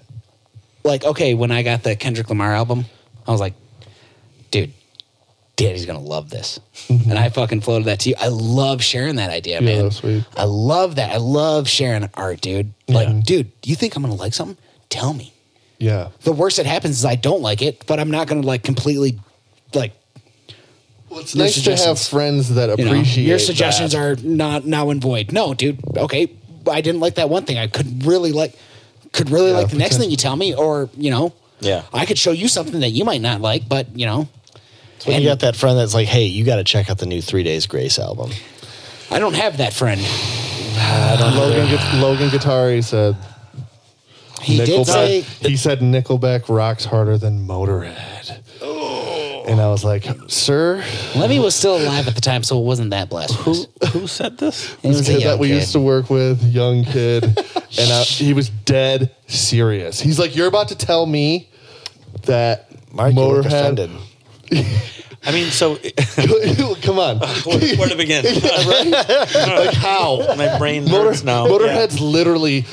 like okay when I got the Kendrick Lamar album I was like dude Daddy's gonna love this and I fucking floated that to you I love sharing that idea Mm-hmm. Yeah, man that's sweet. I love that I love sharing art dude like Yeah. dude you think I'm gonna like something tell me yeah. the worst that happens is I don't like it but I'm not gonna like completely like Well, it's Your nice to have suggestions. friends that you know, appreciate your suggestions that. are not now in void. No, dude. Okay, I didn't like that one thing. I could really like, could really like the next pretend- thing you tell me, or you know, Yeah. I could show you something that you might not like, but you know, When And- you got that friend that's like, "Hey, you got to check out the new Three Days Grace album." I don't have that friend. Logan, Gu- Logan Guitari said He did say, Nickelback. he said Nickelback rocks harder than Motorhead. Oh. And I was like, sir, Lemmy was still alive at the time, so it wasn't that blasphemous. Who said this? He was this a kid young that we kid. used to work with, young kid, and I, he was dead serious. He's like, you're about to tell me that Mark, you look Motorhead. offended. I mean, so Come on, where, where to begin? like how? My brain Motor- hurts now. Yeah. Motorhead's literally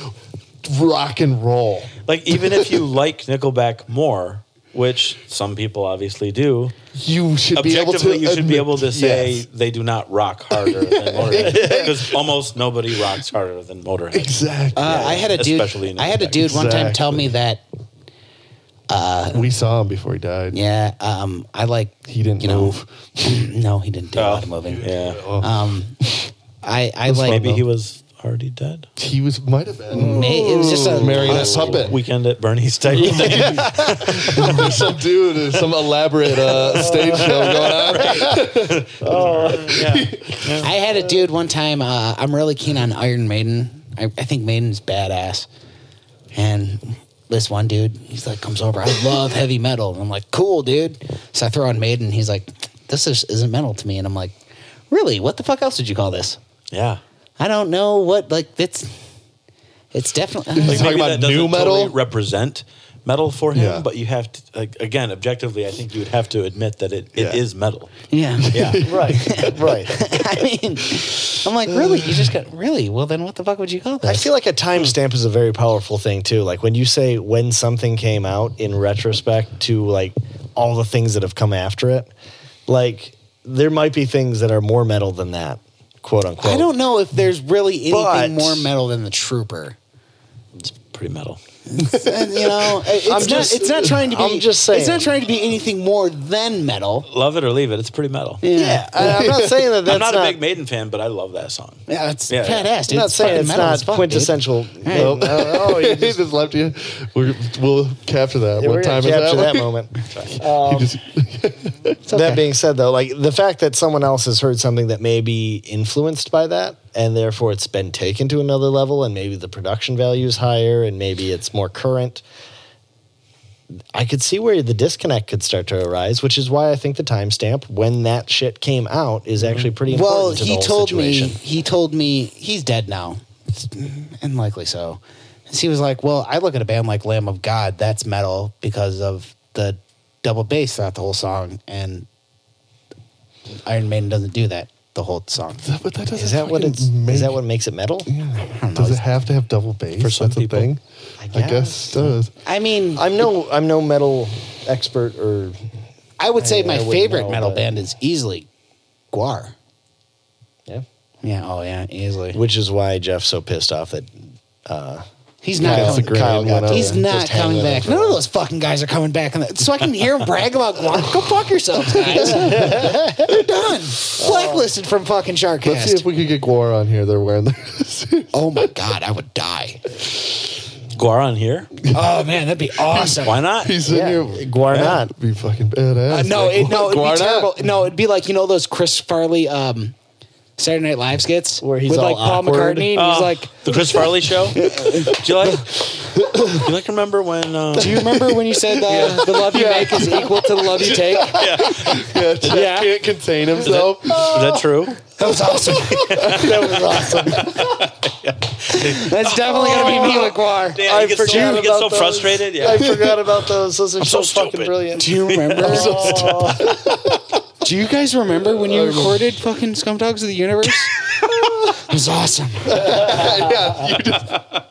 rock and roll. Like even if you like Nickelback more, which some people obviously do, You should be able to. objectively you should be admit- able to say Yes. they do not rock harder than Motorhead because almost nobody rocks harder than Motorhead. exactly. Uh, I had a dude. especially in I had a Nickelback. dude one time tell me that. we saw him before he died. Yeah, um, I like. He didn't you know, move. Oh, No, he didn't do a lot of moving. Yeah. Um, I I like. Maybe he was already dead. He was might have been May, it was just a marionette puppet. Weekend at Bernie's type of thing. some dude in some elaborate uh, stage show going on. Yeah. I had a dude one time. Uh, I'm really keen on Iron Maiden. I, I think Maiden's badass. And this one dude, he's like, comes over. I love heavy metal. And I'm like, cool, dude. So I throw on Maiden. He's like, this is, isn't metal to me. And I'm like, really? What the fuck else would you call this? Yeah. I don't know what. Like it's, it's definitely. uh, Talking Maybe about that doesn't new metal? totally represent metal for him, Yeah. but you have to like, again objectively. I think you would have to admit that it, it is Yeah. metal. Yeah. Yeah, Right, right. I mean, I'm like, really? You just got, really? Well, then what the fuck would you call this? I feel like a timestamp is a very powerful thing too. Like when you say when something came out in retrospect to like all the things that have come after it, like there might be things that are more metal than that, quote unquote. I don't know if there's really anything But- more metal than the Trooper. it's pretty metal. And, you know, it's, I'm not, just- it's not trying to be. I'm just It's saying. not trying to be anything more than metal. Love it or leave it. It's pretty metal. Yeah, I, am not saying that. That's I'm not, a big Maiden fan, but I love that song. Yeah, it's Yeah, yeah. badass, dude. I'm not It's saying fucking it's metal not as fuck, dude. quintessential. No, no, no, you he just, left you. We're, we'll capture that. We're what gonna time is that? capture that moment. He just- That being said, though, like the fact that someone else has heard something that may be influenced by that, and therefore it's been taken to another level, and maybe the production value is higher, and maybe it's more current. I could see where the disconnect could start to arise, which is why I think the timestamp when that shit came out is actually pretty important Mm-hmm. Well, to the he whole told situation. me. He told me he's dead now, and likely so. And he was like, "Well, I look at a band like Lamb of God. That's metal because of the double bass throughout the whole song, and Iron Maiden doesn't do that the whole song. but that doesn't Is that what fucking it's? make- Is that what makes it metal? Does it have to have double bass? For some That's people. a thing. I guess, it does. I mean, I'm no, I'm no metal expert or I would say I- my I wouldn't favorite know, metal but- band is easily Guar. yeah. Yeah. Oh yeah, easily. Which is why Jeff's so pissed off that He's not Kyle's coming. the great Kyle one got- out he's there. not Just hanging coming out back. for None a of while. those fucking guys are coming back on that. So I can hear him brag about Guar. Go fuck yourselves, guys. They're done. Blacklisted from fucking Let's see if Sharkcast. we could get Guar on here. They're wearing their. oh my god, I would die. Guar on here? Oh man, that'd be awesome. Why not? He's in here. Guar Yeah, not. be fucking badass. Uh, no, Like, it, no, it'd Guar not. be terrible. No, it'd be like you know those Chris Farley um, Saturday Night Live skits Where he's with all like Paul awkward. Oh. McCartney, and he's Uh, like. the Chris Farley show. Do you like? You like remember when? Uh, Do you remember when you said uh, the love you make is equal to the love you take? Yeah, Jeff Yeah. can't contain himself. is that true? That was awesome. That was awesome. That's definitely gonna be me with Guar. Yeah, I you get so, forgot you get so about those. frustrated. Yeah. I forgot about those. Those are so, so fucking stupid. brilliant. Do you remember? Do you guys remember when you recorded fucking Scum Dogs of the Universe? it was awesome.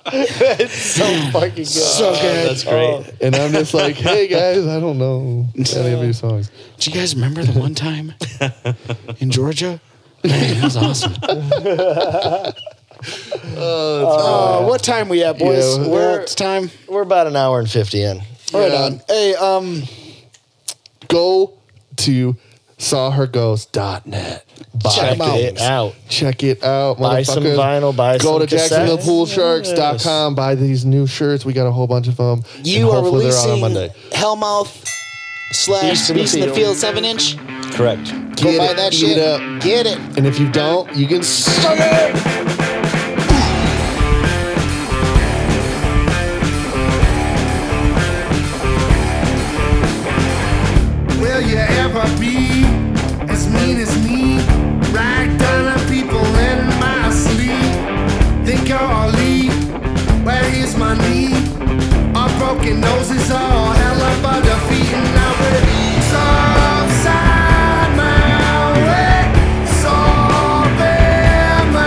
Oh fucking god. So uh, good. That's great. And I'm just like, hey guys, I don't know any of these songs. Do you guys remember the one time in Georgia? Man, that was awesome. Uh, what time we at, boys? Yeah, We're we're- it's time. We're about an hour and fifty in. Right Yeah. on. Hey, um, Go to sawherghost.net. Buy Check 'em out. it Out. Check it out. Buy some motherfucker. vinyl, buy Go some to cassettes. jacksonvillepoolsharks.com. Buy these new shirts. We got a whole bunch of them. you and are hopefully they're releasing on a Monday. Hellmouth slash Beast in the Beast in the Field. Field seven inch. Oh. Correct. Go Get buy it, that eat shit. up. Get it. And if you don't, you can suck it. Will you ever be as mean as me? Rag down on people in my sleep. Think I'll leave? Where is my knee? Our broken noses all hell up our defeat, and now we're soft side my way, solve my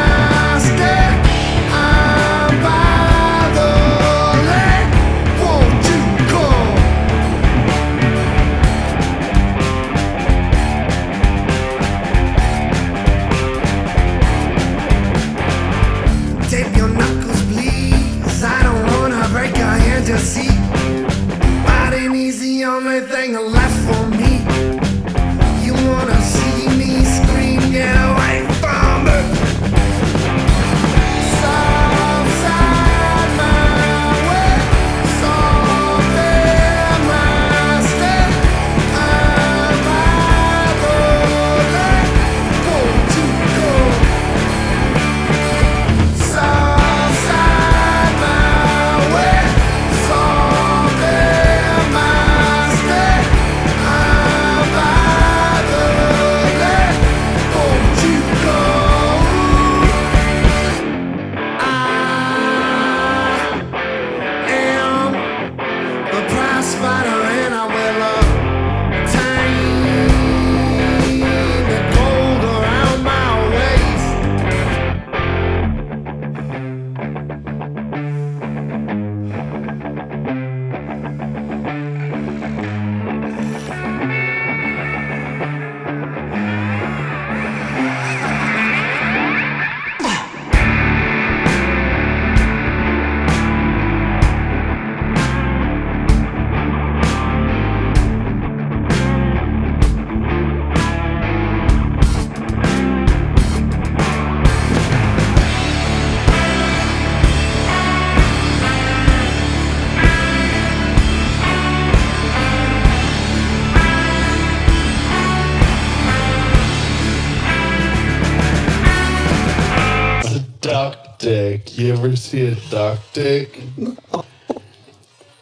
dick. You ever see a duck dick?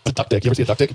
A duck dick. You ever see a duck dick?